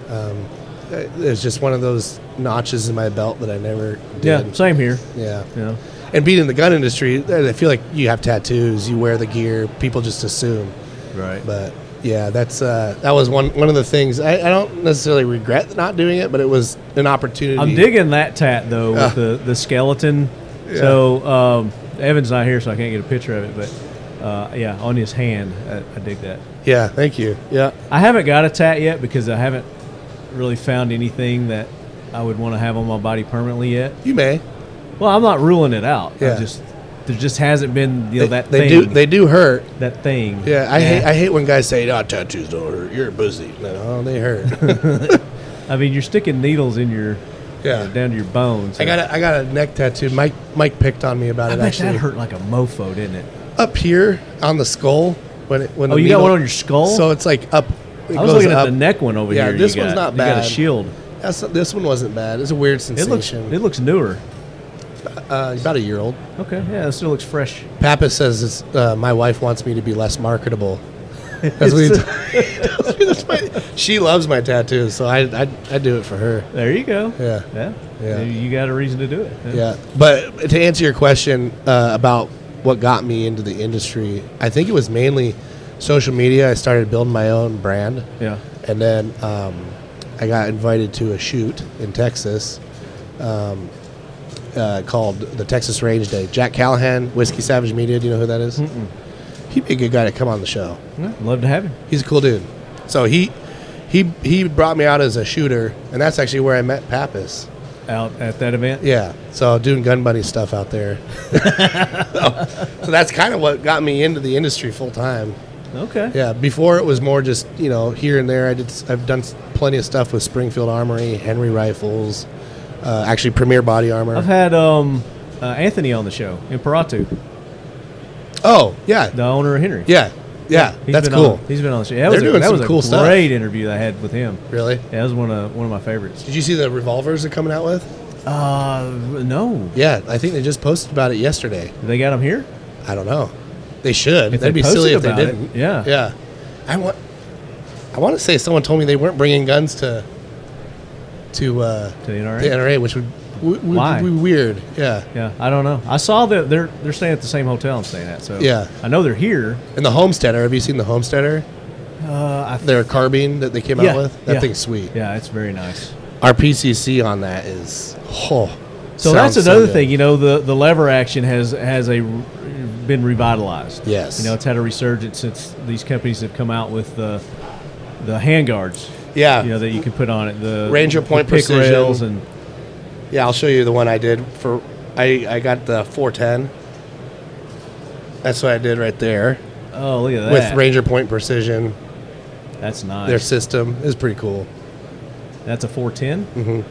Um, it was just one of those notches in my belt that I never did.
Yeah, same here.
Yeah.
Yeah.
And being in the gun industry, I feel like you have tattoos, you wear the gear, people just assume.
Right.
But yeah, that's uh, that was one one of the things. I, I don't necessarily regret not doing it, but it was an opportunity.
I'm digging that tat though with
Yeah.
the, the skeleton. So um, Evan's not here, so I can't get a picture of it. But uh, yeah, on his hand, I, I dig that.
Yeah. Thank you. Yeah.
I haven't got a tat yet because I haven't really found anything that I would want to have on my body permanently yet.
You may.
Well, I'm not ruling it out.
Yeah.
I just there just hasn't been you know,
They-
that
they
thing.
do. They do hurt.
that thing.
Yeah, I hate I hate when guys say, "Oh, tattoos don't hurt. You're a pussy." No, no, they hurt.
I mean, you're sticking needles in your
Yeah.
you know, down to your bones.
I got a, I got a neck tattoo. Mike Mike picked on me about
I
it
bet
actually.
that hurt like a mofo, didn't it?
Up here on the skull when it when
Oh,
the
you got
needle-
one on your skull?
So it's like up. It
I was
goes
looking
up.
at the neck one over
yeah,
here.
this
you
one's not
got. You
bad.
got a shield.
That's not- this one wasn't bad. It's a weird
It looks
sensation.
it looks newer.
uh, it's about a year old.
Okay, yeah, it still looks fresh.
Papa says it's, uh, my wife wants me to be less marketable. That's what he tells me. That's my- she loves my tattoos, so I, I I do it for her.
There you go.
Yeah.
yeah,
Yeah.
You- You got a reason to do it.
Yeah, but to answer your question uh, about what got me into the industry, I think it was mainly social media. I started building my own brand,
yeah.
and then um, I got invited to a shoot in Texas um, uh, called the Texas Range Day. Jack Callahan, Whiskey Savage Media. Do you know who that is? He'd be a good guy to come on the show.
Yeah, Love to have him.
He's a cool dude. So he he he brought me out as a shooter, and that's actually where I met Pappas.
out at that event.
Yeah, so doing gun buddy stuff out there. so that's kind of what got me into the industry full time.
Okay.
Yeah, before it was more just you know here and there. I did I've done s- plenty of stuff with Springfield Armory, Henry Rifles, uh, actually Premier Body Armor.
I've had um, uh, Anthony on the show, Imperatu,
oh yeah,
the owner of Henry.
yeah, yeah.
He's
that's
been
cool.
on- he's been on the show. That
They're
was a,
doing
that
some
was a
cool stuff.
great interview I had with him.
Really?
Yeah, that was one of one of my favorites.
Did you see the revolvers they're coming out with?
Uh, no,
Yeah, I think they just posted about it yesterday.
they got him here.
I don't know. They should.
If they
That'd be silly if
posted
they
about it,
didn't.
yeah.
Yeah. I want. I want to say someone told me they weren't bringing guns to. To uh,
To the NRA?
The NRA, which would w- w-
Why?
would be weird. Yeah.
Yeah, I don't know. I saw that they're they're staying at the same hotel I'm staying at. So
Yeah.
I know they're here.
And the Homesteader. Have you seen the Homesteader?
Uh, I th-
Their carbine that they came
yeah,
out with. That
yeah.
thing's sweet.
Yeah, it's very nice.
Our PCC on that is oh.
So
sounds
that's another
good.
thing. You know, the, the lever action has has a r- been revitalized.
Yes.
You know, it's had a resurgence since these companies have come out with the the handguards.
Yeah.
You know that you can put on it the
Ranger Point
the pick
Precision.
rails and
Yeah, I'll show you the one I did for. I I got the 410. That's what I did right there.
Oh, look at
With
that.
Ranger Point Precision,
That's nice.
their system is pretty cool.
That's a 410.
hmm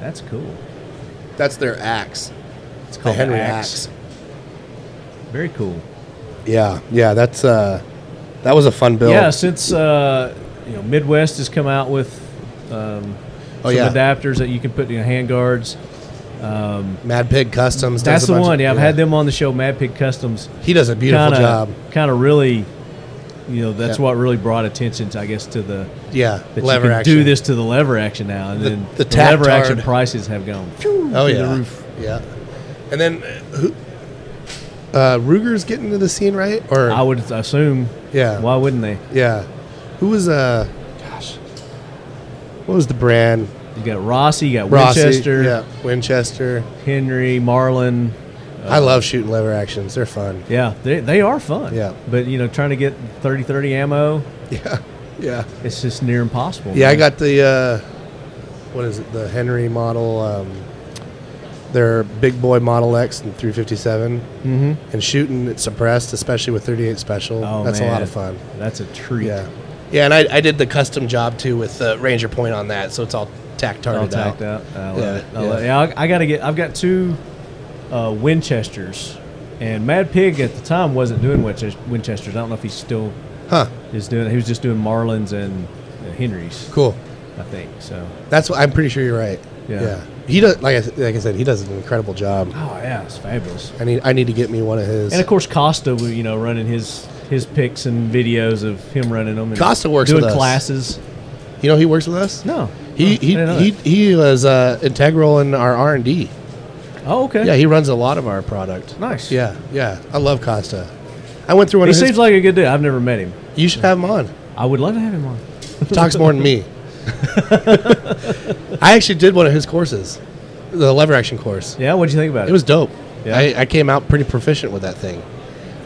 That's cool.
That's their axe.
It's
The
called
Henry
axe. Very cool.
Yeah, yeah. That's uh, that was a fun build.
Yeah, since uh, you know Midwest has come out with um,
Oh,
some
yeah.
adapters that you can put in hand guards. Um,
Mad Pig Customs. does
that's
a
the
bunch of-
one. Yeah, I've had them on the show. Mad Pig Customs.
He does a beautiful job.
Kind of really, you know, that's
Yeah.
what really brought attention, to, I guess, to the
Yeah,
that
lever
you can do
action.
this to the lever action now, and
The-
then
the
lever
tap
action
tard.
prices have gone.
Oh
through
yeah,
the roof.
yeah. And then uh, who? Uh, Ruger's getting into the scene, right? Or
I would assume.
Yeah.
Why wouldn't they?
yeah, who was uh? Gosh, what was the brand?
You got Rossi, you got
Rossi,
Uh, Winchester,
Yeah, Winchester.
Henry, Marlin. uh,
I love shooting lever actions. They're fun.
Yeah, they, they are fun.
Yeah.
But, you know, trying to get 30 30 ammo,
Yeah, yeah,
it's just near impossible.
yeah. I
man.
got the uh, what is it? The Henry model. Um, their big boy Model X and 357,
Mhm.
and shooting it suppressed, especially with 38 special.
Oh,
That's a lot
man.
of fun.
That's a treat.
Yeah. Yeah, and I, I did the custom job too with the Ranger Point on that, so it's all tack
All
tarted out.
tacked out. I love
Yeah,
it. I
yeah.
love it. Yeah, I, I got to get, I've got two uh, Winchesters, and Mad Pig at the time wasn't doing Winches- Winchesters. I don't know if he's still
Huh.
is doing, he was just doing Marlins and uh, Henrys,
Cool.
I think. So,
That's what I'm pretty sure you're right.
Yeah.
He does like I, s- like I said, he does an incredible job.
oh, yeah, it's fabulous.
I need I need to get me one of his.
And of course, Costa, we- you know, running his his picks and videos of him running them. And
Costa works
doing
with us.
classes.
you know he works with us?
No,
He
Oh, I didn't know
he he,
that.
he was uh, integral in our R and D.
Oh, okay.
Yeah, he runs a lot of our product.
Nice.
Yeah, yeah. I love Costa. I went through one
he
of his.
seems like a good dude. I've never met him.
you should have him on.
I would love to have him on.
He talks more than me. I actually did one of his courses, the lever action course.
Yeah, what'd you think about it?
It was dope.
Yeah.
I, I came out pretty proficient with that thing.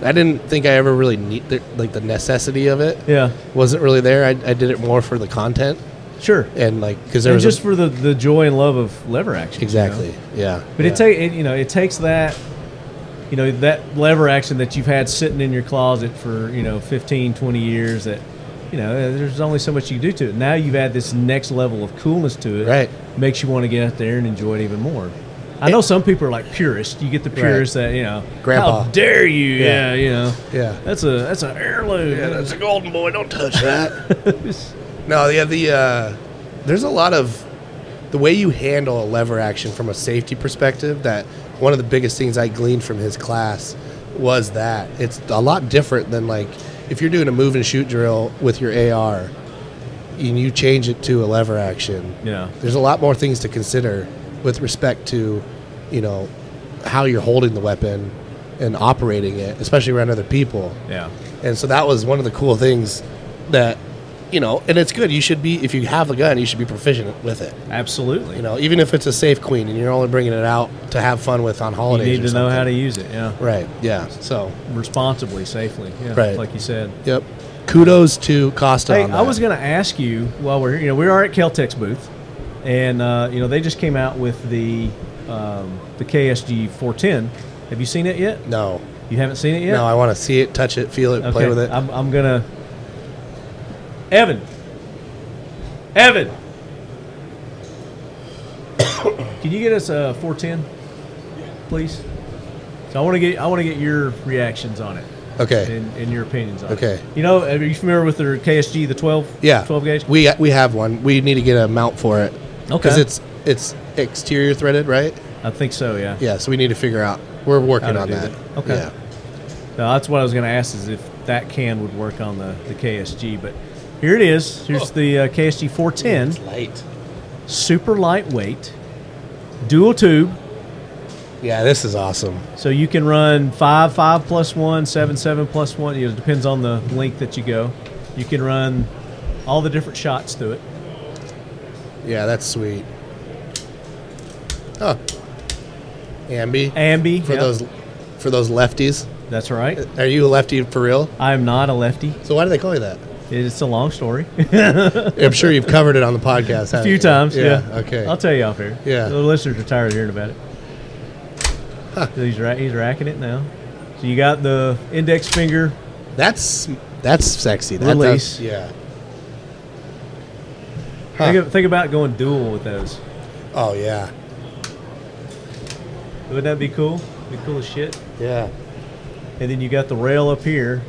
I didn't think I ever really need the, like the necessity of it.
yeah,
wasn't really there. I, I did it more for the content
sure.
and like because there
And
was
just
a-
for the, the joy and love of lever action. you know?
exactly yeah.
But
yeah.
it take it, you know it takes that you know that lever action that you've had sitting in your closet for you know 15 20 years that you know eh, there's only so much you can do to it. Now you've had this next level of coolness to it.
Right.
Makes you want to get out there and enjoy it even more. I know some people are like purists. You get the purists that you know,
Grandpa.
How dare you? Yeah,
Yeah.
you know.
Yeah.
That's a that's an heirloom.
Yeah, that's a golden boy. Don't touch that. no, yeah, the uh, there's a lot of the way you handle a lever action from a safety perspective. That one of the biggest things I gleaned from his class was that it's a lot different than like if you're doing a move and shoot drill with your AR and you change it to a lever action.
Yeah.
There's a lot more things to consider with respect to, you know, how you're holding the weapon and operating it, especially around other people.
Yeah.
And so that was one of the cool things that, you know, and it's good. You should be, if you have a gun, you should be proficient with it.
Absolutely.
You know, even if it's a safe queen and you're only bringing it out to have fun with on
you
holidays.
need
or
to know how to
something.
use it. Yeah.
Right. Yeah. So,
Responsibly, safely. Yeah.
Right.
Like you said.
yep. Kudos to Costa.
Hey,
on
I was
that.
going to ask you while we're here. You know, we are at Caltech's booth, and uh, you know they just came out with the um, the KSG 410. Have you seen it yet?
No.
You haven't seen it yet.
No, I want to see it, touch it, feel it, play with it.
I'm, I'm gonna. Evan. Evan. Can you get us a 410, please? So I want to get I want to get your reactions on it
okay.
and, and your opinions on it.
Okay.
You know, are you familiar with their KSG the 12?
Yeah.
12 gauge.
We we have one. We need to get a mount for it. Because
Okay.
it's it's exterior threaded, right?
I think so. Yeah.
Yeah. So we need to figure out. We're working
to
on
do
that.
that. Okay.
Yeah.
No, that's what I was going to ask is if that can would work on the, the KSG. But here it is. Here's the uh, KSG 410.
Oh. Light.
Super lightweight, dual tube.
Yeah. This is awesome.
So you can run 5, 5 plus 1, 7, 7 plus 1. You know, It depends on the length that you go. You can run all the different shots through it.
Yeah. That's sweet. Huh. Ambi.
Ambi.
for
yep,
those for those lefties.
That's right.
Are you a lefty for real?
I'm not a lefty.
So why do they call you that?
It's a long story.
I'm sure you've covered it on the podcast.
a
haven't
few
you?
times. Yeah.
Okay.
I'll tell you off here.
Yeah.
The listeners are tired of hearing about it. He's ra- he's racking it now. So you got the index finger.
That's that's sexy. That-
Release.
that's- yeah.
Think, of, think about going dual with those.
Oh yeah.
Wouldn't that be cool? Be cool as shit.
Yeah.
And then you got the rail up here.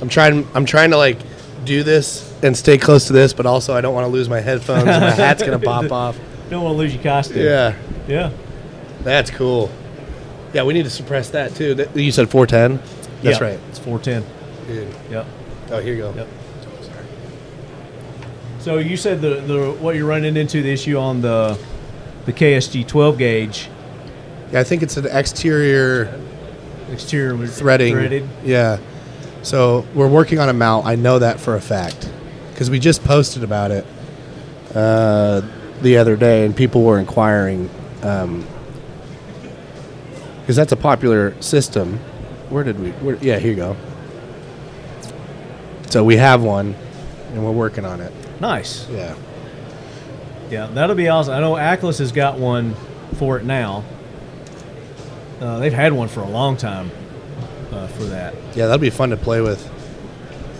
I'm trying. I'm trying to like do this and stay close to this, but also I don't want to lose my headphones. and Oh, my hat's gonna pop off.
Don't want to lose your costume.
Yeah.
Yeah.
That's cool. Yeah, we need to suppress that too. That- You said 410. That's
Yeah,
right.
It's 410.
Dude.
Yep.
Oh, here you go.
Yep. So you said the, the what you're running into the issue on the the KSG 12 gauge
Yeah, I think it's an exterior
exterior was
threading.
threaded.
Yeah. So we're working on a mount. I know that for a fact because we just posted about it uh, the other day, and people were inquiring because that's a popular system. Where did we? Where, yeah, here you go. So we have one, and we're working on it.
Nice.
Yeah.
Yeah, that'll be awesome. I know Atlas has got one for it now. Uh, they've had one for a long time uh, for that.
Yeah, that'll be fun to play with.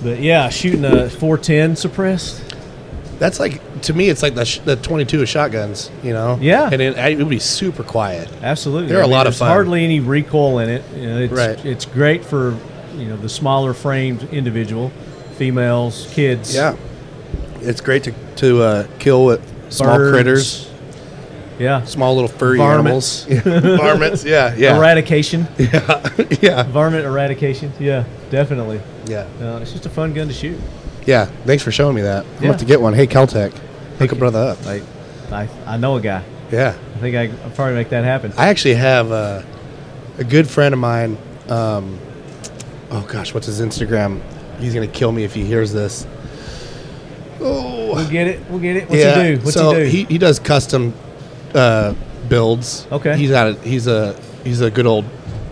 But yeah, shooting a 410 suppressed.
That's like to me, it's like the sh- the 22 of shotguns, you know.
Yeah.
and it, it would be super quiet.
Absolutely.
They're a lot of
there's
fun.
Hardly any recoil in it. You know, it's,
Right.
It's great for you know the smaller framed individual, females, kids.
Yeah, it's great to to uh, kill with small
birds.
critters,
Yeah.
small little furry
Varmints.
animals, varmints. Yeah, yeah,
Eradication.
yeah,
Varmint eradication. Yeah, definitely.
yeah,
Uh, it's just a fun gun to shoot.
yeah. Thanks for showing me that. I'm
Yeah.
about to get one. Hey, Caltech, hook a brother up.
Like, I, I know a guy.
yeah,
I think I I'll probably make that happen.
I actually have a, a good friend of mine. Um, oh gosh, what's his Instagram? He's gonna kill me if he hears this. Oh,
We'll get it. We'll get it. What's he do? What's
so
he do?
He, he does custom uh, builds.
Okay.
He's out. Of, he's a he's a good old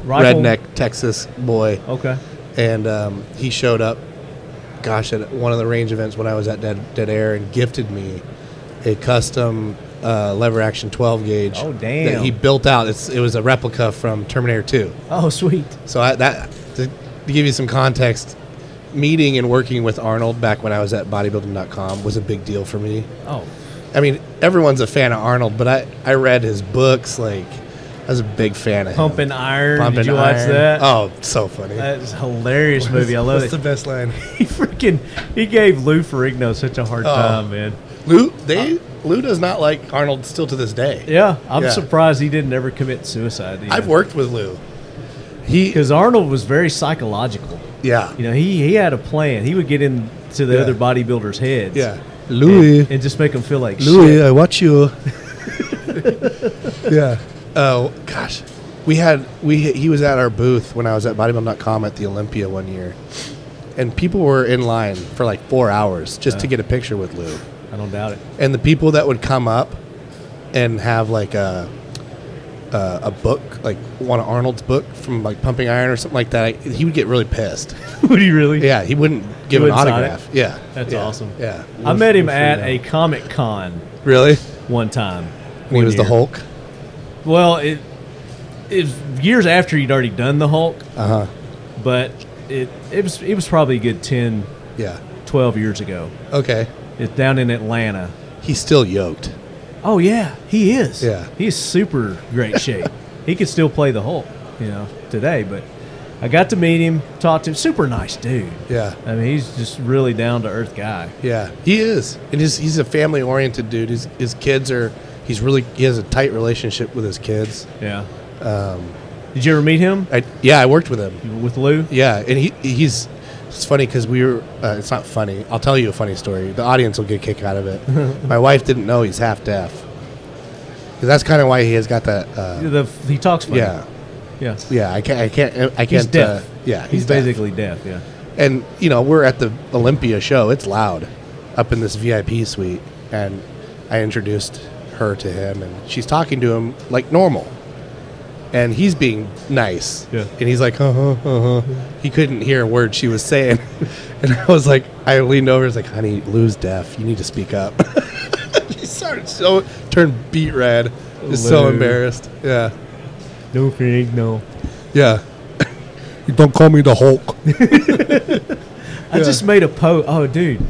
Rifle?
redneck Texas boy,
okay.
and um, he showed up. Gosh, at one of the range events when I was at Dead, Dead Air, and gifted me a custom uh, lever action 12 gauge.
Oh, damn.
That he built out. It's it was a replica from Terminator 2.
Oh, sweet.
So I, that to, to give you some context. Meeting and working with Arnold back when I was at bodybuilding.com was a big deal for me.
Oh,
I mean, everyone's a fan of Arnold, but I, I read his books. Like, I was a big fan of him.
Pumping Iron.
Pump
Did
and
you watch
Iron.
that?
Oh, so funny.
That's a hilarious movie. I love
That's
it.
the best line.
he freaking he gave Lou Ferrigno such a hard
Oh.
time, man.
Lou, they Lou does not like Arnold still to this day.
Yeah, I'm
Yeah.
surprised he didn't ever commit suicide.
I've worked with Lou. He,
because Arnold was very psychological.
yeah,
You know, he he had a plan. He would get into the
Yeah.
other bodybuilders' heads.
yeah.
Louis and, and just make them feel like shit.
I watch you. yeah. Oh gosh, we had we he was at our booth when I was at bodybuilding.com at the Olympia one year, and people were in line for like four hours just to get a picture with Lou.
I don't doubt it.
and the people that would come up and have like a a, a book like one of Arnold's book from like Pumping Iron or something like that, he would get really pissed.
would he really?
Yeah, he wouldn't give an
wouldn't sign
autograph. Yeah,
That's
Yeah.
awesome.
Yeah,
I met him
Lou
at
Ferrigno.
a Comic Con
really.
one time.
When he was the
whole.
Hulk.
Well, it it years after he'd already done the Hulk,
Uh huh.
but it it was it was probably a good 10,
Yeah.
12 years ago.
Okay.
It's down in Atlanta.
He's still yoked.
Oh yeah, he is.
Yeah.
he's super great shape. he could still play the Hulk, you know, today. But I got to meet him, talked to him. Super nice dude.
Yeah.
I mean, he's just really down to earth guy.
Yeah, he is. And he's, he's a family oriented dude. His his kids are. He's really he has a tight relationship with his kids.
Yeah. Um, Did you ever meet him
I yeah, I worked with him.
with Lou?
Yeah, and he he's it's funny because we were uh, it's not funny. I'll tell you a funny story. The audience will get a kick out of it. My wife didn't know he's half deaf. 'Cause that's kind of why he has got that. Uh,
The, he talks funny.
yeah,
yeah.
yeah. I can't. I can't. I can't.
He's deaf.
Uh, yeah,
he's,
deaf.
basically deaf. Yeah.
And you know, we're at the Olympia show. It's loud up in this VIP suite, and I introduced her to him, and she's talking to him like normal, and he's being nice.
Yeah.
And he's like, uh huh, uh huh. He couldn't hear a word she was saying, and I was like, I leaned over, I was like, honey, Lou's deaf. You need to speak up. he started so turned beat red, just so
Lou.
embarrassed. Yeah.
No, no.
Yeah. you don't call me the Hulk.
I just made a post. Oh, dude,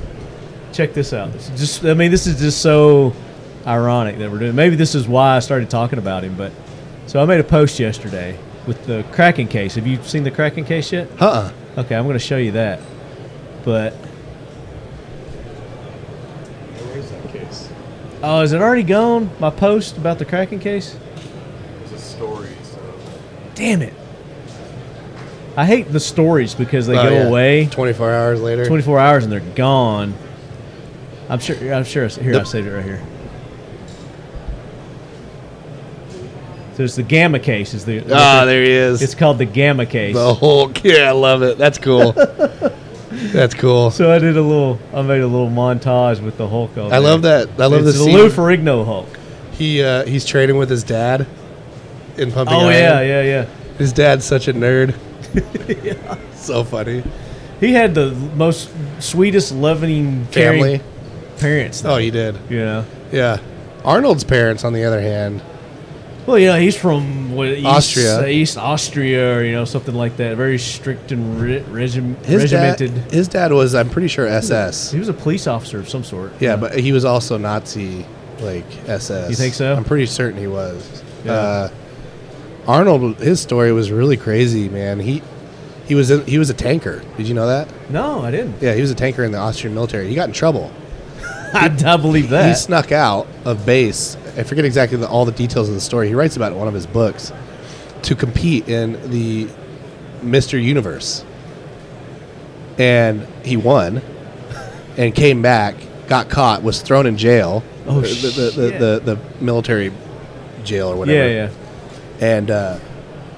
check this out. This is just, I mean, this is just so ironic that we're doing. Maybe this is why I started talking about him. But so I made a post yesterday with the Kraken case. Have you seen the Kraken case yet?
Uh-uh.
Okay, I'm going to show you that. But
Where's that case?
oh, is it already gone? My post about the Kraken case.
It's a story. So.
Damn it. I hate the stories because they
Oh,
go
yeah.
away.
24 hours later.
24 hours and they're gone. I'm sure. I'm sure. Here, I
Yep.
saved it right here. So it's the gamma case. Is the
Ah, there he is.
It's called the gamma case.
The Hulk. Yeah, I love it. That's cool. That's cool.
So I did a little. I made a little montage with the Hulk. on
I
there.
love that. I love
it's
the
the
scene.
Lou Ferrigno Hulk.
He uh, he's training with his dad in pumping.
Oh
Iron.
yeah, yeah, yeah.
His dad's such a nerd. So funny.
He had the most sweetest, loving, caring
Family.
parents.
Oh, he did.
You know.
Yeah. Arnold's parents, on the other hand,
Well, you know, he's from what, East,
Austria.
East Austria, or you know, something like that. Very strict and ri- regim-
his dad,
regimented.
his dad was, I'm pretty sure, SS.
He was a police officer of some sort.
Yeah, but he was also Nazi, like SS.
You think so?
I'm pretty certain he was. Uh, Arnold, his story was really crazy, man. He he was a, he was a tanker. Did you know that?
No, I didn't.
Yeah, he was a tanker in the Austrian military. He got in trouble.
I, I believe that.
He snuck out of base. I forget exactly the, all the details of the story. He writes about it in one of his books to compete in the Mr. Universe. And he won and came back, got caught, was thrown in jail. Uh,
Oh,
the, the, the,
shit.
the, the, military jail or whatever.
yeah, yeah.
And uh,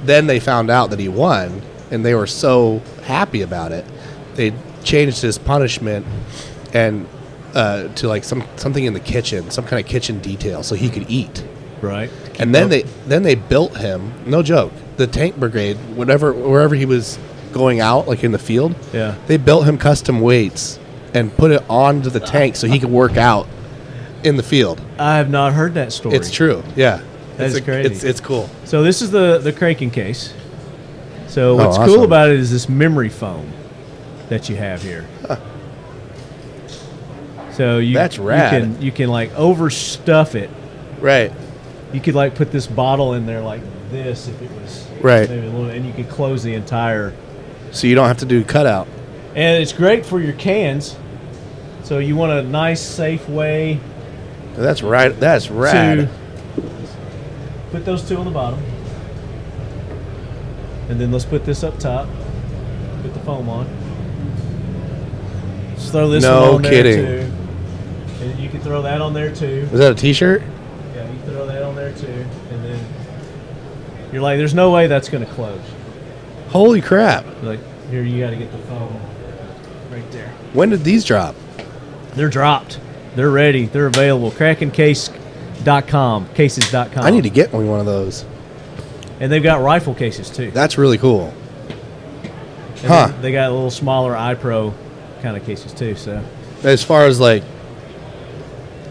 then they found out that he won, and they were so happy about it. They changed his punishment and uh, to like some something in the kitchen, some kind of kitchen detail, so he could eat.
Right.
and then they then they built him. No joke. The tank brigade, whatever wherever he was going out, like in the field,
Yeah.
they built him custom weights and put it onto the tank so he could work out in the field.
I have not heard that story.
It's true. Yeah.
That
it's
is
a-
crazy.
It's, it's cool.
So this is the the Kraken case. So
Oh,
what's
awesome.
cool about it is this memory foam that you have here. So Oh, you
That's
You
rad.
can you can like overstuff it.
Right.
You could like put this bottle in there like this if it was
Right.
maybe a little, and you could close the entire.
So you don't have to do cutout.
And it's great for your cans. So you want a nice, safe way
That's right. That's rad.
to put those two on the bottom. And then let's put this up top. Put the foam on. Just throw this
No
one on
kidding.
there too. And you can throw that on there too.
Is that a T-shirt?
Yeah, you can throw that on there too. And then you're like, there's no way that's going to close.
Holy crap!
You're like, here, you got to get the foam right there.
When did these drop?
They're dropped. They're ready. They're available. KrakenCase.com. Cases.com.
I need to get me one of those.
And they've got rifle cases too.
That's really cool.
And
Huh.
then They got a little smaller iPro kind of cases too. So
As far as like,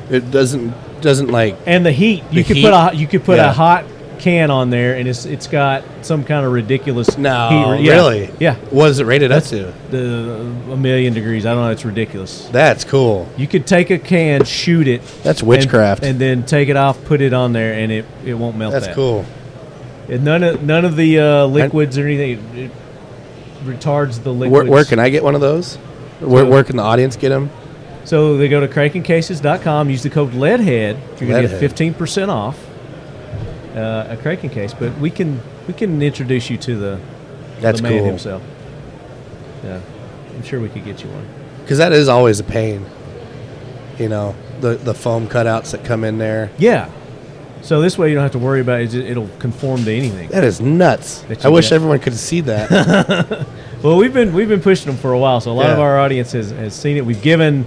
it doesn't doesn't like
and the heat,
The
you could
heat?
put a you could put a
Yeah.
hot can on there, and it's it's got some kind of ridiculous
no
heat. yeah.
Oh, really
yeah,
What is it rated up to?
the a million degrees. I don't know. It's ridiculous.
That's cool.
You could take a can, shoot it.
That's
and-
witchcraft.
And, then take it off, put it on there, and it, it won't melt.
That's
that.
cool.
And none of none of the uh, liquids or anything it, it retards the
Where,
liquids.
where can I get one of those? Where, where can the audience get them?
So they go to krakencases.com, use the code LEADHEAD. You're going to
Leadhead.
get 15% off uh, a Kraken case, but we can we can introduce you to the,
That's
the man
cool.
himself. Yeah. I'm sure we could get you one.
Because that is always a pain. You know the the foam cutouts that come in there.
Yeah. So this way you don't have to worry about it. It- It'll conform to anything.
That is nuts.
That
I
you
wish
get-
everyone could see that.
Well, we've been we've been pushing them for a while, so a lot of
Yeah.
our audience has, has seen it. We've given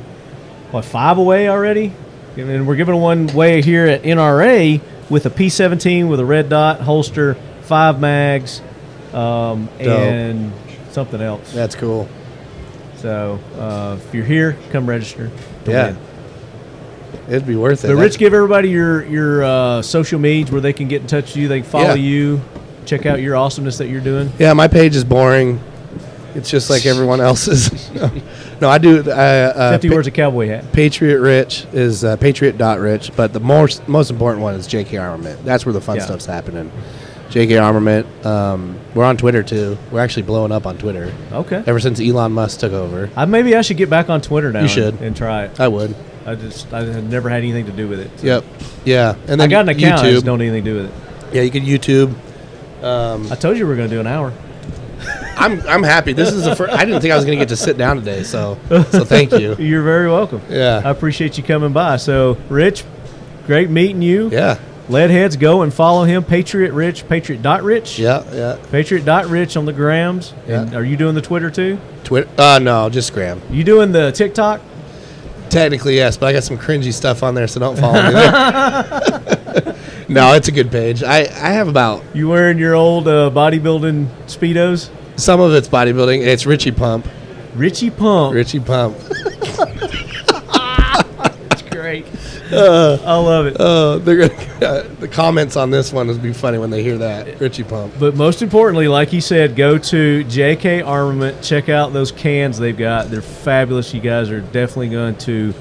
what five away already, and we're giving one away here at NRA with a P17 with a red dot holster, five mags, um,
Dope.
and something else.
That's cool.
So uh, if you're here, come register. to
Yeah.
win.
It'd be worth it.
But
That's-
Rich, give everybody your your uh, social medias where they can get in touch with you. They can follow
Yeah.
you. check out your awesomeness that you're doing?
Yeah, my page is boring. It's just like everyone else's. no, I do. I, uh,
50 wears a cowboy hat.
Patriot Rich is uh, Patriot dot Rich, but the most most important one is JK Armament. That's where the fun
Yeah.
stuff's happening. JK Armament. Um, we're on Twitter too. We're actually blowing up on Twitter.
Okay.
Ever since Elon Musk took over.
I, maybe I should get back on Twitter now.
You
and-
should.
And, try it.
I would.
I just I had never had anything to do with it. so.
Yep. Yeah. And then
I got an account. I
YouTube.
just don't do anything to do with it.
Yeah, you can YouTube. Um,
I told you we were going to do an hour.
I'm I'm happy. This is the first. I didn't think I was going to get to sit down today, so so thank you.
You're very welcome.
Yeah.
I appreciate you coming by. So, Rich, great meeting you.
Yeah.
Leadheads, go and follow him. Patriot Rich, Patriot dot Rich.
Yeah, yeah.
Patriot dot Rich on the grams. And are you doing the Twitter too?
Twitter? Uh, no, just Graham.
You doing the TikTok?
Technically, yes, but I got some cringy stuff on there, so don't follow me there. no, it's a good page. I, I have about.
You wearing your old uh, bodybuilding speedos?
Some of it's bodybuilding. It's Richie Pump.
Richie Pump.
Richie Pump.
That's great.
Uh,
I love it.
Uh, they're gonna, the comments on this one would be funny when they hear that Richie Pump.
But most importantly, like he said, go to JK Armament. Check out those cans they've got. They're fabulous. You guys are definitely going to.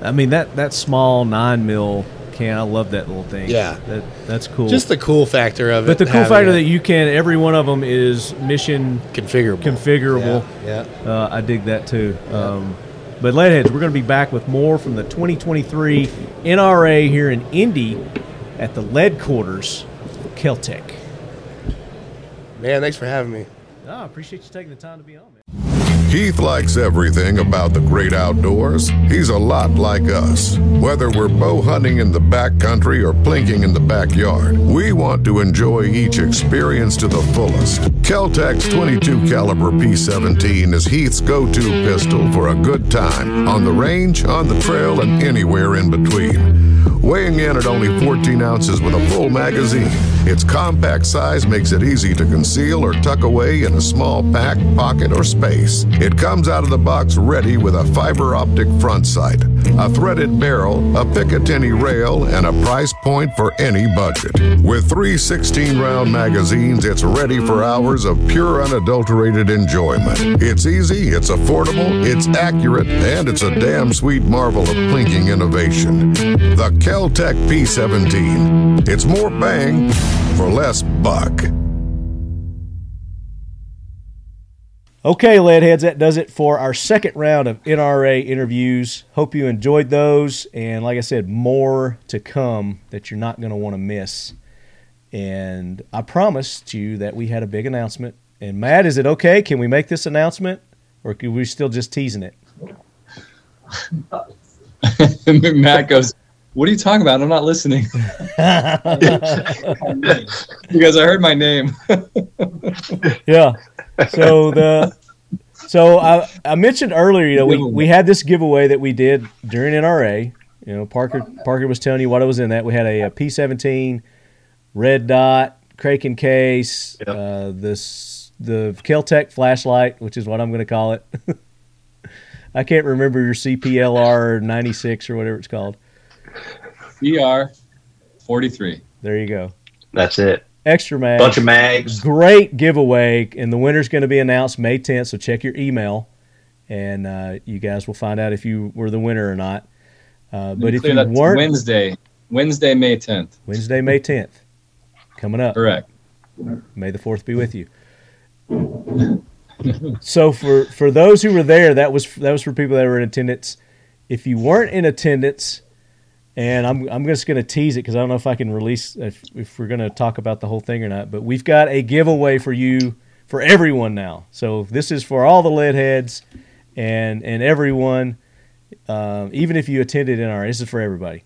I mean that that small nine mil can. I love that little thing.
Yeah.
that, that's cool.
Just the cool factor of it.
But the cool
having
factor
it.
that you can, every one of them is mission
configurable.
Configurable.
Yeah,
Uh, I dig that too. Um, but leadheads, we're going to be back with more from the 2023 NRA here in Indy at the Lead Quarters, Keltec.
man, thanks for having me.
I appreciate you taking the time to be on.
Keith likes everything about the great outdoors. He's a lot like us. Whether we're bow hunting in the backcountry or plinking in the backyard, we want to enjoy each experience to the fullest. Kel-Tec's 22 caliber P17 is Heath's go-to pistol for a good time on the range, on the trail, and anywhere in between. Weighing in at only 14 ounces with a full magazine, its compact size makes it easy to conceal or tuck away in a small pack, pocket, or space. It comes out of the box ready with a fiber optic front sight, a threaded barrel, a Picatinny rail, and a price point for any budget. With three 16 round magazines, it's ready for hours of pure unadulterated enjoyment. It's easy, it's affordable, it's accurate, and it's a damn sweet marvel of plinking innovation. The Kel-Tec P17. It's more bang for less buck.
Okay, Leadheads, that does it for our second round of NRA interviews. Hope you enjoyed those. And like I said, more to come that you're not going to want to miss. And I promised you that we had a big announcement. And Matt, is it okay? Can we make this announcement? Or are we still just teasing it?
Matt goes, "What are you talking about? I'm not listening." because I heard my name.
yeah. So the so I, I mentioned earlier, you know, we, we had this giveaway that we did during NRA. You know, Parker Parker was telling you what it was in that. We had a a P seventeen, red dot, Kraken case, uh, this the Keltec flashlight, which is what I'm going to call it. I can't remember your CPLR ninety six or whatever it's called.
CR 43.
There you go.
That's it.
Extra mags.
Bunch of mags.
Great giveaway, and the winner's going to be announced May 10th. So check your email, and uh, you guys will find out if you were the winner or not. Uh, but if
Clear
you
that
weren't,
Wednesday, Wednesday, May 10th.
Wednesday, May 10th, coming up.
Correct.
May the 4th be with you. so for for those who were there, that was that was for people that were in attendance. If you weren't in attendance, and I'm I'm just going to tease it because I don't know if I can release if, if we're going to talk about the whole thing or not. But we've got a giveaway for you for everyone now. So this is for all the lead heads and and everyone, um, even if you attended in our. This is for everybody.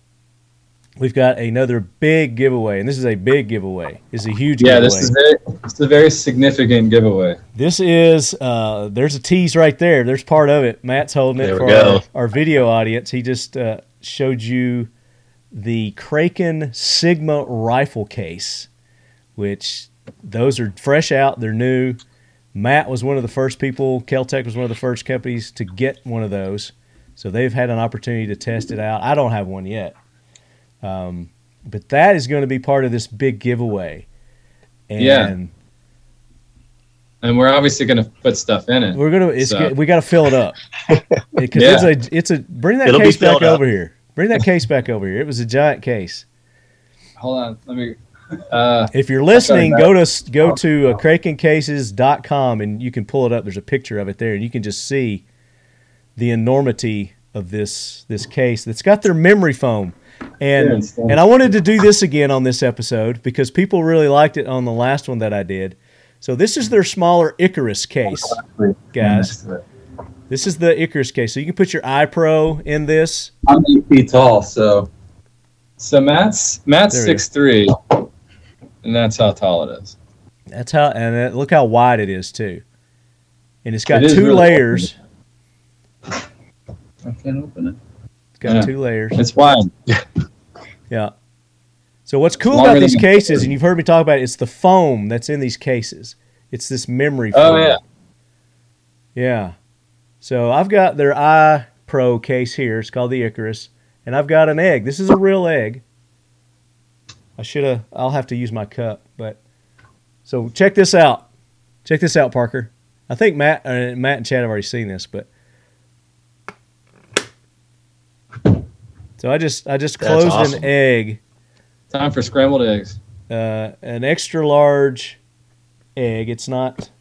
We've got another big giveaway, and this is a big giveaway. It's a huge
Yeah,
giveaway.
this is very, it's a very significant giveaway.
This is uh, there's a tease right there. There's part of it. Matt's holding
There
it
we
for
go.
our, our video audience. He just uh, showed you the Kraken Sigma rifle case, which those are fresh out. They're new. Matt was one of the first people. Keltec was one of the first companies to get one of those, so they've had an opportunity to test it out. I don't have one yet, um, but that is going to be part of this big giveaway And
Yeah. And we're obviously going to put stuff in it.
We're gonna. It's
So-
good. we got to fill it up because
Yeah.
it's a. It's a. Bring that
It'll be
case back
filled up.
over here. Bring that case back over here. It was a giant case.
Hold on. Let me. Uh, Oh,
If you're listening,
I've got
go
it
to s- go to uh, krakencases.com and you can pull it up. There's a picture of it there, and you can just see the enormity of this this case. That's got their memory foam,
Yeah,
and
it's fun.
and I wanted to do this again on this episode because people really liked it on the last one that I did. So this is their smaller Icarus case, guys. This is the Icarus case. So you can put your iPro in this.
I'm eight feet tall, so So Matt's Matt's
There it
six three, and that's how tall it is.
That's how, and that, look how wide it is too. And it's got
It is
two
really
layers.
I can't open it.
It's got
Yeah.
two layers.
It's wide.
Yeah. So what's cool
longer
about these
than-
cases, and you've heard me talk about it, it's the foam that's in these cases. It's this memory
Oh,
foam.
yeah.
Yeah. So I've got their iPro case here. It's called the Icarus, and I've got an egg. This is a real egg. I should have. I'll have to use my cup, but so check this out. Check this out, Parker. I think Matt, uh, Matt and Chad have already seen this, but so I just I just
That's
closed
awesome.
an egg
Time for scrambled eggs.
uh, an extra large egg. It's not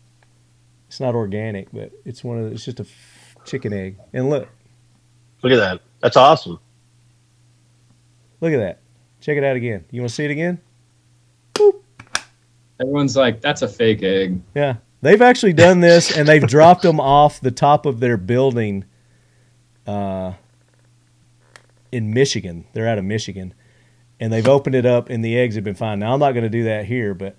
it's not organic, but it's one of the, it's just a f- chicken egg. And look,
Look at that. That's awesome.
look at that. Check it out again. You want to see it again?
Everyone's like, "That's a fake egg."
Yeah. They've actually done this and they've dropped them off the top of their building uh, in Michigan. They're out of Michigan. And they've opened it up and the eggs have been fine. Now, I'm not going to do that here, but.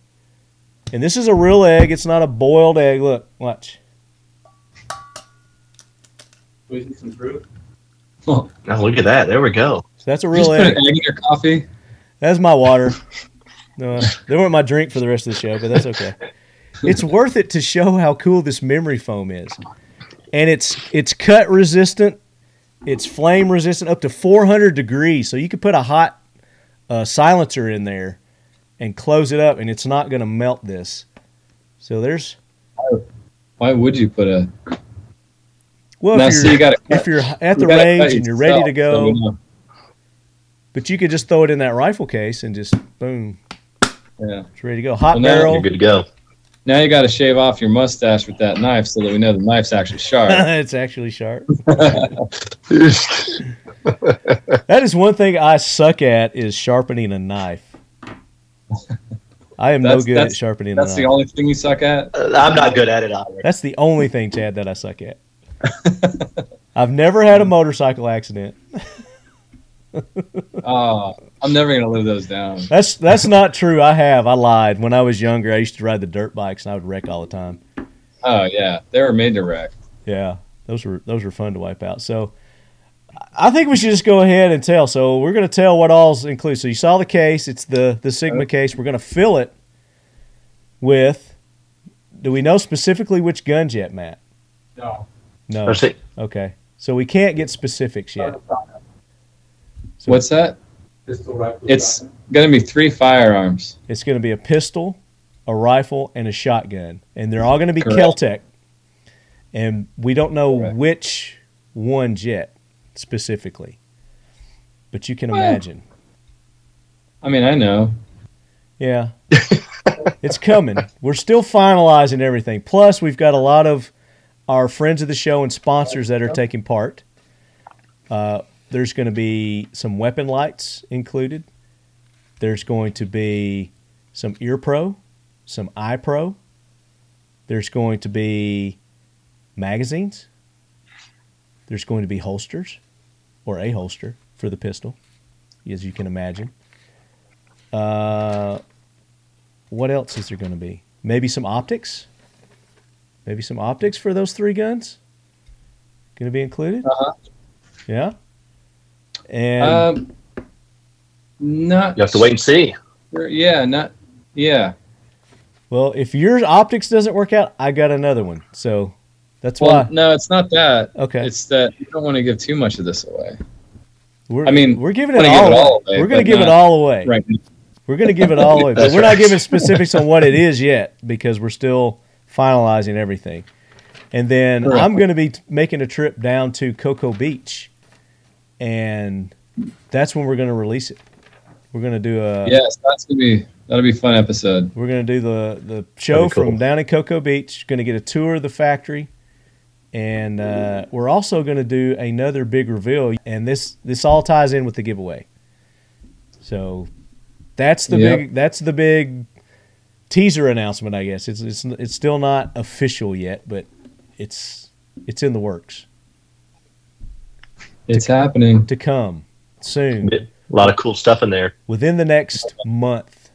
And this is a real egg. It's not a boiled egg. Look, watch.
We need some fruit. Oh,
Now look at that. There we go.
So that's a
Just
real
put
egg.
an egg in your coffee.
That's my water. No, they weren't my drink for the rest of the show, but that's okay. It's worth it to show how cool this memory foam is, and it's it's cut resistant, it's flame resistant up to 400 degrees. So you could put a hot uh, silencer in there and close it up, and it's not going to melt this. So there's
Why would you put a?
well
Now,
if,
so
you're,
you gotta
if
cut.
you're at the
You gotta
range
cut
and you're ready to
yourself, so we
go,
know.
but you could just throw it in that rifle case and just boom,
Yeah.
it's ready to go. Hot
Well, now-
barrel.
You're good to go. Now you got to shave off your mustache with that knife so that we know the knife's actually sharp.
it's actually sharp. that is one thing I suck at is sharpening a knife. I am no good at sharpening
That's
a
the
knife.
only thing you suck at.
Uh, I'm not good at it either.
that's the only thing, Chad, that I suck at. I've never had a motorcycle accident.
Oh, I'm never gonna live those down.
That's that's not true. I have. I lied. When I was younger, I used to ride the dirt bikes and I would wreck all the time.
Oh yeah, they were made to wreck.
Yeah, those were those were fun to wipe out. So I think we should just go ahead and tell. So we're going to tell what all's included. So you saw the case. It's the the Sigma case. We're going to fill it with. Do we know specifically which guns yet, Matt?
No.
No.
Let's see.
Okay. So we can't get specifics yet.
What's that? It's gonna be three firearms.
It's going to be a pistol, a rifle, and a shotgun, and they're all going to be
Correct.
Keltec. And we don't know which one yet specifically, but you can imagine.
I mean, I know.
Yeah. it's coming. We're still finalizing everything. Plus, we've got a lot of our friends of the show and sponsors that are taking part. Uh, there's going to be some weapon lights included. There's going to be some ear pro, some eye pro. There's going to be magazines. There's going to be holsters or a holster for the pistol, as you can imagine. Uh, what else is there going to be? Maybe some optics. Maybe some optics for those three guns. Going to be included.
Uh-huh.
Yeah. And
Um, not.
You have to wait and see.
sure- Yeah, not. Yeah.
well, if your optics doesn't work out, I got another one. So that's
Well,
why
no, it's not that.
Okay.
It's that you don't want to give too much of this away.
we're,
I mean,
we're giving
I
it
wanna
all.
give it
away.
all away,
we're
but
going to give it
not
all away.
Right.
We're going to give it all away, but
That's
we're not
right.
giving specifics on what it is yet because we're still finalizing everything. And then
Correct.
I'm going to be t- making a trip down to Cocoa Beach, and that's when we're going to release it. We're going to do a
yes, that's gonna be that'll be a fun episode.
We're gonna do the the show
That'd be cool.
from down in Cocoa Beach. Going to get a tour of the factory, and uh, we're also going to do another big reveal. And this this all ties in with the giveaway. So that's the
Yep.
big that's the big teaser announcement. I guess it's it's it's still not official yet, but it's it's in the works.
It's happening
to come soon.
A lot of cool stuff in there.
Within the next month,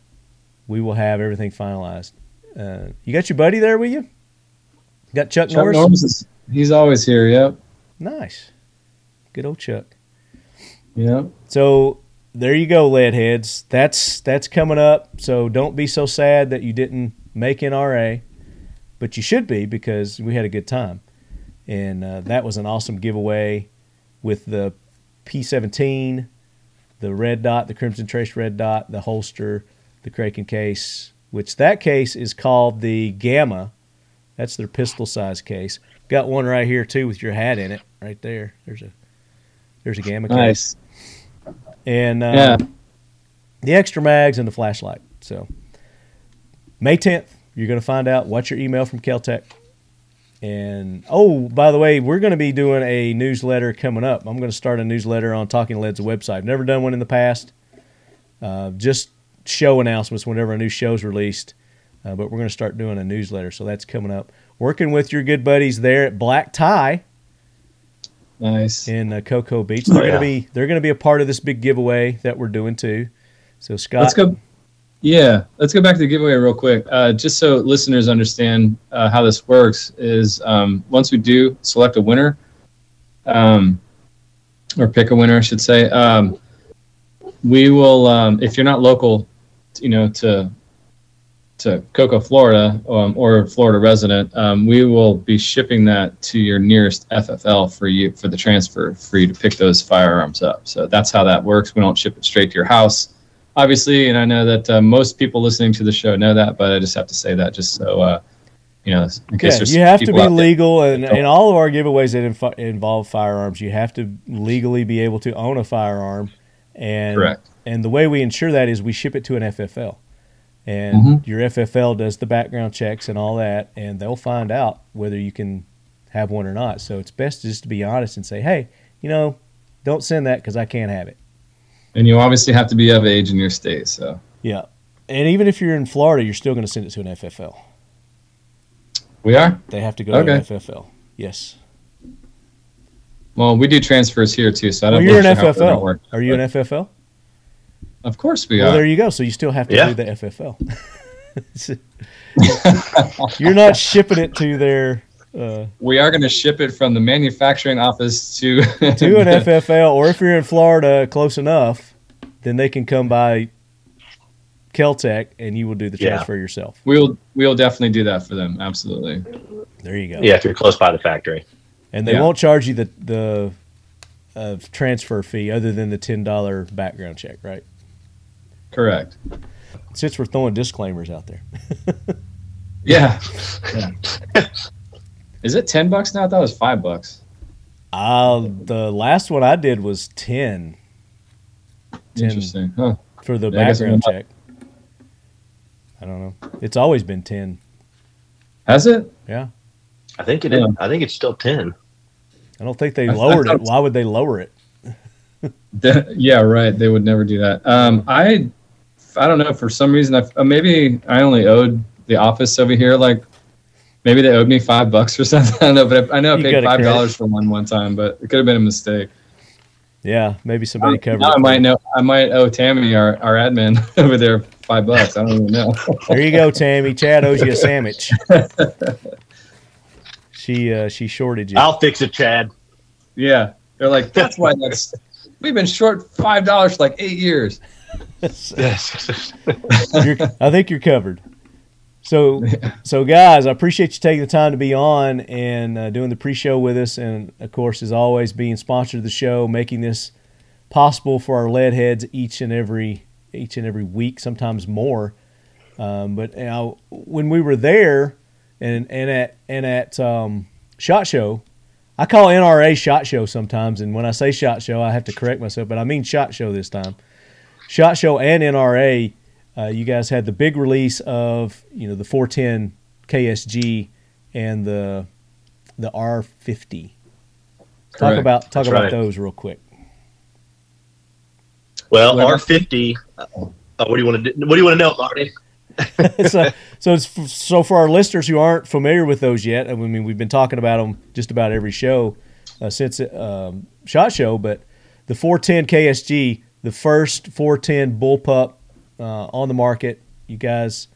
we will have everything finalized. Uh, you got your buddy there with you? Got Chuck,
Chuck
Norris?
Norris is- he's always here. Yep.
Nice. Good old Chuck.
Yeah.
So there you go, lead heads. That's that's coming up. So don't be so sad that you didn't make NRA, but you should be because we had a good time, and uh, that was an awesome giveaway with the P17, the red dot, the crimson trace red dot, the holster, the Kraken case, which that case is called the Gamma. That's their pistol size case. Got one right here too with your hat in it, right there. There's a there's a Gamma
Nice.
case. And uh,
Yeah.
the extra mags and the flashlight. So May 10th, you're going to find out. Watch your email from Caltech. And oh, by the way, we're going to be doing a newsletter coming up. I'm going to start a newsletter on Talking Lead's website. Never done one in the past. Uh, just show announcements whenever a new show's released. Uh, but we're going to start doing a newsletter, so that's coming up. Working with your good buddies there at Black Tie.
Nice.
In uh, Cocoa Beach, they're
Oh, yeah.
going to be they're going to be a part of this big giveaway that we're doing too. So Scott,
Let's go. Yeah, let's go back to the giveaway real quick. Uh, just so listeners understand uh, how this works is um, once we do select a winner, um, or pick a winner, I should say, um, we will. Um, if you're not local, you know, to to Cocoa, Florida, um, or a Florida resident, um, we will be shipping that to your nearest FFL for you for the transfer for you to pick those firearms up. So that's how that works. We don't ship it straight to your house, obviously, and I know that uh, most people listening to the show know that, but I just have to say that just so uh, you know, in case
Yeah,
there's
you have to
people
be
out there-
legal, and,
don't-
and all of our giveaways that inf- involve firearms, you have to legally be able to own a firearm. And
Correct.
and the way we ensure that is we ship it to an FFL, and
Mhm.
your FFL does the background checks and all that, and they'll find out whether you can have one or not. So it's best just to be honest and say, hey, you know, don't send that because I can't have it.
And you obviously have to be of age in your state. So
Yeah, and even if you're in Florida, you're still going to send it to an FFL.
we are.
They have to go
Okay.
to an FFL. Yes.
Well, we do transfers here too, so I
Well,
don't.
you're
know
an
how that
FFL.
works,
Are you
but
an FFL?
Of course we
Well,
are.
there you go. So you still have to
Yeah.
do the FFL. You're not shipping it to their uh,
We are going to ship it from the manufacturing office to
to an FFL, or if you're in Florida close enough, then they can come by Keltec and you will do the
Yeah.
transfer yourself.
We'll we'll definitely do that for them. Absolutely.
There you go.
Yeah, if you're close by the factory.
And they
Yeah.
won't charge you the the uh, transfer fee other than the ten dollar background check, right?
Correct.
Since we're throwing disclaimers out there.
Yeah. Yeah. Is it ten bucks now? I thought it was five bucks.
Uh, the last one I did was 10. 10
Interesting, huh.
For the
Yeah, I guess it went
background check. I don't know. It's always been 10.
Has it?
Yeah.
I think it is. I think it's still ten.
I don't think they
I- I
lowered it.
thought-
Why would they lower it?
That- yeah, right. They would never do that. Um, I, I don't know. For some reason, I uh, maybe I only owed the office over here like maybe they owed me five bucks or something. I don't know, but I, I know I
You
paid
got a
five
credit.
dollars for one one time, but it could have been a mistake.
Yeah, maybe somebody
Uh,
covered
now
it.
I might know. I might owe Tammy our, our admin over there five bucks. I don't even know.
There you go, Tammy. Chad owes you a sandwich. she uh, she shorted you.
I'll fix it, Chad.
Yeah, they're like that's why that's we've been short five dollars for like eight years.
yes.
You're, I think you're covered. So, so guys, I appreciate you taking the time to be on and uh, doing the pre-show with us, and of course, as always, being sponsored of the show, making this possible for our lead heads each and every each and every week, sometimes more. Um, but you know, when we were there and and at and at um, Shot Show, I call NRA Shot Show sometimes, and when I say Shot Show, I have to correct myself, but I mean Shot Show this time. Shot Show and NRA, uh, you guys had the big release of you know the 410 KSG and the the R50. Talk
Correct.
about talk
That's
about
right.
those real quick.
Well, R fifty. Oh, what do you want to do? What do you want to know, Marty?
so, so it's f- so for our listeners who aren't familiar with those yet. I mean, we've been talking about them just about every show uh, since um, Shot Show, but the 410 KSG, the first 410 bullpup uh, on the market. You guys,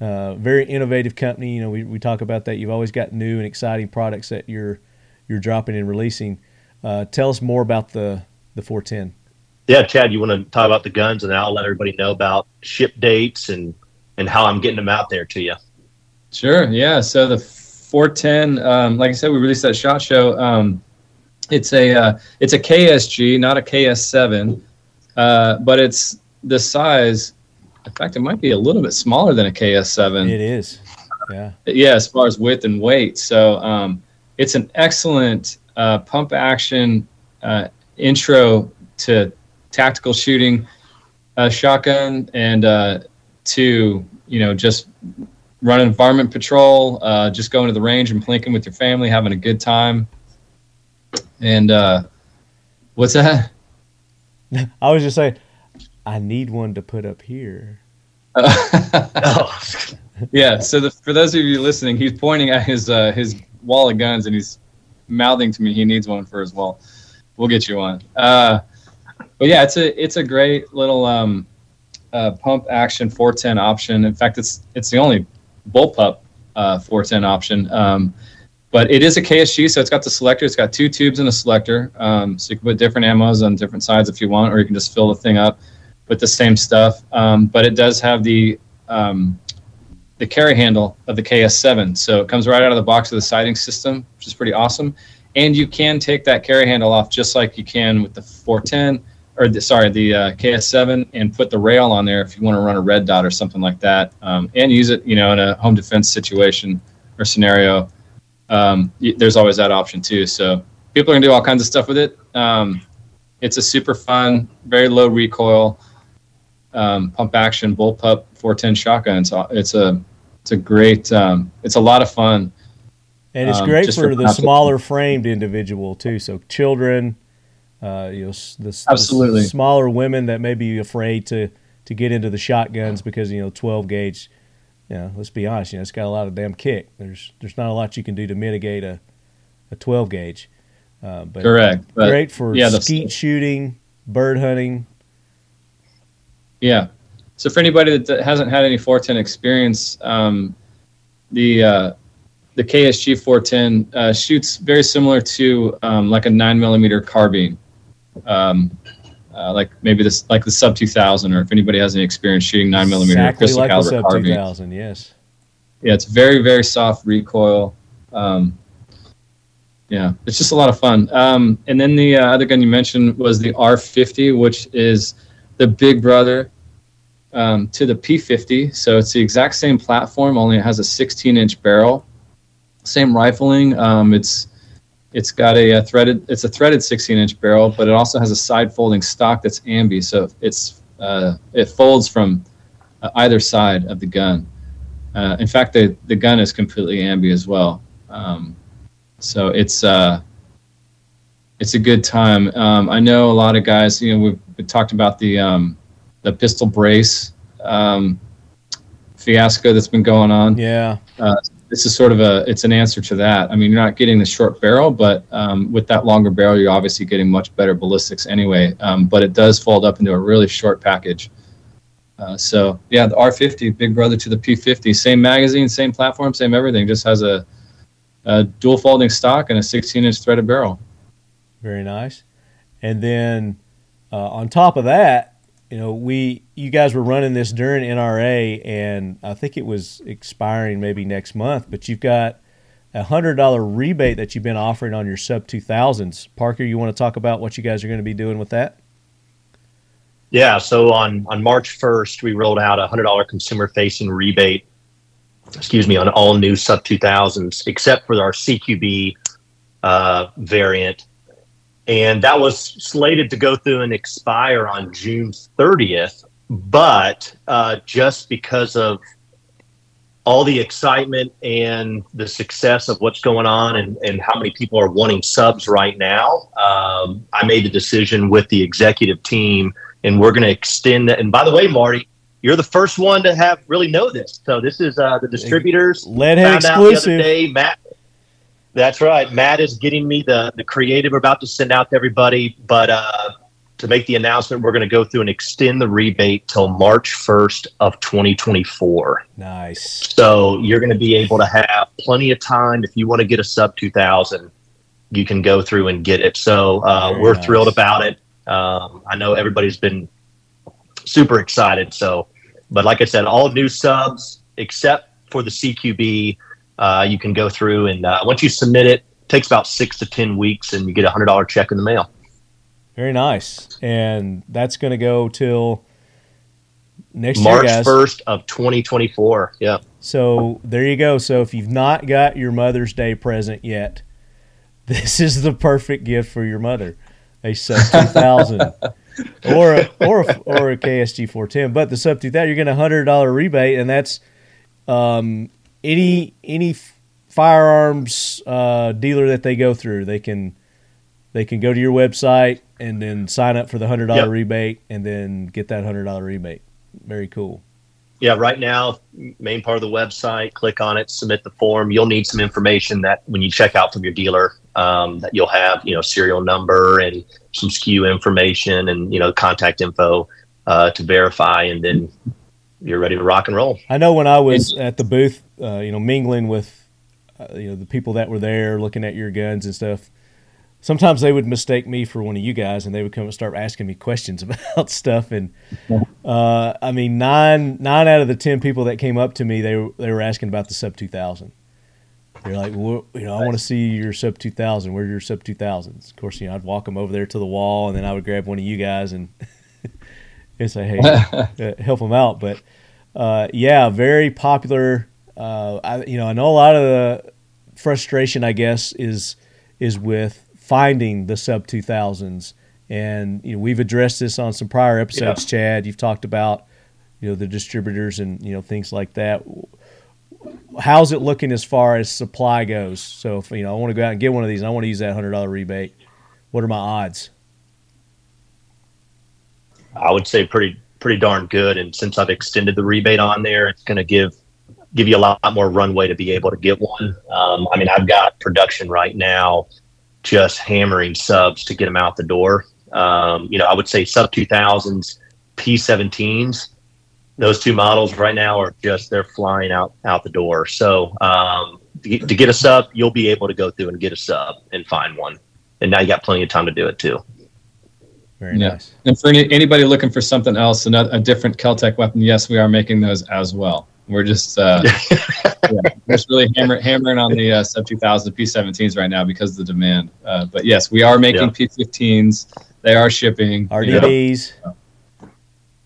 uh, very innovative company. You know, we, we talk about that. You've always got new and exciting products that you're you're dropping and releasing. Uh, tell us more about the the 410.
Yeah, Chad, you want to talk about the guns, and I'll let everybody know about ship dates and and how I'm getting them out there to you.
Sure. Yeah. So the 410, um, like I said, we released that shot show. Um, it's a uh, it's a KSG, not a KS7, uh, but it's the size. In fact, it might be a little bit smaller than a KS7.
It is. Yeah.
yeah, as far as width and weight. So um, it's an excellent uh, pump action uh, intro to tactical shooting uh, shotgun and uh, to you know just running varmint patrol, uh, just going to the range and plinking with your family, having a good time. And uh, what's that?
I was just saying, I need one to put up here.
yeah. So the, for those of you listening, he's pointing at his uh, his wall of guns and he's mouthing to me he needs one for his wall. We'll get you one. Uh, but yeah, it's a it's a great little um, uh, pump action 410 option. In fact, it's it's the only bullpup uh, 410 option. Um, but it is a KSG, so it's got the selector. It's got two tubes and a selector, um, so you can put different ammos on different sides if you want, or you can just fill the thing up with the same stuff. Um, but it does have the um, the carry handle of the KS7. So it comes right out of the box of the sighting system, which is pretty awesome. And you can take that carry handle off just like you can with the 410, or the, sorry, the uh, KS7, and put the rail on there if you want to run a red dot or something like that, um, and use it, you know, in a home defense situation or scenario. Um, y- there's always that option too. So people are gonna do all kinds of stuff with it. Um, it's a super fun, very low recoil, um, pump action bullpup 410 shotgun. It's a, it's a it's a great um, it's a lot of fun
And it's
um,
great
just
for the
concept.
smaller framed individual too. So children, uh, you know, s- the, s- the s-
Absolutely.
smaller women that may be afraid to to get into the shotguns because you know 12 gauge. You know, let's be honest. You know, it's got a lot of damn kick. There's there's not a lot you can do to mitigate a a 12 gauge. Uh, but
Correct, but-
great for
yeah, the-
skeet shooting, bird hunting.
Yeah. So for anybody that d- hasn't had any 410 experience, um, the uh, the KSG 410 uh, shoots very similar to um, like a nine millimeter carbine, um, uh, like maybe this like the sub 2000, or if anybody has any experience shooting nine millimeter
exactly
crystal
like the
caliber
sub
carbine.
2000. Yes.
Yeah, it's very very soft recoil. Um, yeah, it's just a lot of fun. Um, and then the uh, other gun you mentioned was the R50, which is the big brother um, to the P50. So it's the exact same platform, only it has a 16 inch barrel, same rifling. Um, it's it's got a, uh threaded it's a threaded 16 inch barrel, but it also has a side folding stock that's ambi, so it's uh, it folds from uh, either side of the gun. Uh, in fact, the, the gun is completely ambi as well. Um, so it's uh, it's a good time. Um, I know a lot of guys. You know, we've, we talked about the um, the pistol brace um, fiasco that's been going on.
Yeah.
Uh, this is sort of a it's an answer to that. I mean, you're not getting the short barrel, but um, with that longer barrel, you're obviously getting much better ballistics anyway. Um, but it does fold up into a really short package. Uh, so yeah, the R50, big brother to the P50, same magazine, same platform, same everything. Just has a, a dual folding stock and a 16-inch threaded barrel.
Very nice. And then uh, on top of that, you know, we you guys were running this during NRA, and I think it was expiring maybe next month. But you've got a hundred dollar rebate that you've been offering on your sub two thousands. Parker, you want to talk about what you guys are going to be doing with that?
Yeah, so on on March 1st, we rolled out a hundred dollar consumer facing rebate. Excuse me, on all new sub 2000s, except for our CQB uh, variant, and that was slated to go through and expire on June 30th. But uh, just because of all the excitement and the success of what's going on and, and how many people are wanting subs right now, um, I made the decision with the executive team, and we're going to extend that. And by the way, Marty, you're the first one to have really know this. So this is uh, the distributors.
Leadhead
Found out the other
exclusive.
day, Matt. That's right. Matt is getting me the the creative we're about to send out to everybody, but uh, to make the announcement, we're going to go through and extend the rebate till March 1st of 2024.
Nice.
So you're going to be able to have plenty of time if you want to get a sub 2000. You can go through and get it. So uh,
Very
we're
nice.
thrilled about it. Um, I know everybody's been super excited. So, but like I said, all new subs except for the CQB. Uh, you can go through and uh, once you submit it, takes about six to ten weeks, and you get a hundred dollar check in the mail.
Very nice. And that's going to go till next year,
March
guys.
1st of 2024. Yeah.
So there you go. So if you've not got your Mother's Day present yet, this is the perfect gift for your mother, a sub two thousand, or a, or a, or a KSG four ten. But the sub two thousand, you're getting a hundred dollar rebate, and that's um, any any firearms uh, dealer that they go through, they can they can go to your website and then sign up for the hundred dollar
Yep.
rebate, and then get that hundred dollar rebate. Very cool.
Yeah, right now, main part of the website, click on it, submit the form. You'll need some information that when you check out from your dealer, um, that you'll have, you know, serial number and some SKU information and, you know, contact info uh, to verify. And then you're ready to rock and roll.
I know when I was at the booth, uh, you know, mingling with, uh, you know, the people that were there looking at your guns and stuff. Sometimes they would mistake me for one of you guys, and they would come and start asking me questions about stuff. And uh, I mean, nine nine out of the ten people that came up to me, they were- they were asking about the sub two thousand. They're like, well, you know, I want to see your sub two thousand. Where are your sub two thousands? Of course, you know, I'd walk them over there to the wall, and then I would grab one of you guys and and say, hey, uh, help them out. But uh, yeah, very popular. Uh, I, you know, I know a lot of the frustration, I guess, is is with finding the sub two thousands, and you know, we've addressed this on some prior episodes. Chad, you've talked about you know the distributors and you know things like that. How's it looking as far as supply goes? So if you know I want to go out and get one of these, and I want to use that hundred dollar rebate. What are my odds?
I would say pretty pretty darn good. And since I've extended the rebate on there, it's going to give give you a lot more runway to be able to get one. Um, I mean, I've got production right now, just hammering subs to get them out the door. Um, you know, I would say sub two thousands, P seventeens. Those two models right now are just they're flying out out the door. So um, to, get- to get a sub, you'll be able to go through and get a sub and find one. And now you got plenty of time to do it too.
Very
nice. And for any, anybody looking for something else, another, a different Kel-Tec weapon, yes, we are making those as well. We're just uh, yeah, we're just really hammer, hammering on the uh, sub 2000 P17s right now because of the demand. Uh, but yes, we are making P15s. They are shipping. you know.
RDDs,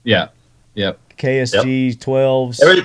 Yeah. Yep.
KSG twelves.
Every-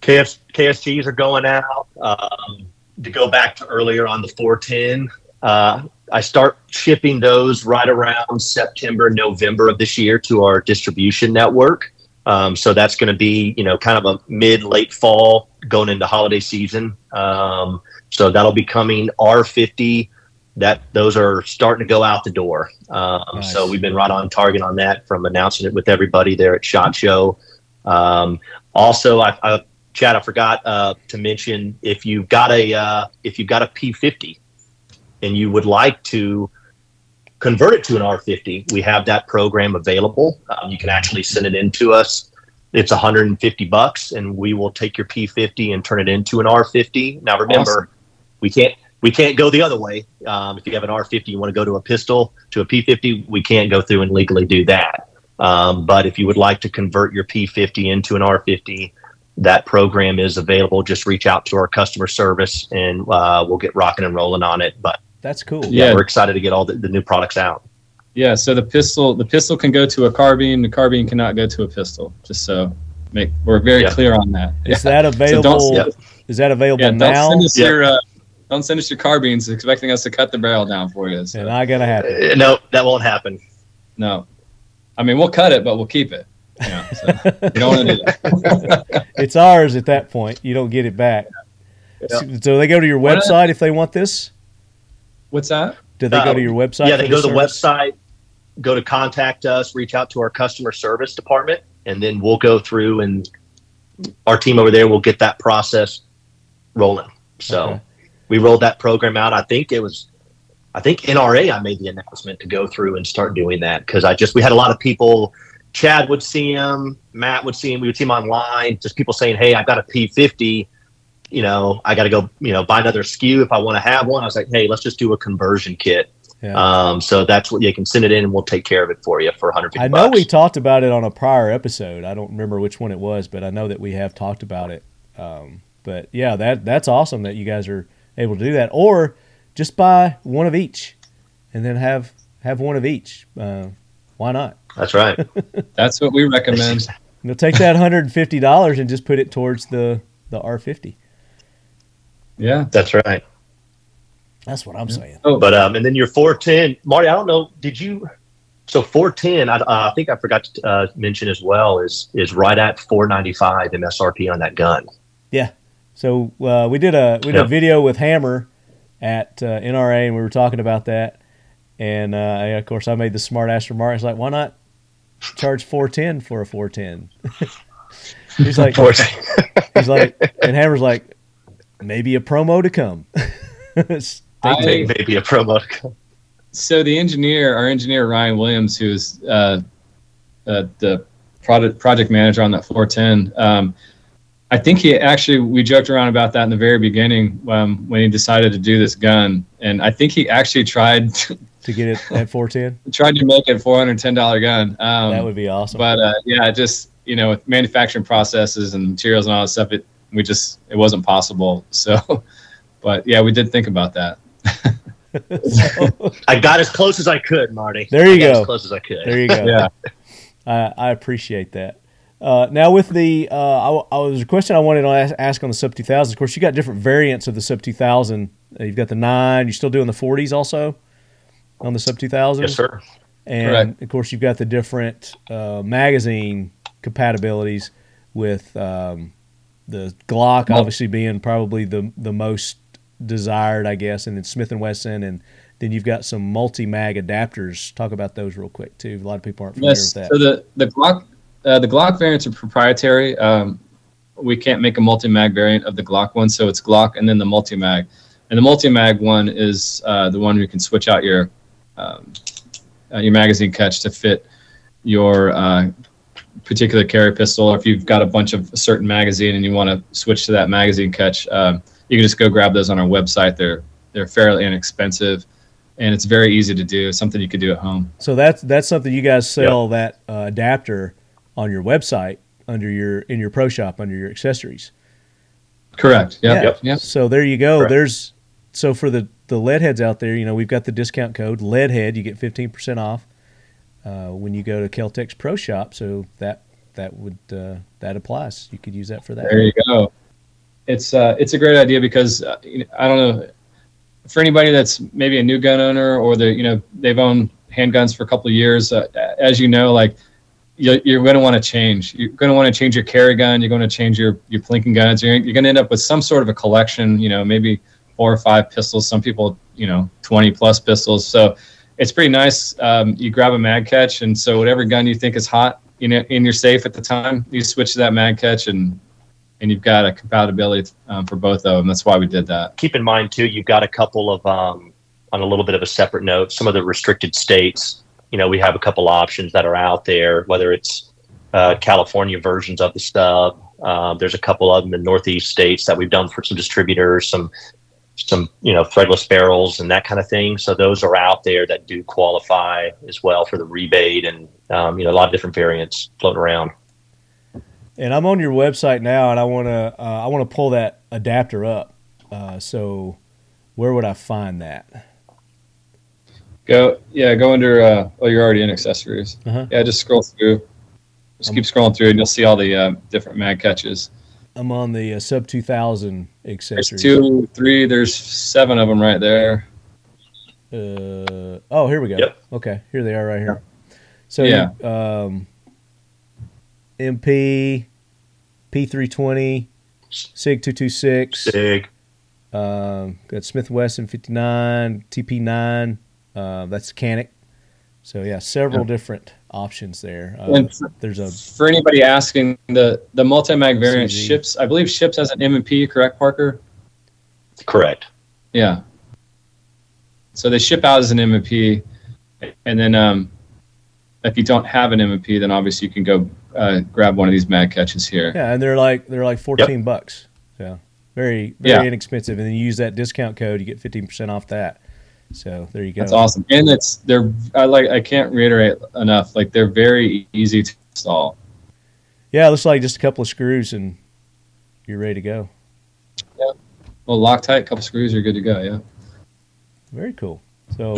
KS, KSGs are going out. Um, to go back to earlier on the 410, uh, I start shipping those right around September, November of this year to our distribution network. Um, so that's going to be, you know, kind of a mid late fall going into holiday season. Um, so that'll be coming R50. That those are starting to go out the door. Um, So we've been right on target on that from announcing it with everybody there at Shot Show. Um, also, I, I, Chad, I forgot uh, to mention if you've got a uh, if you've got a P50 and you would like to convert it to an R50, we have that program available. Um, you can actually send it in to us. It's 150 bucks, and we will take your P50 and turn it into an R50. Now, remember,
Awesome.
we can't we can't go the other way. Um, if you have an R50, you want to go to a pistol to a P50, we can't go through and legally do that. Um, but if you would like to convert your P50 into an R50, that program is available. Just reach out to our customer service, and uh, we'll get rocking and rolling on it. But
That's cool.
yeah, we're excited to get all the, the new products out.
Yeah, so the pistol the pistol can go to a carbine, the carbine cannot go to a pistol. Just so make we're very
Yeah.
clear on that.
Is
Yeah.
that available?
So don't,
Is that available
yeah,
now?
don't send us your uh, don't send us your carbines expecting us to cut the barrel down for you. So.
not gonna happen.
Uh, no, that won't happen. No, I mean we'll cut it, but we'll keep it. Yeah, so you don't want to do that.
it's ours at that point. You don't get it back.
Yeah.
So, so they go to your
Why not?
website if they want this.
What's that?
Do they go to your
Uh,
website?
Yeah,
for
they go to the
this
website,
service?
go to contact us, reach out to our customer service department, and then we'll go through and our team over there will get that process rolling. So we rolled that program out. I think it was, I think NRA, I made the announcement to go through and start doing that because I just, we had a lot of people. Chad would see him, Matt would see him, we would see him online, just people saying, Hey, I've got a P50 you know, I got to go, you know, buy another SKU if I want to have one. I was like, hey, let's just do a conversion kit.
Yeah.
Um, so that's what you can send it in, and we'll take care of it for you for 150.
I know we talked about it on a prior episode. I don't remember which one it was, but I know that we have talked about it. Um, but yeah, that that's awesome that you guys are able to do that, or just buy one of each, and then have have one of each. Uh, why not?
That's right.
That's what we recommend.
You'll take that hundred and fifty dollars and just put it towards the the R fifty.
Yeah,
that's right.
That's what I'm saying.
But um, and then your 410, Marty. I don't know. Did you? So 410, I, uh, I think I forgot to uh, mention as well is is right at 495 MSRP on that gun.
Yeah. So uh, we did a we did
Yeah.
a video with Hammer at uh, NRA, and we were talking about that. And uh, I, of course, I made the smart ass remark. It's like, why not charge four ten for a four ten? he's like, he's like, and Hammer's like, maybe a promo to come. Stay
I-
tuned.
Maybe a promo. to come.
So the engineer, our engineer Ryan Williams, who's uh, uh, the product project manager on that 410, um, I think he actually we joked around about that in the very beginning um, when he decided to do this gun, and I think he actually tried
to get it at four ten.
tried to make a four hundred ten dollar gun. Um,
That would be awesome.
But uh, yeah, just you know, with manufacturing processes and materials and all that stuff, it we just it wasn't possible. So, but yeah, we did think about that.
I got as close as I could, Marty.
There you
I got
go.
As close as I could.
There you go. I, I appreciate that. Uh, now with the uh, I, w- I was a question I wanted to ask, ask on the sub 2000. Of course, you got different variants of the sub 2000. Uh, You've got the nine. You're still doing the 40s also on the sub 2000.
Yes, sir.
And
Correct.
of course, you've got the different uh, magazine compatibilities with um, the Glock,
Mul-
obviously being probably the the most desired, I guess, and then Smith and Wesson, and then you've got some multi mag adapters. Talk about those real quick too. A lot of people aren't familiar
Yes.
with that.
So the the Glock uh, the Glock variants are proprietary. Um, we can't make a multi mag variant of the Glock one, so it's Glock and then the multi mag, and the multi mag one is uh, the one where you can switch out your um, uh, your magazine catch to fit your uh, particular carry pistol. Or if you've got a bunch of a certain magazine and you want to switch to that magazine catch, um, you can just go grab those on our website. They're they're fairly inexpensive, and it's very easy to do. Something you could do at home.
So that's that's something you guys sell that uh, adapter on your website under your in your pro shop under your accessories.
Correct. Yep.
Yeah.
Yep. Yep.
So there you go.
Correct.
There's so for the the lead heads out there, you know, we've got the discount code leadhead. You get fifteen percent off uh, when you go to Keltex Pro Shop. So that that would uh, that applies. You could use that for that.
There you go. It's uh, it's a great idea because uh, you know, I don't know for anybody that's maybe a new gun owner or the you know they've owned handguns for a couple of years. Uh, as you know, like you're, you're going to want to change. You're going to want to change your carry gun. You're going to change your your plinking guns. You're, you're going to end up with some sort of a collection. You know, maybe four or five pistols. Some people, you know, twenty plus pistols. So it's pretty nice. Um, you grab a mag catch, and so whatever gun you think is hot, you know, in your safe at the time, you switch to that mag catch, and and you've got a compatibility um, for both of them. That's why we did that.
keep in mind too, you've got a couple of um, on a little bit of a separate note. Some of the restricted states, you know, we have a couple options that are out there. Whether it's uh, California versions of the stub, um, there's a couple of them in Northeast states that we've done for some distributors, some some you know threadless barrels and that kind of thing. So those are out there that do qualify as well for the rebate and um, you know a lot of different variants floating around.
And I'm on your website now, and I want to uh, I want to pull that adapter up. Uh, so where would I find that?
Go yeah, go under. Uh, oh, you're already in accessories.
Uh-huh.
Yeah, just scroll through. Just keep scrolling through, and you'll see all the uh, different mag catches.
I'm on the uh, sub 2000
There's
accessories.
two, three. There's seven of them right there.
Uh, oh, here we go.
Yep.
Okay, here they are right here. So,
Yeah.
um, MP, P320, SIG 226,
SIG.
Um, got Smith Wesson 59, TP9. Uh, that's Canic. So, yeah, several
Yeah.
different options there. Uh,
And for-
there's a
For anybody asking, the the multi mag variant
CZ.
ships. I believe ships has an M and P, correct, Parker?
Correct.
Yeah. So they ship out as an M and P, and then um, if you don't have an M and P, then obviously you can go uh, grab one of these mag catches here.
Yeah, and they're like they're like fourteen bucks. So very very
Yeah.
inexpensive, and then you use that discount code, you get fifteen percent off that. So there you go.
That's awesome, and it's they're I like I can't reiterate enough. Like they're very easy to install.
Yeah, it looks like just a couple of screws and you're ready to go.
Well, Loctite, couple screws, you're good to go. Yeah.
Very cool. So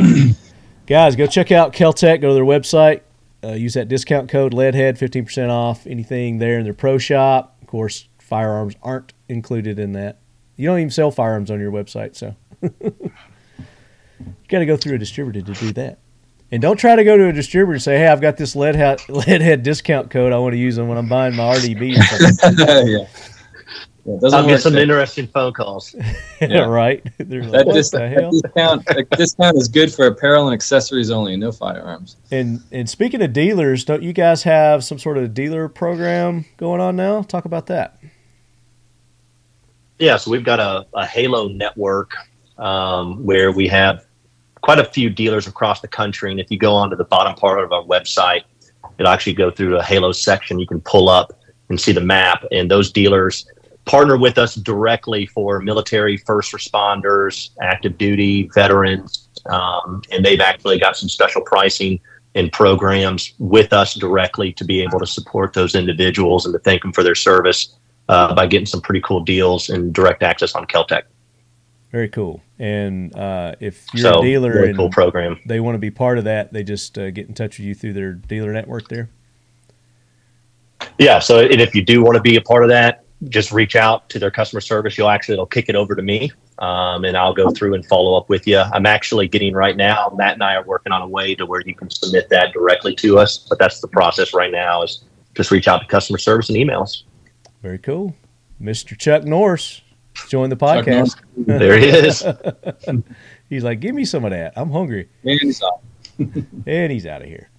guys, go check out Keltec. Go to their website. Uh, use that discount code Leadhead, fifteen percent off anything there in their pro shop. Of course, firearms aren't included in that. You don't even sell firearms on your website, so you got to go through a distributor to do that. And don't try to go to a distributor and say, "Hey, I've got this lead hat, lead head discount code. I want to use them when I'm buying my RDB." Or something.
yeah. doesn't
I'll
work,
get some
so-
interesting phone calls.
Yeah.
right. They're like,
That,
"What
dis-
the
that
hell?"
discount that discount is good for apparel and accessories only, no firearms.
And and speaking of dealers, don't you guys have some sort of dealer program going on now? Talk about that.
Yeah, so we've got a, a Halo network um, where we have quite a few dealers across the country. And if you go onto the bottom part of our website, it'll actually go through a Halo section. You can pull up and see the map. And those dealers partner with us directly for military, first responders, active duty, veterans. Um, and they've actually got some special pricing and programs with us directly to be able to support those individuals and to thank them for their service uh, by getting some pretty cool deals and direct access on Keltec.
Very cool. And uh, if you're
So,
a dealer
very
and
cool program.
they want to be part of that, they just uh, get in touch with you through their dealer network there.
Yeah. So, and if you do want to be a part of that, just reach out to their customer service. You'll actually they'll kick it over to me, um, and I'll go through and follow up with you. I'm actually getting right now. Matt and I are working on a way to where you can submit that directly to us. But that's the process right now is just reach out to customer service and emails.
Very cool. Mr. Chuck Norris joined the
Chuck
podcast.
Norris. There he is.
he's like, give me some of that. I'm hungry.
And he's off.
and he's out of here.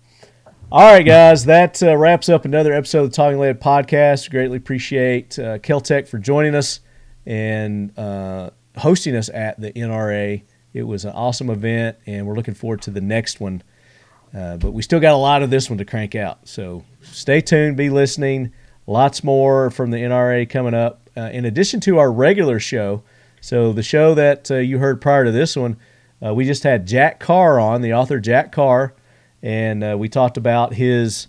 All right, guys, that uh, wraps up another episode of the Talking Lead podcast. Greatly appreciate uh, Keltec for joining us and uh, hosting us at the NRA. It was an awesome event, and we're looking forward to the next one. Uh, but we still got a lot of this one to crank out. So stay tuned, be listening. Lots more from the NRA coming up, uh, in addition to our regular show. So, the show that uh, you heard prior to this one, uh, we just had Jack Carr on, the author Jack Carr, and uh, we talked about his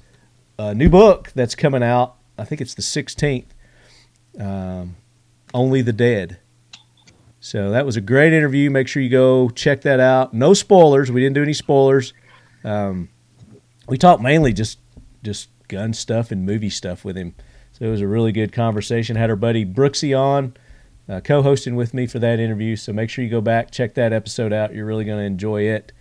uh, new book that's coming out. I think it's the 16th, um, Only the Dead. So that was a great interview. Make sure you go check that out. No spoilers. We didn't do any spoilers. Um, we talked mainly just just gun stuff and movie stuff with him. So it was a really good conversation. Had our buddy Brooksy on, uh, co-hosting with me for that interview. So make sure you go back check that episode out. You're really going to enjoy it.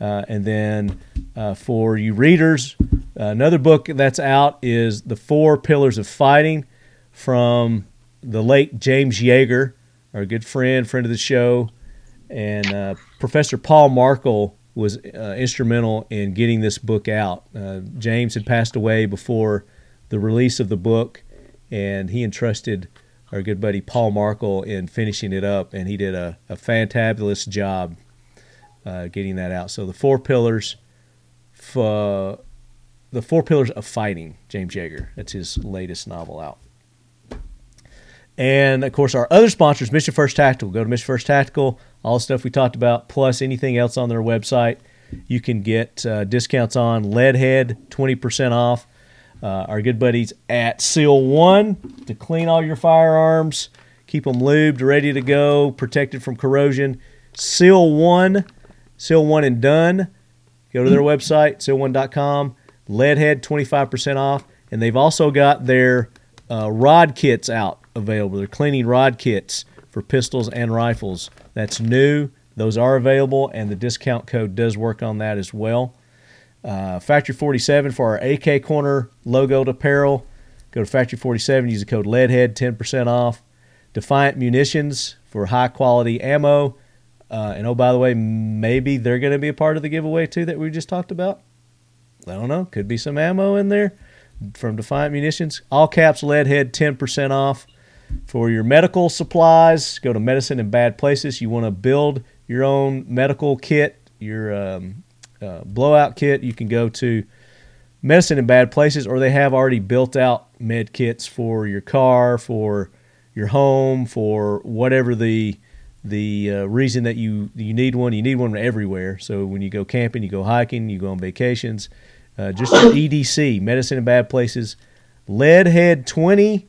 Uh, and then uh, for you readers, another book that's out is The Four Pillars of Fighting from the late James Yeager, our good friend, friend of the show. And uh, Professor Paul Markle was uh, instrumental in getting this book out. Uh, James had passed away before the release of the book, and he entrusted our good buddy Paul Markle in finishing it up, and he did a, a fantabulous job uh, getting that out. So the four pillars, f- the four pillars of fighting. James Yeager. That's his latest novel out. And of course, our other sponsors, Mission First Tactical. Go to Mission First Tactical. All the stuff we talked about, plus anything else on their website, you can get uh, discounts on Leadhead, twenty percent off. Uh, our good buddies at Seal One to clean all your firearms, keep them lubed, ready to go, protected from corrosion. Seal One, Seal One and Done. Go to their website, seal1.com, Leadhead 25% off, and they've also got their uh, rod kits out available. They're cleaning rod kits for pistols and rifles. That's new. Those are available, and the discount code does work on that as well. Uh, Factory 47 for our AK Corner logoed apparel. Go to Factory 47, use the code LEADHEAD, 10% off. Defiant Munitions for high quality ammo. Uh, and oh, by the way, maybe they're going to be a part of the giveaway too that we just talked about. I don't know. Could be some ammo in there from Defiant Munitions. All caps Leadhead, 10% off. For your medical supplies, go to Medicine in Bad Places. You want to build your own medical kit, your um, uh, blowout kit, you can go to Medicine in Bad Places, or they have already built out med kits for your car, for your home, for whatever the the uh, reason that you you need one. You need one everywhere. So when you go camping, you go hiking, you go on vacations. Uh, just EDC, Medicine in Bad Places, Leadhead twenty.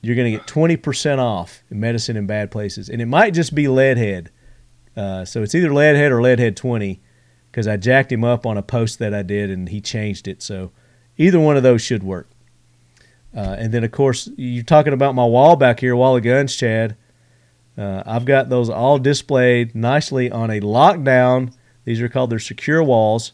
You're going to get twenty percent off in Medicine in Bad Places, and it might just be Leadhead. Uh, so it's either Leadhead or Leadhead twenty because I jacked him up on a post that I did and he changed it. So either one of those should work. Uh, and then, of course, you're talking about my wall back here, wall of guns, Chad. Uh, I've got those all displayed nicely on a lockdown. These are called their secure walls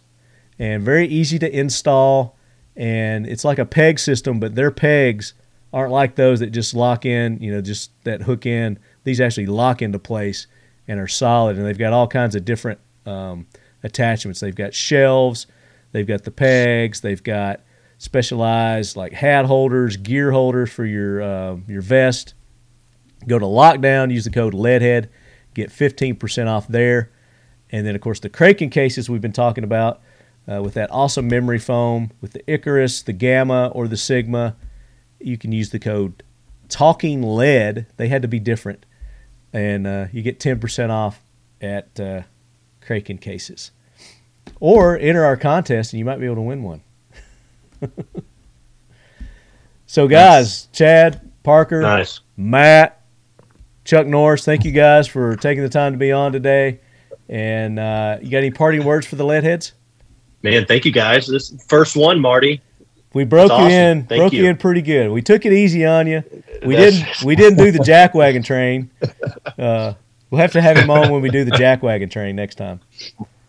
and very easy to install. And it's like a peg system, but their pegs aren't like those that just lock in, you know, just that hook in. These actually lock into place and are solid. And they've got all kinds of different um, attachments. They've got shelves, they've got the pegs, they've got specialized like hat holders, gear holders for your uh, your vest. Go to lockdown, use the code LEADHEAD, get 15% off there. And then, of course, the Kraken cases we've been talking about uh, with that awesome memory foam, with the Icarus, the Gamma, or the Sigma. You can use the code Talking Lead. They had to be different. And uh, you get 10% off at uh, Kraken cases. Or enter our contest and you might be able to win one. so, guys, Chad, Parker,
Nice.
Matt, Chuck Norris, thank you guys for taking the time to be on today. And uh, you got any parting words for the Leadheads?
Man, thank you guys. This first one, Marty.
We broke
That's
you
awesome.
in,
Thank
broke
you.
you. in pretty good. We took it easy on you. We
That's-
didn't, we didn't do the jack wagon train. Uh, we'll have to have him on when we do the jack wagon train next time.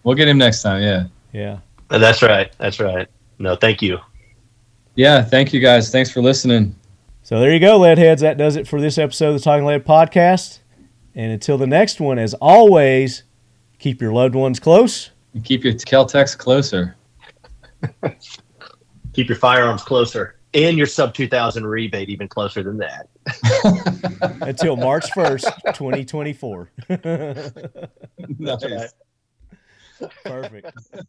We'll get him next time. Yeah.
Yeah.
Uh, That's right. That's right. No, thank you.
Yeah. Thank you guys. Thanks for listening.
So there you go, Leadheads. That does it for this episode of the Talking Lead Podcast. And until the next one, as always, keep your loved ones close.
And keep your Caltex closer.
Keep your firearms closer and your sub 2000 rebate even closer than that.
Until March 1st, 2024.
That's right.
Perfect.